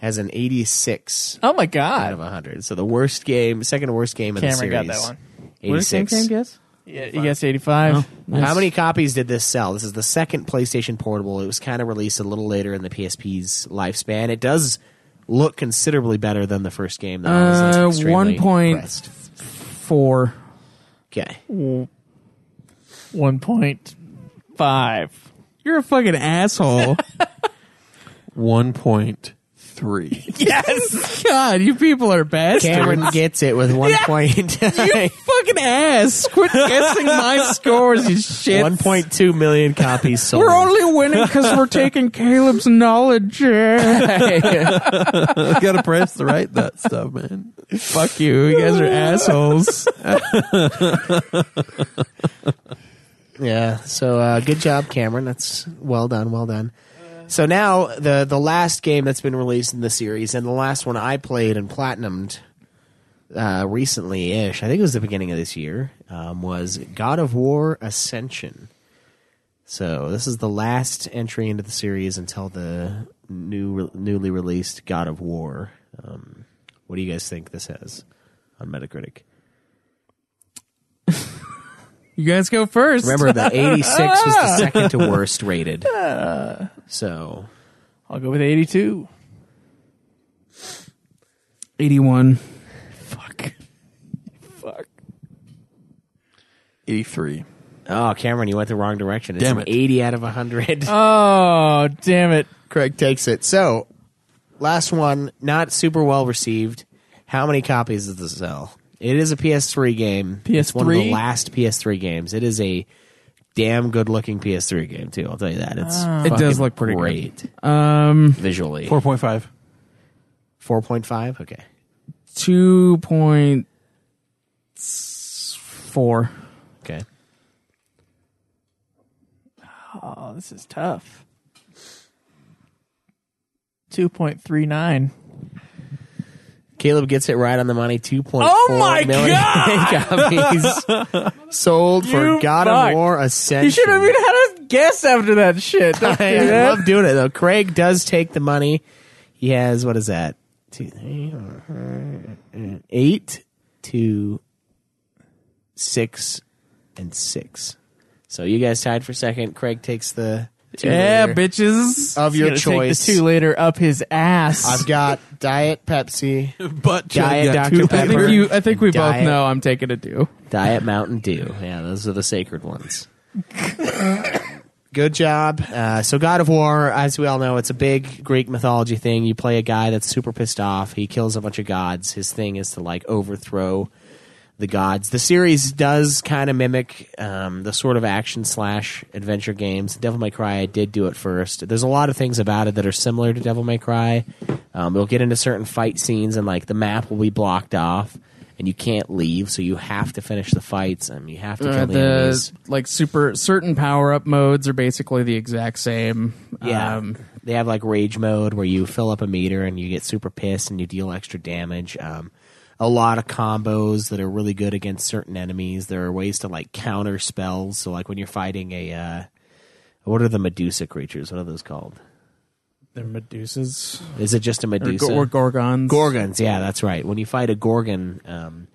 [SPEAKER 2] Has an eighty-six
[SPEAKER 5] Oh my
[SPEAKER 2] out of
[SPEAKER 5] god.
[SPEAKER 2] hundred. So the worst game, second worst game in the
[SPEAKER 5] Cameron
[SPEAKER 2] series.
[SPEAKER 5] got that one.
[SPEAKER 2] Eighty-six.
[SPEAKER 6] guess?
[SPEAKER 5] Yeah, you guessed 85.
[SPEAKER 2] How many copies did this sell? This is the second PlayStation Portable. It was kind of released a little later in the PSP's lifespan. It does look considerably better than the first game. Though. I was, like,
[SPEAKER 6] Uh,
[SPEAKER 2] extremely
[SPEAKER 6] one point
[SPEAKER 2] impressed.
[SPEAKER 6] Four.
[SPEAKER 2] Okay.
[SPEAKER 5] 1.5.
[SPEAKER 6] You're a fucking asshole.
[SPEAKER 4] One point three.
[SPEAKER 6] yes. God, you people are bad.
[SPEAKER 2] Cameron gets it with one point.
[SPEAKER 6] You fucking ass. Quit guessing my scores, you shit.
[SPEAKER 2] One point two million copies sold.
[SPEAKER 6] We're only winning because we're taking Caleb's knowledge. Yeah.
[SPEAKER 4] I gotta press the right that stuff, man.
[SPEAKER 6] Fuck you. You guys are assholes.
[SPEAKER 2] Yeah. So uh, good job, Cameron. That's well done. Well done. So now the the last game that's been released in the series, and the last one I played and platinumed uh, recently ish. I think it was the beginning of this year. Um, was God of War Ascension. So this is the last entry into the series until the new newly released God of War. Um, what do you guys think this has? on Metacritic.
[SPEAKER 6] You guys go first.
[SPEAKER 2] Remember, the 86 was the second to worst rated. So,
[SPEAKER 5] I'll go with 82.
[SPEAKER 6] 81.
[SPEAKER 5] Fuck. Fuck.
[SPEAKER 4] 83.
[SPEAKER 2] oh, Cameron, you went the wrong direction. It's
[SPEAKER 4] Damn
[SPEAKER 2] an
[SPEAKER 4] it.
[SPEAKER 2] 80 out of 100.
[SPEAKER 5] Oh, damn it.
[SPEAKER 2] Craig takes it. So, last one, not super well received. How many copies does this sell? It is a PS3 game. It's one of the
[SPEAKER 5] PS3?
[SPEAKER 2] last PS3 games. It is a damn good looking PS3 game too. I'll tell you that. It's
[SPEAKER 6] It
[SPEAKER 2] fucking
[SPEAKER 6] does Ah. look pretty good.
[SPEAKER 2] great
[SPEAKER 6] Um,
[SPEAKER 2] visually.
[SPEAKER 4] 4.5.
[SPEAKER 2] Four point five. Okay.
[SPEAKER 6] 2.4.
[SPEAKER 2] Okay.
[SPEAKER 5] Oh, this is tough. 2.39.
[SPEAKER 2] Caleb gets it right on the money. Two point
[SPEAKER 5] Oh
[SPEAKER 2] four million
[SPEAKER 5] my
[SPEAKER 2] copies sold for
[SPEAKER 5] You
[SPEAKER 2] God
[SPEAKER 5] fuck.
[SPEAKER 2] of War Ascension.
[SPEAKER 5] You should have even had a guess after that shit. Don't
[SPEAKER 2] I,
[SPEAKER 5] do
[SPEAKER 2] I
[SPEAKER 5] that.
[SPEAKER 2] love doing it though. Craig does take the money. He has what is that? Two, three, eight, two, six, and six. So you guys tied for second. Craig takes the two
[SPEAKER 5] Yeah,
[SPEAKER 2] later
[SPEAKER 5] bitches.
[SPEAKER 2] of your
[SPEAKER 5] Gonna
[SPEAKER 2] choice.
[SPEAKER 5] Take the two later up his ass.
[SPEAKER 2] I've got Diet Pepsi,
[SPEAKER 4] But uh,
[SPEAKER 2] Diet Dr
[SPEAKER 6] I
[SPEAKER 2] Pepper,
[SPEAKER 6] think you. I think we
[SPEAKER 2] and
[SPEAKER 6] both
[SPEAKER 2] Diet-
[SPEAKER 6] know. I'm taking a do.
[SPEAKER 2] Diet Mountain Dew. Yeah, those are the sacred ones. Good job. Uh, so, God of War, as we all know, it's a big Greek mythology thing. You play a guy that's super pissed off. He kills a bunch of gods. His thing is to like overthrow the gods. The series does kind of mimic um, the sort of action slash adventure games. Devil May Cry did do it first. There's a lot of things about it that are similar to Devil May Cry. Um, it'll get into certain fight scenes and like the map will be blocked off and you can't leave, so you have to finish the fights and you have to kill
[SPEAKER 6] Uh,
[SPEAKER 2] the,
[SPEAKER 6] the
[SPEAKER 2] enemies.
[SPEAKER 6] like super certain power up modes are basically the exact same.
[SPEAKER 2] Yeah.
[SPEAKER 6] Um,
[SPEAKER 2] they have like rage mode where you fill up a meter and you get super pissed and you deal extra damage. Um, a lot of combos that are really good against certain enemies. There are ways to like counter spells. So like when you're fighting a uh, what are the Medusa creatures? What are those called?
[SPEAKER 6] they're Medusas
[SPEAKER 2] Is it just a
[SPEAKER 6] or,
[SPEAKER 2] Medusa?
[SPEAKER 6] go- or Gorgons.
[SPEAKER 2] Gorgons, yeah, that's right. When you fight a Gorgon, um,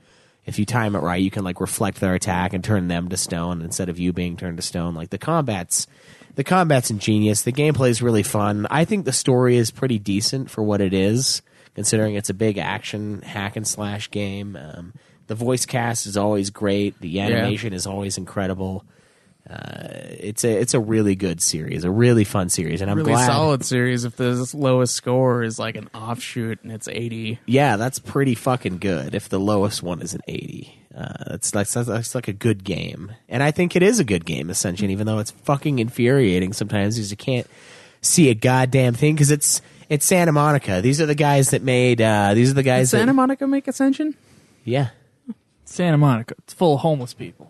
[SPEAKER 2] if you time it right, you can like reflect their attack and turn them to stone instead of you being turned to stone. Like the combats, the combat's ingenious. The gameplay is really fun. I think the story is pretty decent for what it is, considering it's a big action hack and slash game. Um, the voice cast is always great. The animation is always incredible. Uh, it's a it's a really good series, a really fun series, and I'm
[SPEAKER 6] really
[SPEAKER 2] glad.
[SPEAKER 6] solid series. If the lowest score is like an offshoot and it's 80,
[SPEAKER 2] Yeah, that's pretty fucking good. If the lowest one is an eighty, uh, that's, that's that's that's like a good game, and I think it is a good game, Ascension, even though it's fucking infuriating sometimes because you can't see a goddamn thing because it's it's Santa Monica. These are the guys that made. Uh, these are the guys.
[SPEAKER 6] Did Santa
[SPEAKER 2] that,
[SPEAKER 6] Monica make Ascension?
[SPEAKER 2] Yeah.
[SPEAKER 5] Santa Monica. It's full of homeless people.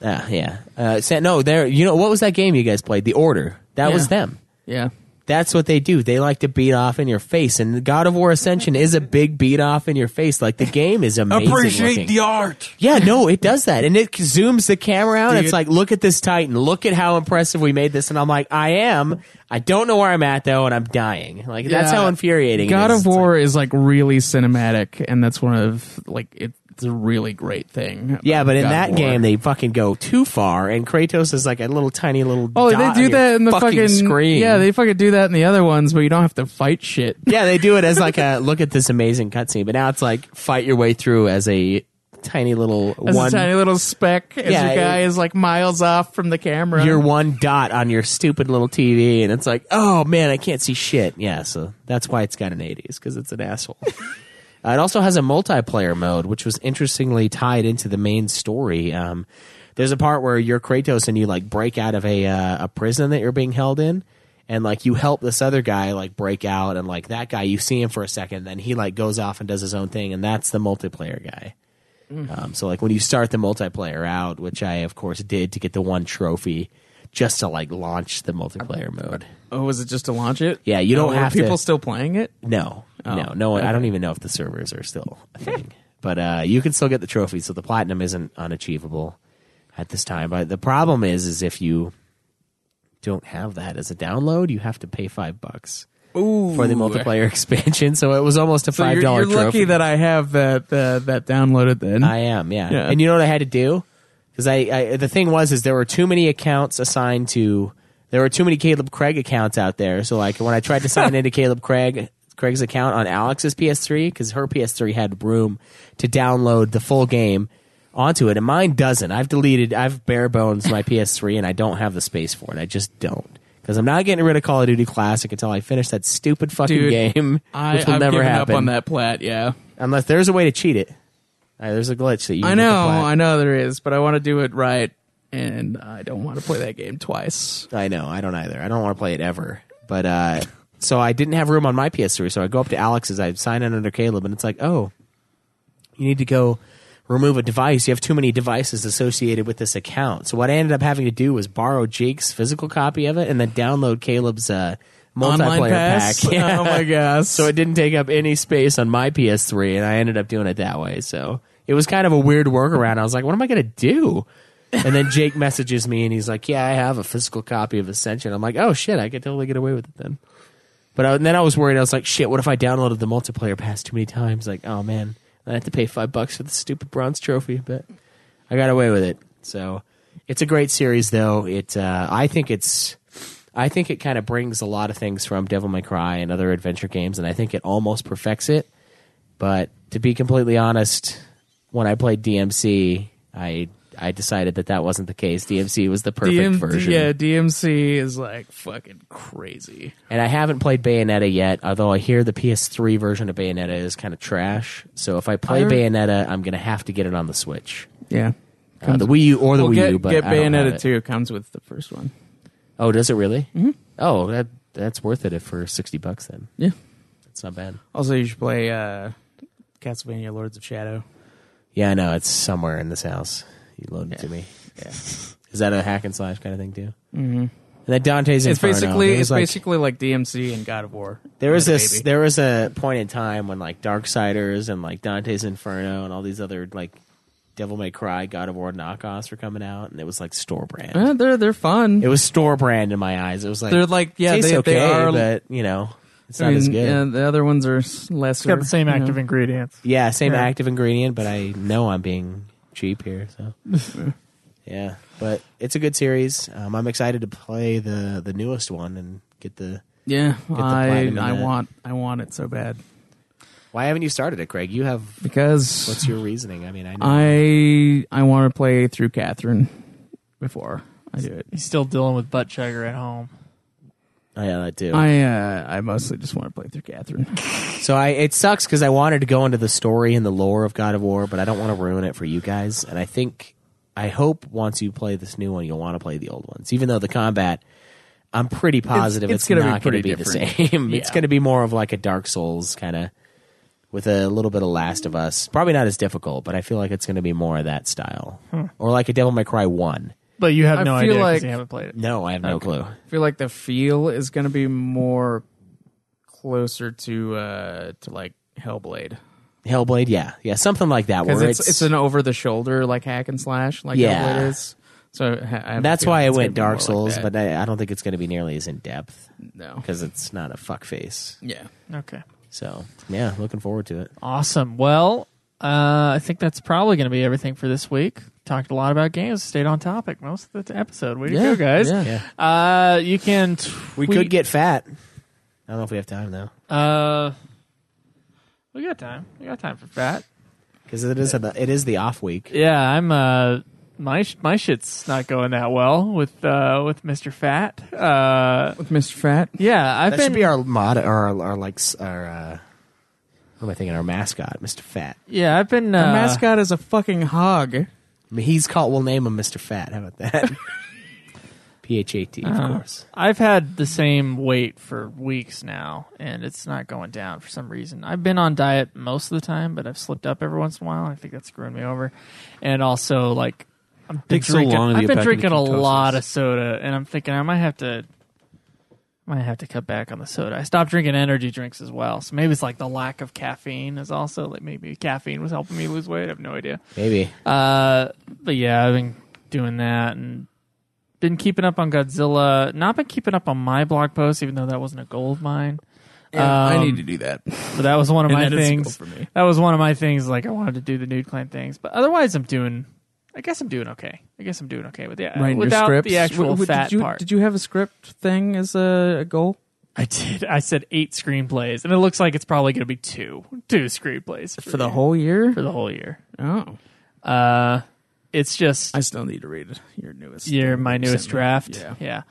[SPEAKER 2] Uh, yeah. Uh, San- no, there. You know what was that game you guys played? The Order. That was
[SPEAKER 6] Yeah.
[SPEAKER 2] them.
[SPEAKER 6] Yeah.
[SPEAKER 2] That's what they do. They like to beat off in your face, and God of War Ascension is a big beat off in your face. Like the game is amazing. looking.
[SPEAKER 4] art.
[SPEAKER 2] Yeah, no, it does that, and it zooms the camera out. It's like, look at this Titan. Look at how impressive we made this. And I'm like, I am. I don't know where I'm at though, and I'm dying. Like that's
[SPEAKER 6] Yeah.
[SPEAKER 2] how infuriating.
[SPEAKER 6] God
[SPEAKER 2] it is.
[SPEAKER 6] of War is like really cinematic, and that's one of like it's a really great thing.
[SPEAKER 2] Yeah, but in
[SPEAKER 6] God of
[SPEAKER 2] that
[SPEAKER 6] War.
[SPEAKER 2] game, they fucking go too far, and Kratos is like a little tiny little.
[SPEAKER 6] Oh,
[SPEAKER 2] dot
[SPEAKER 6] they do
[SPEAKER 2] on your
[SPEAKER 6] that in the
[SPEAKER 2] fucking,
[SPEAKER 6] fucking,
[SPEAKER 2] screen.
[SPEAKER 6] Yeah, they fucking do that in the other ones, but you don't have to fight shit.
[SPEAKER 2] yeah, they do it as like a look at this amazing cutscene. But now it's like fight your way through as a tiny little
[SPEAKER 6] As
[SPEAKER 2] one.
[SPEAKER 6] a tiny little speck, as
[SPEAKER 2] Yeah,
[SPEAKER 6] your guy
[SPEAKER 2] it-
[SPEAKER 6] is like miles off from the camera.
[SPEAKER 2] your one dot on your stupid little TV, and it's like, oh man, I can't see shit. Yeah, so that's why it's got an 80s because it's an asshole. Uh, it also has a multiplayer mode, which was interestingly tied into the main story. Um, there's a part where you're Kratos and you like break out of a uh, a prison that you're being held in, and like you help this other guy like break out, and like that guy you see him for a second, then he like goes off and does his own thing, and that's the multiplayer guy. Um, so like when you start the multiplayer out, which I of course did to get the one trophy, just to like launch the multiplayer mode.
[SPEAKER 6] oh, was it just to launch it?
[SPEAKER 2] Yeah, you don't
[SPEAKER 6] Oh,
[SPEAKER 2] have
[SPEAKER 6] were people
[SPEAKER 2] to-
[SPEAKER 6] still playing it.
[SPEAKER 2] No,
[SPEAKER 5] Oh.
[SPEAKER 2] no, no. I don't even know if the servers are still a thing, but uh, you can still get the trophy. So the platinum isn't unachievable at this time. But the problem is, is if you don't have that as a download, you have to pay five bucks for the multiplayer expansion. So it was almost a
[SPEAKER 5] So
[SPEAKER 2] five
[SPEAKER 5] you're,
[SPEAKER 2] dollar
[SPEAKER 5] you're
[SPEAKER 2] trophy.
[SPEAKER 5] lucky that I have that uh, that downloaded then.
[SPEAKER 2] I am, yeah.
[SPEAKER 5] Yeah.
[SPEAKER 2] And you know what I had to do? Because I, I, the thing was, is there were too many accounts assigned to, there were too many Caleb Craig accounts out there. So like when I tried to sign into Caleb Craig, Craig's account on Alex's PS3, because her PS3 had room to download the full game onto it, and mine doesn't. I've deleted, I've bare bones my PS3, and I don't have the space for it. I just don't. Because I'm not getting rid of Call of Duty Classic until I finish that stupid fucking
[SPEAKER 5] Dude,
[SPEAKER 2] game,
[SPEAKER 5] I,
[SPEAKER 2] which will
[SPEAKER 5] I've
[SPEAKER 2] never
[SPEAKER 5] given
[SPEAKER 2] happen
[SPEAKER 5] up on that plat. Yeah,
[SPEAKER 2] unless there's a way to cheat it. Uh, there's a glitch that you.
[SPEAKER 5] I
[SPEAKER 2] can get the
[SPEAKER 5] know,
[SPEAKER 2] plat.
[SPEAKER 5] I know there is, but I want to do it right, and I don't want to play that game twice.
[SPEAKER 2] I know. I don't either. I don't want to play it ever. But uh, so I didn't have room on my PS3, so I go up to Alex's. I sign in under Caleb, and it's like, oh, you need to go remove a device. You have too many devices associated with this account. So what I ended up having to do was borrow Jake's physical copy of it and then download Caleb's uh,
[SPEAKER 5] Online
[SPEAKER 2] multiplayer
[SPEAKER 5] pass.
[SPEAKER 2] pack. Yeah.
[SPEAKER 5] Oh my gosh.
[SPEAKER 2] So it didn't take up any space on my PS3, and I ended up doing it that way. So it was kind of a weird workaround. I was like, what am I going to do? And then Jake messages me, and he's like, yeah, I have a physical copy of Ascension. I'm like, oh, shit, I could totally get away with it then. But I, and then I was worried. I was like, shit, what if I downloaded the multiplayer pass too many times? Like, oh, man, I have to pay five bucks for the stupid bronze trophy. But I got away with it. So it's a great series, though. It uh, I think it's I think it kind of brings a lot of things from Devil May Cry and other adventure games, and I think it almost perfects it. But to be completely honest, when I played DMC, I I decided that that wasn't the case. DMC was the perfect
[SPEAKER 5] DM
[SPEAKER 2] version.
[SPEAKER 5] Yeah, DMC is like fucking crazy.
[SPEAKER 2] And I haven't played Bayonetta yet, although I hear the PS3 version of Bayonetta is kind of trash. So if I play Bayonetta, I'm going to have to get it on the Switch.
[SPEAKER 5] Yeah.
[SPEAKER 2] Uh, the Wii U or the
[SPEAKER 5] Well,
[SPEAKER 2] Wii
[SPEAKER 5] get,
[SPEAKER 2] U, but
[SPEAKER 5] get
[SPEAKER 2] I don't have
[SPEAKER 5] Bayonetta
[SPEAKER 2] it.
[SPEAKER 5] 2 comes with the first one.
[SPEAKER 2] Oh, does it really? Mm-hmm. Oh, that that's worth it if for sixty bucks. Then
[SPEAKER 5] Yeah.
[SPEAKER 2] it's not bad.
[SPEAKER 5] Also, you should play uh, Castlevania Lords of Shadow.
[SPEAKER 2] Yeah, I know it's somewhere in this house. You loaned it to me. Yeah, is that a hack and slash kind of thing too? Mm-hmm. And that Dante's
[SPEAKER 5] It's
[SPEAKER 2] Inferno.
[SPEAKER 5] basically
[SPEAKER 2] it was
[SPEAKER 5] it's
[SPEAKER 2] like-
[SPEAKER 5] basically like DMC and God of War.
[SPEAKER 2] There was
[SPEAKER 5] Had a
[SPEAKER 2] this.
[SPEAKER 5] baby.
[SPEAKER 2] There was a point in time when like Darksiders and like Dante's Inferno and all these other like Devil May Cry, God of War knockoffs were coming out, and it was like store brand.
[SPEAKER 5] Uh, they're they're fun.
[SPEAKER 2] It was store brand in my eyes. It was like
[SPEAKER 5] They're like- yeah,
[SPEAKER 2] tastes
[SPEAKER 5] they-
[SPEAKER 2] okay,
[SPEAKER 5] they are-
[SPEAKER 2] but you know it's
[SPEAKER 5] I
[SPEAKER 2] not as
[SPEAKER 5] mean,
[SPEAKER 2] good.
[SPEAKER 5] yeah, the other ones are s-
[SPEAKER 6] It's
[SPEAKER 5] lesser.
[SPEAKER 6] got the same
[SPEAKER 5] you know.
[SPEAKER 6] active ingredients.
[SPEAKER 2] Yeah, same active ingredient, but I know I'm being cheap here. So, yeah, but it's a good series. Um, I'm excited to play the the newest one and get the.
[SPEAKER 5] Yeah, I
[SPEAKER 2] platinum in
[SPEAKER 5] I
[SPEAKER 2] that.
[SPEAKER 5] want I want it so bad
[SPEAKER 2] Why haven't you started it, Craig? You have.
[SPEAKER 5] because
[SPEAKER 2] What's your reasoning? I mean, I know.
[SPEAKER 5] I I want to play through Catherine before I do it.
[SPEAKER 6] He's still dealing with butt chugger at home.
[SPEAKER 2] oh, yeah, that too.
[SPEAKER 5] I uh, I mostly just want to play through Catherine.
[SPEAKER 2] so I it sucks because I wanted to go into the story and the lore of God of War, but I don't want to ruin it for you guys. And I think, I hope once you play this new one, you'll want to play the old ones, even though the combat. I'm pretty positive
[SPEAKER 5] it's
[SPEAKER 2] it's,
[SPEAKER 5] gonna be
[SPEAKER 2] not going to
[SPEAKER 5] pretty
[SPEAKER 2] be the
[SPEAKER 5] different.
[SPEAKER 2] same. It's
[SPEAKER 5] Yeah.
[SPEAKER 2] going to be more of like a Dark Souls kind of with a little bit of Last of Us. Probably not as difficult, but I feel like it's going to be more of that style,
[SPEAKER 5] Hmm.
[SPEAKER 2] or like a Devil May Cry One.
[SPEAKER 6] But you have
[SPEAKER 5] I feel
[SPEAKER 6] no idea because
[SPEAKER 5] like-
[SPEAKER 6] you haven't played it.
[SPEAKER 2] No, I have no clue.
[SPEAKER 5] I feel like the feel is going to be more closer to uh to like Hellblade
[SPEAKER 2] Hellblade, yeah, yeah, something like that.
[SPEAKER 5] because
[SPEAKER 2] Where
[SPEAKER 5] it's, it's an over the shoulder like hack and slash like
[SPEAKER 2] Yeah.
[SPEAKER 5] Hellblade is. So I have a
[SPEAKER 2] that's
[SPEAKER 5] feeling
[SPEAKER 2] why I
[SPEAKER 5] it's
[SPEAKER 2] went
[SPEAKER 5] gonna be more
[SPEAKER 2] Dark
[SPEAKER 5] like
[SPEAKER 2] Souls,
[SPEAKER 5] that.
[SPEAKER 2] but I, I don't think it's going to be nearly as in depth
[SPEAKER 5] no,
[SPEAKER 2] because it's not a fuck face.
[SPEAKER 5] yeah,
[SPEAKER 6] Okay.
[SPEAKER 2] So yeah, looking forward to it.
[SPEAKER 6] Awesome. Well, uh, I think that's probably going to be everything for this week. Talked a lot about games, stayed on topic most of the episode. Way to go, guys.
[SPEAKER 2] Yeah,
[SPEAKER 6] Uh, you can. T-
[SPEAKER 2] we could get fat. I don't know if we have time though.
[SPEAKER 6] Uh, we got time. We got time for fat.
[SPEAKER 2] Because it is the it is the off week.
[SPEAKER 6] Yeah, I'm. Uh, my sh- my shit's not going that well with uh with Mr. Fat. Uh,
[SPEAKER 5] with Mr. Fat.
[SPEAKER 6] yeah, I've
[SPEAKER 2] That
[SPEAKER 6] been.
[SPEAKER 2] should be our mod or our, our like s- our uh, what am I thinking? Our mascot, Mr. Fat.
[SPEAKER 6] yeah, I've been.
[SPEAKER 5] The
[SPEAKER 6] Uh,
[SPEAKER 5] mascot is a fucking hog.
[SPEAKER 2] I mean, he's called. We'll name him Mr. Fat. How about that? P H A T, of
[SPEAKER 6] Uh-huh.
[SPEAKER 2] course.
[SPEAKER 6] I've had the same weight for weeks now, and it's not going down for some reason. I've been on diet most of the time, but I've slipped up every once in a while. I think that's screwing me over. And also, like, I've been
[SPEAKER 4] Takes so
[SPEAKER 6] drinking,
[SPEAKER 4] long to
[SPEAKER 6] I've
[SPEAKER 4] get
[SPEAKER 6] been
[SPEAKER 4] back into
[SPEAKER 6] drinking a
[SPEAKER 4] ketosis.
[SPEAKER 6] lot of soda, and I'm thinking I might have to. Might have to cut back on the soda. I stopped drinking energy drinks as well, so maybe it's like the lack of caffeine is also like maybe caffeine was helping me lose weight. I have no idea.
[SPEAKER 2] Maybe.
[SPEAKER 6] Uh, but yeah, I've been doing that and been keeping up on Godzilla. Not been keeping up on my blog post, even though that wasn't a goal of mine. Yeah, I
[SPEAKER 5] Um,
[SPEAKER 6] need to do that.
[SPEAKER 5] But that was one of
[SPEAKER 6] And
[SPEAKER 5] my
[SPEAKER 6] that is a
[SPEAKER 5] things.
[SPEAKER 6] goal for me.
[SPEAKER 5] That was one of my things. Like I wanted to do the nude clan things, but otherwise, I'm doing. I guess I'm doing okay. I guess I'm doing okay with yeah,
[SPEAKER 6] Writing
[SPEAKER 5] without
[SPEAKER 6] your scripts.
[SPEAKER 5] the actual
[SPEAKER 6] Wh- wh-
[SPEAKER 5] fat
[SPEAKER 6] did you,
[SPEAKER 5] part.
[SPEAKER 6] Did you have a script thing as a, a goal?
[SPEAKER 5] I did. I said eight screenplays, and it looks like it's probably going to be two, two screenplays
[SPEAKER 6] For the whole year?
[SPEAKER 5] for the whole year.
[SPEAKER 6] Oh.
[SPEAKER 5] Uh, it's just
[SPEAKER 6] I still need to read your newest.
[SPEAKER 5] your
[SPEAKER 6] thing
[SPEAKER 5] my
[SPEAKER 6] you
[SPEAKER 5] newest
[SPEAKER 6] sent me.
[SPEAKER 5] draft.
[SPEAKER 6] Yeah.
[SPEAKER 5] yeah.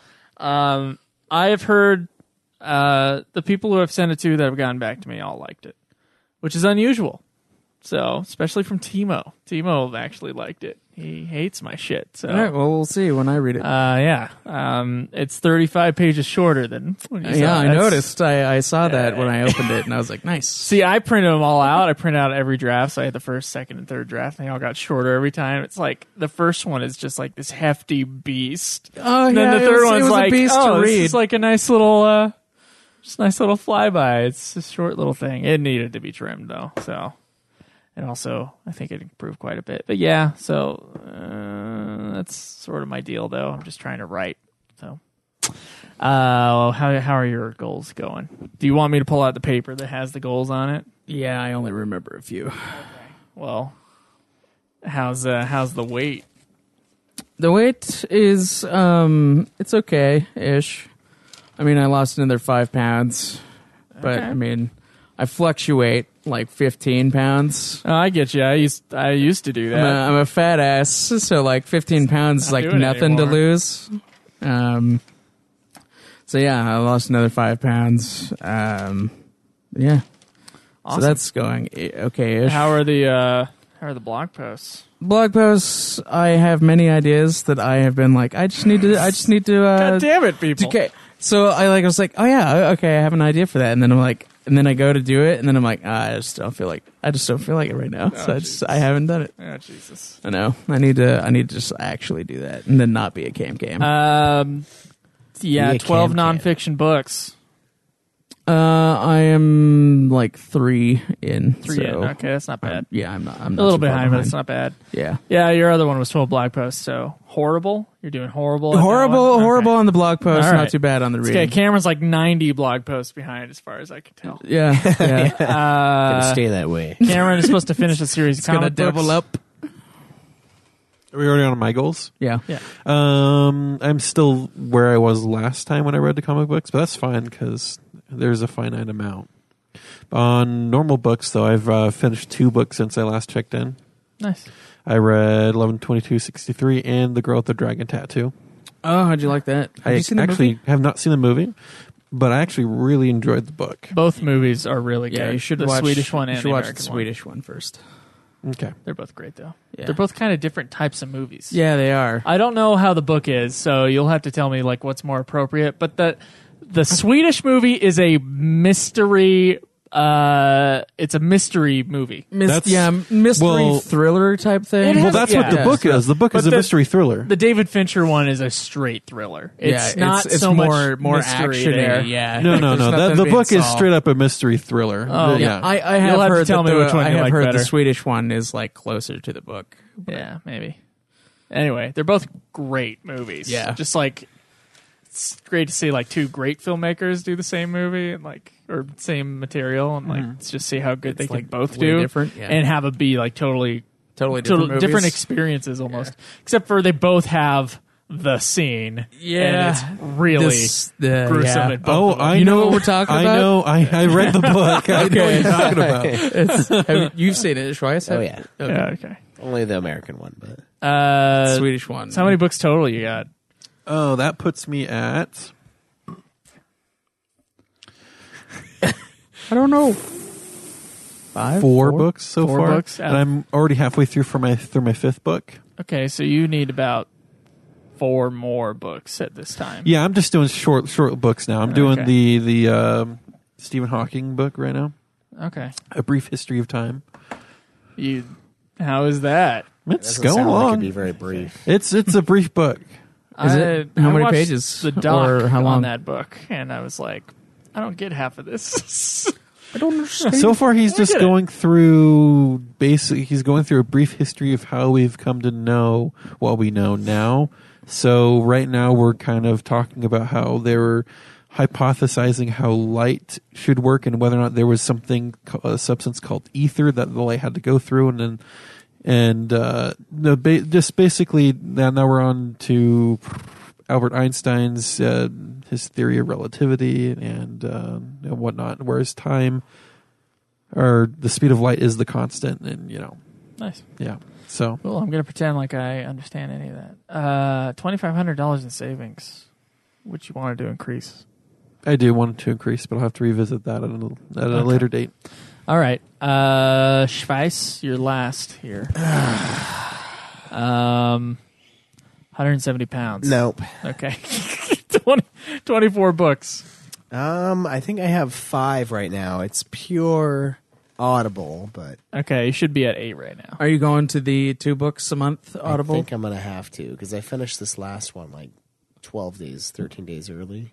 [SPEAKER 5] Um, I have heard uh the people who I've sent it to that have gotten back to me all liked it, which is unusual. So especially from Timo, Timo actually liked it. He hates my shit. So
[SPEAKER 6] All right, well, we'll see when I read it.
[SPEAKER 5] uh, yeah, um, it's thirty five pages shorter than. When you saw.
[SPEAKER 6] yeah, I
[SPEAKER 5] That's-
[SPEAKER 6] noticed. I, I saw that when I opened it, and I was like, nice.
[SPEAKER 5] See, I printed them all out. I print out every draft. So I had the first, second, and third draft. And they all got shorter every time. It's like the first one is just like this hefty beast.
[SPEAKER 6] Oh,
[SPEAKER 5] and
[SPEAKER 6] yeah,
[SPEAKER 5] then the
[SPEAKER 6] it
[SPEAKER 5] third
[SPEAKER 6] was- it
[SPEAKER 5] one's
[SPEAKER 6] was a
[SPEAKER 5] like,
[SPEAKER 6] beast to
[SPEAKER 5] oh, this
[SPEAKER 6] read."
[SPEAKER 5] is like a nice little, uh, just a nice little flyby. It's a short little thing. It needed to be trimmed though. So, and also I think it improved quite a bit. But yeah, so uh, that's sort of my deal though. I'm just trying to write. So. Uh, how how are your goals going? Do you want me to pull out the paper that has the goals on it?
[SPEAKER 6] Yeah, I only remember a few.
[SPEAKER 5] Well, how's uh, how's the weight?
[SPEAKER 6] The weight is, um, it's okay ish. I mean, I lost another five pounds, but I mean, I fluctuate like 15 pounds.
[SPEAKER 5] Oh, I get you. I used I used to do
[SPEAKER 6] I'm, uh, a,
[SPEAKER 5] that.
[SPEAKER 6] I'm a fat ass, so like 15 pounds is
[SPEAKER 5] Not
[SPEAKER 6] like
[SPEAKER 5] doing it
[SPEAKER 6] nothing to
[SPEAKER 5] anymore.
[SPEAKER 6] lose. Um, so yeah, I lost another five pounds. Um, yeah,
[SPEAKER 5] Awesome.
[SPEAKER 6] so that's going okay ish.
[SPEAKER 5] how are the uh, how are the blog posts?
[SPEAKER 6] blog posts i have many ideas that i have been like i just need to i just need to uh
[SPEAKER 5] God damn it, people!
[SPEAKER 6] okay so i like i was like oh yeah okay i have an idea for that and then i'm like and then i go to do it and then i'm like ah, i just don't feel like i just don't feel like it right now so i just i haven't done it
[SPEAKER 5] Oh Jesus.
[SPEAKER 6] i know i need to i need to just actually do that and then not be a cam game uh,
[SPEAKER 5] Um, yeah,
[SPEAKER 2] Be a
[SPEAKER 5] twelve
[SPEAKER 2] cam kid.
[SPEAKER 5] nonfiction books.
[SPEAKER 6] Uh, i am like three in
[SPEAKER 5] Three.
[SPEAKER 6] so,
[SPEAKER 5] in. Okay, that's not bad.
[SPEAKER 6] yeah i'm not i'm
[SPEAKER 5] a
[SPEAKER 6] not
[SPEAKER 5] little
[SPEAKER 6] too far
[SPEAKER 5] behind, but it's not oh, bad.
[SPEAKER 6] yeah
[SPEAKER 5] Yeah, your other one was twelve blog posts. So horrible. You're doing horrible. at that
[SPEAKER 6] horrible
[SPEAKER 5] one? Okay.
[SPEAKER 6] horrible on the blog post
[SPEAKER 5] All right.
[SPEAKER 6] not too bad on the
[SPEAKER 5] Okay,
[SPEAKER 6] reading
[SPEAKER 5] Cameron's like ninety blog posts behind, as far as I can tell.
[SPEAKER 6] yeah yeah
[SPEAKER 2] Gotta
[SPEAKER 6] Uh,
[SPEAKER 2] stay that way.
[SPEAKER 5] Cameron is supposed to finish a series. It's
[SPEAKER 6] gonna double up
[SPEAKER 4] Are we already on my goals?
[SPEAKER 6] yeah
[SPEAKER 5] Yeah.
[SPEAKER 4] Um, I'm still where I was last time when I read the comic books, but that's fine because there's a finite amount. On normal books, though, I've uh, finished two books since I last checked in.
[SPEAKER 5] Nice.
[SPEAKER 4] I read 112263 and The Girl with the Dragon Tattoo.
[SPEAKER 6] Oh, how'd you like that? Have
[SPEAKER 4] I
[SPEAKER 6] you seen the
[SPEAKER 4] actually
[SPEAKER 6] movie?
[SPEAKER 4] have not seen the movie, but I actually really enjoyed the book.
[SPEAKER 5] Both movies are really good.
[SPEAKER 6] yeah, you should
[SPEAKER 5] the
[SPEAKER 6] watch
[SPEAKER 5] Swedish one and
[SPEAKER 6] You should
[SPEAKER 5] the
[SPEAKER 6] watch
[SPEAKER 5] American
[SPEAKER 6] the
[SPEAKER 5] one.
[SPEAKER 6] Swedish one first.
[SPEAKER 4] Okay.
[SPEAKER 5] They're both great though.
[SPEAKER 6] Yeah.
[SPEAKER 5] They're both kind of different types of movies.
[SPEAKER 6] Yeah, they are.
[SPEAKER 5] I don't know how the book is, so you'll have to tell me like what's more appropriate. But the the Swedish movie is a mystery. Uh, it's a mystery movie.
[SPEAKER 6] Mis-
[SPEAKER 4] That's-
[SPEAKER 6] yeah, m- mystery
[SPEAKER 4] well-
[SPEAKER 6] thriller type thing.
[SPEAKER 5] It
[SPEAKER 4] Well,
[SPEAKER 5] has-
[SPEAKER 4] that's
[SPEAKER 5] yeah.
[SPEAKER 4] what the book is. The book
[SPEAKER 5] But
[SPEAKER 4] is a
[SPEAKER 5] the-
[SPEAKER 4] mystery thriller.
[SPEAKER 5] The David Fincher one is a straight thriller.
[SPEAKER 6] yeah,
[SPEAKER 5] It's not
[SPEAKER 6] it's
[SPEAKER 5] so
[SPEAKER 6] more
[SPEAKER 5] much
[SPEAKER 6] more
[SPEAKER 5] mystery
[SPEAKER 6] action-y,
[SPEAKER 5] there.
[SPEAKER 6] Yeah,
[SPEAKER 4] no,
[SPEAKER 6] Like,
[SPEAKER 4] no,
[SPEAKER 6] there's
[SPEAKER 4] no.
[SPEAKER 6] nothing
[SPEAKER 4] That, the
[SPEAKER 6] being
[SPEAKER 4] book is
[SPEAKER 6] solved.
[SPEAKER 4] straight up a mystery thriller.
[SPEAKER 5] Oh,
[SPEAKER 4] The- yeah.
[SPEAKER 5] yeah.
[SPEAKER 6] I, I
[SPEAKER 5] You'll
[SPEAKER 6] have
[SPEAKER 5] have to
[SPEAKER 6] heard
[SPEAKER 5] tell
[SPEAKER 6] that
[SPEAKER 5] me
[SPEAKER 6] the-
[SPEAKER 5] which one
[SPEAKER 6] I
[SPEAKER 5] you
[SPEAKER 6] have
[SPEAKER 5] like
[SPEAKER 6] heard
[SPEAKER 5] better.
[SPEAKER 6] the Swedish one is like closer to the book.
[SPEAKER 5] Yeah, maybe. Anyway, they're both great movies.
[SPEAKER 6] Yeah.
[SPEAKER 5] just like it's great to see like two great filmmakers do the same movie and like or same material and like just see how good they
[SPEAKER 6] Mm-hmm. like,
[SPEAKER 5] can both
[SPEAKER 6] way
[SPEAKER 5] do
[SPEAKER 6] different, yeah.
[SPEAKER 5] and have it be like totally
[SPEAKER 6] Totally
[SPEAKER 5] total-
[SPEAKER 6] different. movies.
[SPEAKER 5] experiences almost. Except for they both have the scene.
[SPEAKER 6] Yeah.
[SPEAKER 5] and it's really
[SPEAKER 6] This- the-
[SPEAKER 5] gruesome.
[SPEAKER 6] yeah.
[SPEAKER 5] and both
[SPEAKER 4] Oh,
[SPEAKER 5] of them.
[SPEAKER 4] I
[SPEAKER 6] You know what we're talking
[SPEAKER 4] I
[SPEAKER 6] about?
[SPEAKER 4] know. I, I read the book. I know what you're talking about.
[SPEAKER 6] It's- have, you've seen it twice.
[SPEAKER 2] Oh
[SPEAKER 6] have-
[SPEAKER 2] yeah,
[SPEAKER 5] yeah, okay.
[SPEAKER 2] only the American one, but
[SPEAKER 5] Uh,
[SPEAKER 6] Swedish one.
[SPEAKER 5] so how many books total you got?
[SPEAKER 4] Oh, that puts me at
[SPEAKER 6] I don't know. Five,
[SPEAKER 4] four, books so
[SPEAKER 5] Four
[SPEAKER 4] far,
[SPEAKER 5] books out.
[SPEAKER 4] and I'm already halfway through for my through my fifth book.
[SPEAKER 5] Okay, so you need about four more books at this time.
[SPEAKER 4] Yeah, I'm just doing short short books now. I'm doing
[SPEAKER 5] Okay.
[SPEAKER 4] the the um, Stephen Hawking book right now,
[SPEAKER 5] Okay.
[SPEAKER 4] A Brief History of Time.
[SPEAKER 5] You. How is that?
[SPEAKER 4] It's
[SPEAKER 2] Doesn't
[SPEAKER 4] going
[SPEAKER 2] sound Like it'd
[SPEAKER 4] along.
[SPEAKER 2] be very brief.
[SPEAKER 4] it's it's a brief book.
[SPEAKER 6] Is
[SPEAKER 5] I,
[SPEAKER 6] it? How
[SPEAKER 5] I
[SPEAKER 6] many
[SPEAKER 5] watched
[SPEAKER 6] pages?
[SPEAKER 5] The doc
[SPEAKER 6] Or how
[SPEAKER 5] on
[SPEAKER 6] long?
[SPEAKER 5] that book, and I was like, I don't get half of this.
[SPEAKER 6] I don't understand.
[SPEAKER 4] So far, he's just
[SPEAKER 5] at it.
[SPEAKER 4] going through basically he's going through a brief history of how we've come to know what we know now. So right now, we're kind of talking about how there were hypothesizing how light should work and whether or not there was something ca- a substance called ether that the light had to go through and then and uh, the ba- just basically now, now we're on to Albert Einstein's uh, his theory of relativity and, um and whatnot, whereas time or the speed of light is the constant, and you know,
[SPEAKER 5] Nice.
[SPEAKER 4] yeah. So
[SPEAKER 5] Well, I'm going to pretend like I understand any of that. Uh, $2,500 in savings, which you wanted to increase.
[SPEAKER 4] I do want to increase, but I'll have to revisit that at a, at a
[SPEAKER 5] Okay.
[SPEAKER 4] later date.
[SPEAKER 5] All right. Uh, Schweiss, you're last here. um, 170 pounds.
[SPEAKER 2] Nope.
[SPEAKER 5] Okay. 20, 24 books.
[SPEAKER 2] Um, I think I have five right now. It's pure audible, but
[SPEAKER 5] Okay. You should be at eight right now.
[SPEAKER 6] Are you going to the two books a month
[SPEAKER 2] I
[SPEAKER 6] Audible?
[SPEAKER 2] think I'm gonna have to because I finished this last one like 12 days, 13 days early,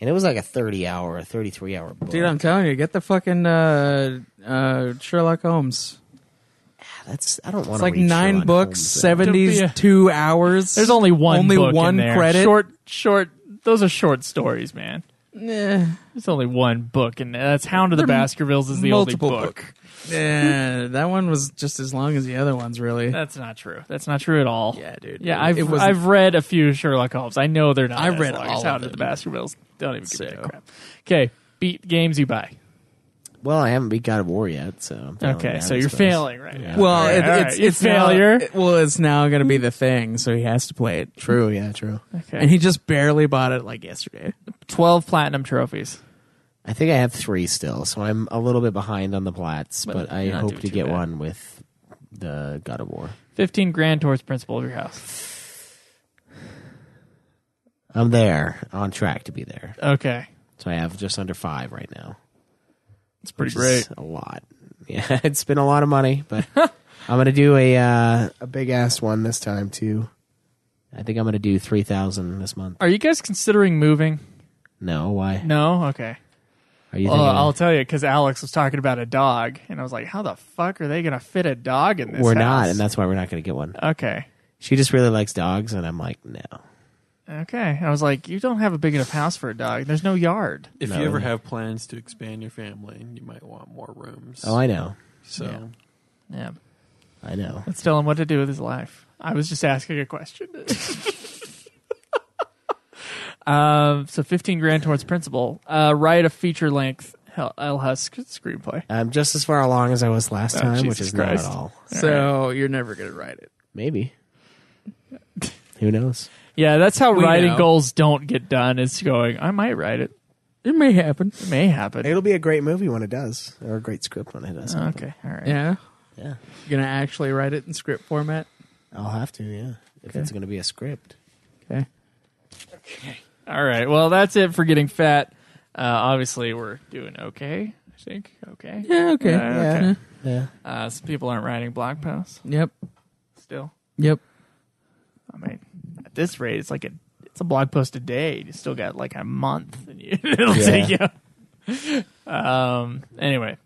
[SPEAKER 2] and it was like a 30 hour, a 33 hour book.
[SPEAKER 6] Dude, I'm telling you, get the fucking uh, uh, Sherlock Holmes.
[SPEAKER 2] That's I don't want.
[SPEAKER 6] It's like nine books, seventies,
[SPEAKER 5] Don't be a-
[SPEAKER 6] two hours.
[SPEAKER 5] There's only one
[SPEAKER 6] Only
[SPEAKER 5] book in
[SPEAKER 6] one
[SPEAKER 5] there.
[SPEAKER 6] credit.
[SPEAKER 5] Short, short. Those are short stories, man.
[SPEAKER 6] Eh,
[SPEAKER 5] There's only one book, and that's Hound of the Baskervilles is the only
[SPEAKER 6] multiple
[SPEAKER 5] book.
[SPEAKER 6] eh, that one was just as long as the other ones, really.
[SPEAKER 5] That's not true. That's not true at all.
[SPEAKER 6] Yeah, dude.
[SPEAKER 5] Yeah,
[SPEAKER 6] It-
[SPEAKER 5] I've
[SPEAKER 6] it was-
[SPEAKER 5] I've read a few Sherlock Holmes. I know they're not.
[SPEAKER 6] I
[SPEAKER 5] as
[SPEAKER 6] read
[SPEAKER 5] long
[SPEAKER 6] all
[SPEAKER 5] as
[SPEAKER 6] of
[SPEAKER 5] Hound of the
[SPEAKER 6] them.
[SPEAKER 5] Baskervilles. Don't even give me
[SPEAKER 6] So. Oh,
[SPEAKER 5] that crap. Okay, beat games you buy.
[SPEAKER 2] Well, I haven't beat God of War yet, so I'm failing
[SPEAKER 5] Okay,
[SPEAKER 2] that,
[SPEAKER 5] so
[SPEAKER 2] I
[SPEAKER 5] you're
[SPEAKER 2] suppose.
[SPEAKER 5] failing right now.
[SPEAKER 6] Well,
[SPEAKER 5] All
[SPEAKER 6] it,
[SPEAKER 5] right,
[SPEAKER 6] it's
[SPEAKER 5] you
[SPEAKER 6] it's
[SPEAKER 5] failure.
[SPEAKER 6] Now, it- well, it's now going to be the thing, so he has to play it.
[SPEAKER 2] True, yeah, true.
[SPEAKER 5] okay.
[SPEAKER 6] And he just barely bought it like yesterday.
[SPEAKER 5] twelve platinum trophies.
[SPEAKER 2] I think I have three still, so I'm a little bit behind on the plats, but,
[SPEAKER 5] Well,
[SPEAKER 2] I
[SPEAKER 5] you're not
[SPEAKER 2] hope
[SPEAKER 5] doing
[SPEAKER 2] to
[SPEAKER 5] too
[SPEAKER 2] get
[SPEAKER 5] bad.
[SPEAKER 2] one with the God of War.
[SPEAKER 5] Fifteen grand towards principal of your house.
[SPEAKER 2] I'm there, on track to be there.
[SPEAKER 5] Okay,
[SPEAKER 2] So I have just under five right now.
[SPEAKER 5] it's pretty
[SPEAKER 2] which is A lot. Yeah, it's been a lot of money, but I'm gonna do a uh, a big ass one this time too. I think I'm gonna do three thousand this month.
[SPEAKER 5] Are you guys considering moving?
[SPEAKER 2] No, why?
[SPEAKER 5] No. Okay.
[SPEAKER 2] Are you
[SPEAKER 5] Well,
[SPEAKER 2] thinking
[SPEAKER 5] I'll tell you because Alex was talking about a dog, and I was like, "How the fuck are they gonna fit a dog in this?"
[SPEAKER 2] we're
[SPEAKER 5] house?
[SPEAKER 2] not, and that's why we're not gonna get one.
[SPEAKER 5] okay.
[SPEAKER 2] She just really likes dogs, and I'm like, no.
[SPEAKER 5] Okay. I was like, "You don't have a big enough house for a dog. There's no yard."
[SPEAKER 4] If
[SPEAKER 2] No.
[SPEAKER 4] you ever have plans to expand your family, you might want more rooms.
[SPEAKER 2] Oh, I know,
[SPEAKER 4] so
[SPEAKER 5] Yeah.
[SPEAKER 2] I know.
[SPEAKER 5] Let's tell him what to do with his life. I was just asking a question. um, so 15 grand towards principal. Uh, write a feature length Hel- El Husk screenplay.
[SPEAKER 2] I'm just as far along as I was last
[SPEAKER 5] Oh,
[SPEAKER 2] time, which
[SPEAKER 5] Jesus
[SPEAKER 2] is
[SPEAKER 5] Christ.
[SPEAKER 2] not at all.
[SPEAKER 6] so you're never going to write it.
[SPEAKER 2] Maybe. Who knows?
[SPEAKER 5] Yeah, that's how
[SPEAKER 6] We
[SPEAKER 5] writing
[SPEAKER 6] know.
[SPEAKER 5] goals don't get done. Is going, I might write it.
[SPEAKER 6] It may happen.
[SPEAKER 5] It may happen.
[SPEAKER 2] It'll be a great movie when it does, or a great script when it does.
[SPEAKER 5] Okay, all right.
[SPEAKER 6] Yeah.
[SPEAKER 2] Yeah.
[SPEAKER 6] You're going to actually write it in script format?
[SPEAKER 2] I'll have to, yeah. If it's going to be a script.
[SPEAKER 6] Okay.
[SPEAKER 5] All right. Well, that's it for getting fat. Uh, obviously, we're doing okay. I think okay.
[SPEAKER 6] Yeah, okay.
[SPEAKER 5] Yeah, okay.
[SPEAKER 2] Yeah.
[SPEAKER 5] Uh, some people aren't writing blog posts
[SPEAKER 6] Yep.
[SPEAKER 5] still.
[SPEAKER 6] Yep.
[SPEAKER 5] I mean, at this rate, it's like a it's a blog post a day. You still got like a month, and you, it'll take you. Um. Anyway,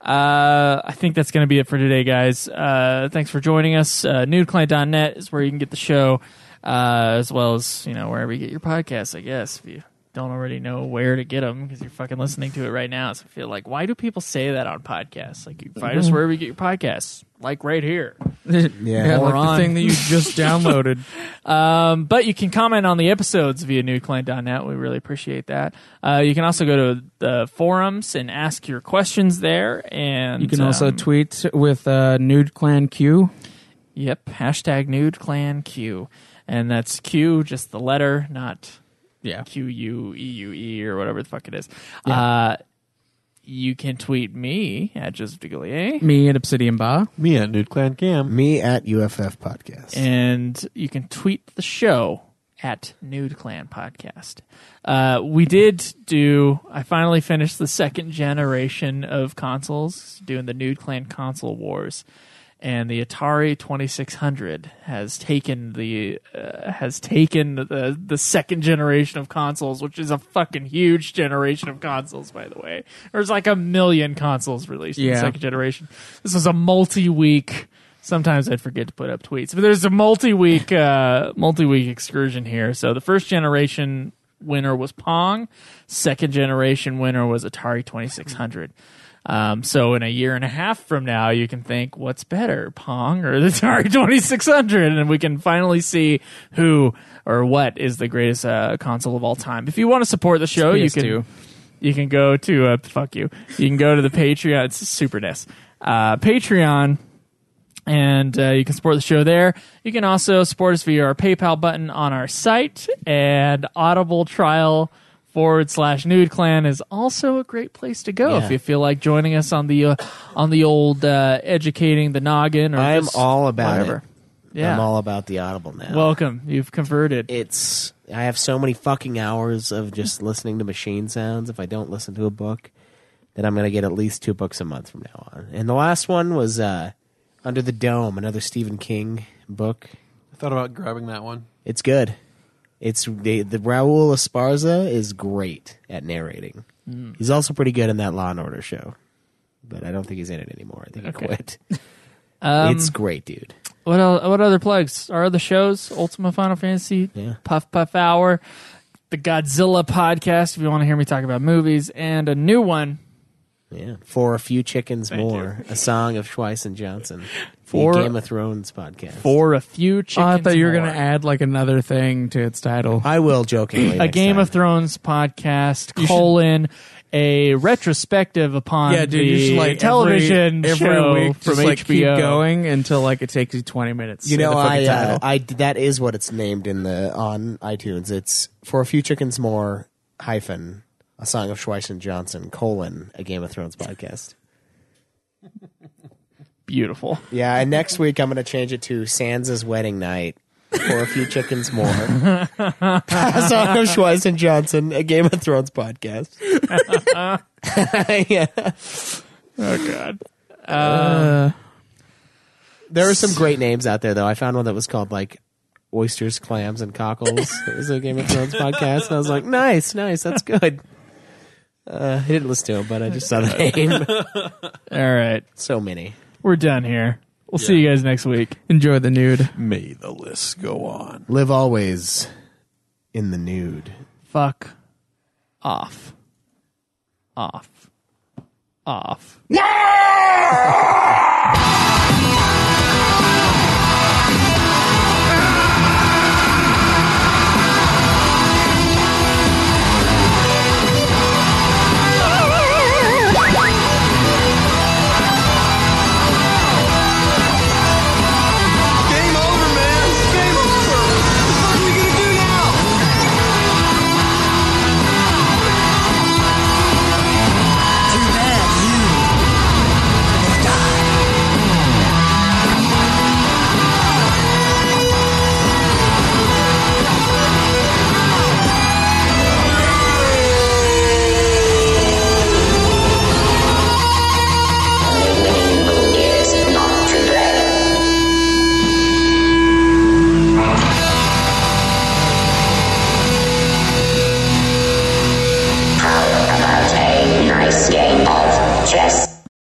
[SPEAKER 5] uh, I think that's gonna be it for today, guys. Uh, thanks for joining us. Uh, NudeClient.net is where you can get the show, uh, as well as you know wherever you get your podcasts. I guess if you don't already know where to get them because you're fucking listening to it right now, so I feel like why do people say that on podcasts? Like you can find us wherever you get your podcasts, like right here.
[SPEAKER 6] yeah, like the
[SPEAKER 5] Moron.
[SPEAKER 6] thing that you just downloaded.
[SPEAKER 5] Um, but you can comment on the episodes via newclan.net. We really appreciate that. Uh, you can also go to the forums and ask your questions there. And
[SPEAKER 6] You can also
[SPEAKER 5] um,
[SPEAKER 6] tweet with uh, Nude Clan Q.
[SPEAKER 5] Yep, hashtag nudeclanq, and that's Q, just the letter, not
[SPEAKER 6] Yeah.
[SPEAKER 5] Q U E U E or whatever the fuck it is. Uh, you can tweet me at Joseph DeGillier.
[SPEAKER 6] Me at Obsidian Ba.
[SPEAKER 4] me at Nude Clan Cam.
[SPEAKER 2] Me at UFF Podcast.
[SPEAKER 5] and you can tweet the show at Nude Clan Podcast. Uh, we did do. I finally finished the second generation of consoles, doing the Nude Clan console wars, and the Atari Twenty Six Hundred has taken the uh, has taken the the second generation of consoles, which is a fucking huge generation of consoles, by the way. There's like a million consoles released in the
[SPEAKER 6] Yeah.
[SPEAKER 5] second generation. This was a multi week. Sometimes I'd forget to put up tweets, but there's a multi week uh, multi week excursion here. So the first generation winner was Pong. Second generation winner was Atari 2600. Um, so in a year and a half from now, you can think, what's better, Pong or the Atari 2600? And we can finally see who or what is the greatest uh, console of all time. If you want to support the show, you
[SPEAKER 6] PS2.
[SPEAKER 5] can you can go to uh, fuck you. You can go to the Patreon. It's Super NES. Uh, Patreon and uh, you can support the show there. You can also support us via our PayPal button on our site, and Audible Trial forward slash Nude Clan is also a great place to go
[SPEAKER 2] Yeah.
[SPEAKER 5] if you feel like joining us on the uh, on the old uh, educating the noggin. Or
[SPEAKER 2] I'm
[SPEAKER 5] just
[SPEAKER 2] all about
[SPEAKER 5] whatever.
[SPEAKER 2] it.
[SPEAKER 5] Yeah.
[SPEAKER 2] I'm all about the Audible now.
[SPEAKER 5] Welcome, you've converted.
[SPEAKER 2] it's I have so many fucking hours of just listening to machine sounds. If I don't listen to a book, then I'm gonna get at least two books a month from now on. And the last one was uh, Under the Dome, another Stephen King book.
[SPEAKER 4] I thought about grabbing that one.
[SPEAKER 2] It's good. It's the, the Raul Esparza is great at narrating.
[SPEAKER 5] Hmm.
[SPEAKER 2] He's also pretty good in that Law and Order show, but I don't think he's in it anymore. I think
[SPEAKER 5] Okay.
[SPEAKER 2] he quit.
[SPEAKER 5] Um,
[SPEAKER 2] it's great, dude.
[SPEAKER 5] What el what other plugs? Our other shows: Ultima Final Fantasy,
[SPEAKER 2] Yeah.
[SPEAKER 5] Puff Puff Hour, the Godzilla podcast. If you want to hear me talk about movies, and a new one
[SPEAKER 2] Yeah, for a few chickens more, a song of Schweiss and Johnson,
[SPEAKER 5] For-
[SPEAKER 2] the Game of Thrones podcast.
[SPEAKER 5] for a few
[SPEAKER 6] Oh,
[SPEAKER 5] chickens.
[SPEAKER 6] I thought you were
[SPEAKER 5] more.
[SPEAKER 6] going to add like another thing to its title.
[SPEAKER 2] I will jokingly.
[SPEAKER 5] a Game of Thrones podcast colon a retrospective upon
[SPEAKER 6] yeah, dude,
[SPEAKER 5] the
[SPEAKER 6] you should like
[SPEAKER 5] television
[SPEAKER 6] every, every
[SPEAKER 5] show
[SPEAKER 6] week
[SPEAKER 5] from
[SPEAKER 6] just like
[SPEAKER 5] HBO.
[SPEAKER 6] keep going until like it takes you twenty minutes.
[SPEAKER 2] You
[SPEAKER 6] to say
[SPEAKER 2] know,
[SPEAKER 6] the
[SPEAKER 2] I,
[SPEAKER 6] fucking
[SPEAKER 2] uh,
[SPEAKER 6] title.
[SPEAKER 2] I that is what it's named in the on iTunes. It's for a few chickens more hyphen a song of Schweiss and Johnson colon a Game of Thrones podcast.
[SPEAKER 5] Beautiful.
[SPEAKER 2] Yeah, and next week I'm going to change it to Sansa's wedding night for a few chickens more. a song of Schweiss and Johnson, a Game of Thrones podcast. yeah.
[SPEAKER 5] Oh God.
[SPEAKER 2] There are some great names out there, though. I found one that was called like oysters, clams, and cockles. it was a Game of Thrones podcast, and I was like, nice, nice, that's good. Uh, I didn't listen to him, but I just saw the name.
[SPEAKER 5] All right,
[SPEAKER 2] so many.
[SPEAKER 5] we're done here. We'll see you guys next week.
[SPEAKER 6] enjoy the nude.
[SPEAKER 4] May the list go on.
[SPEAKER 2] Live always in the nude.
[SPEAKER 5] Fuck off. Off. Off.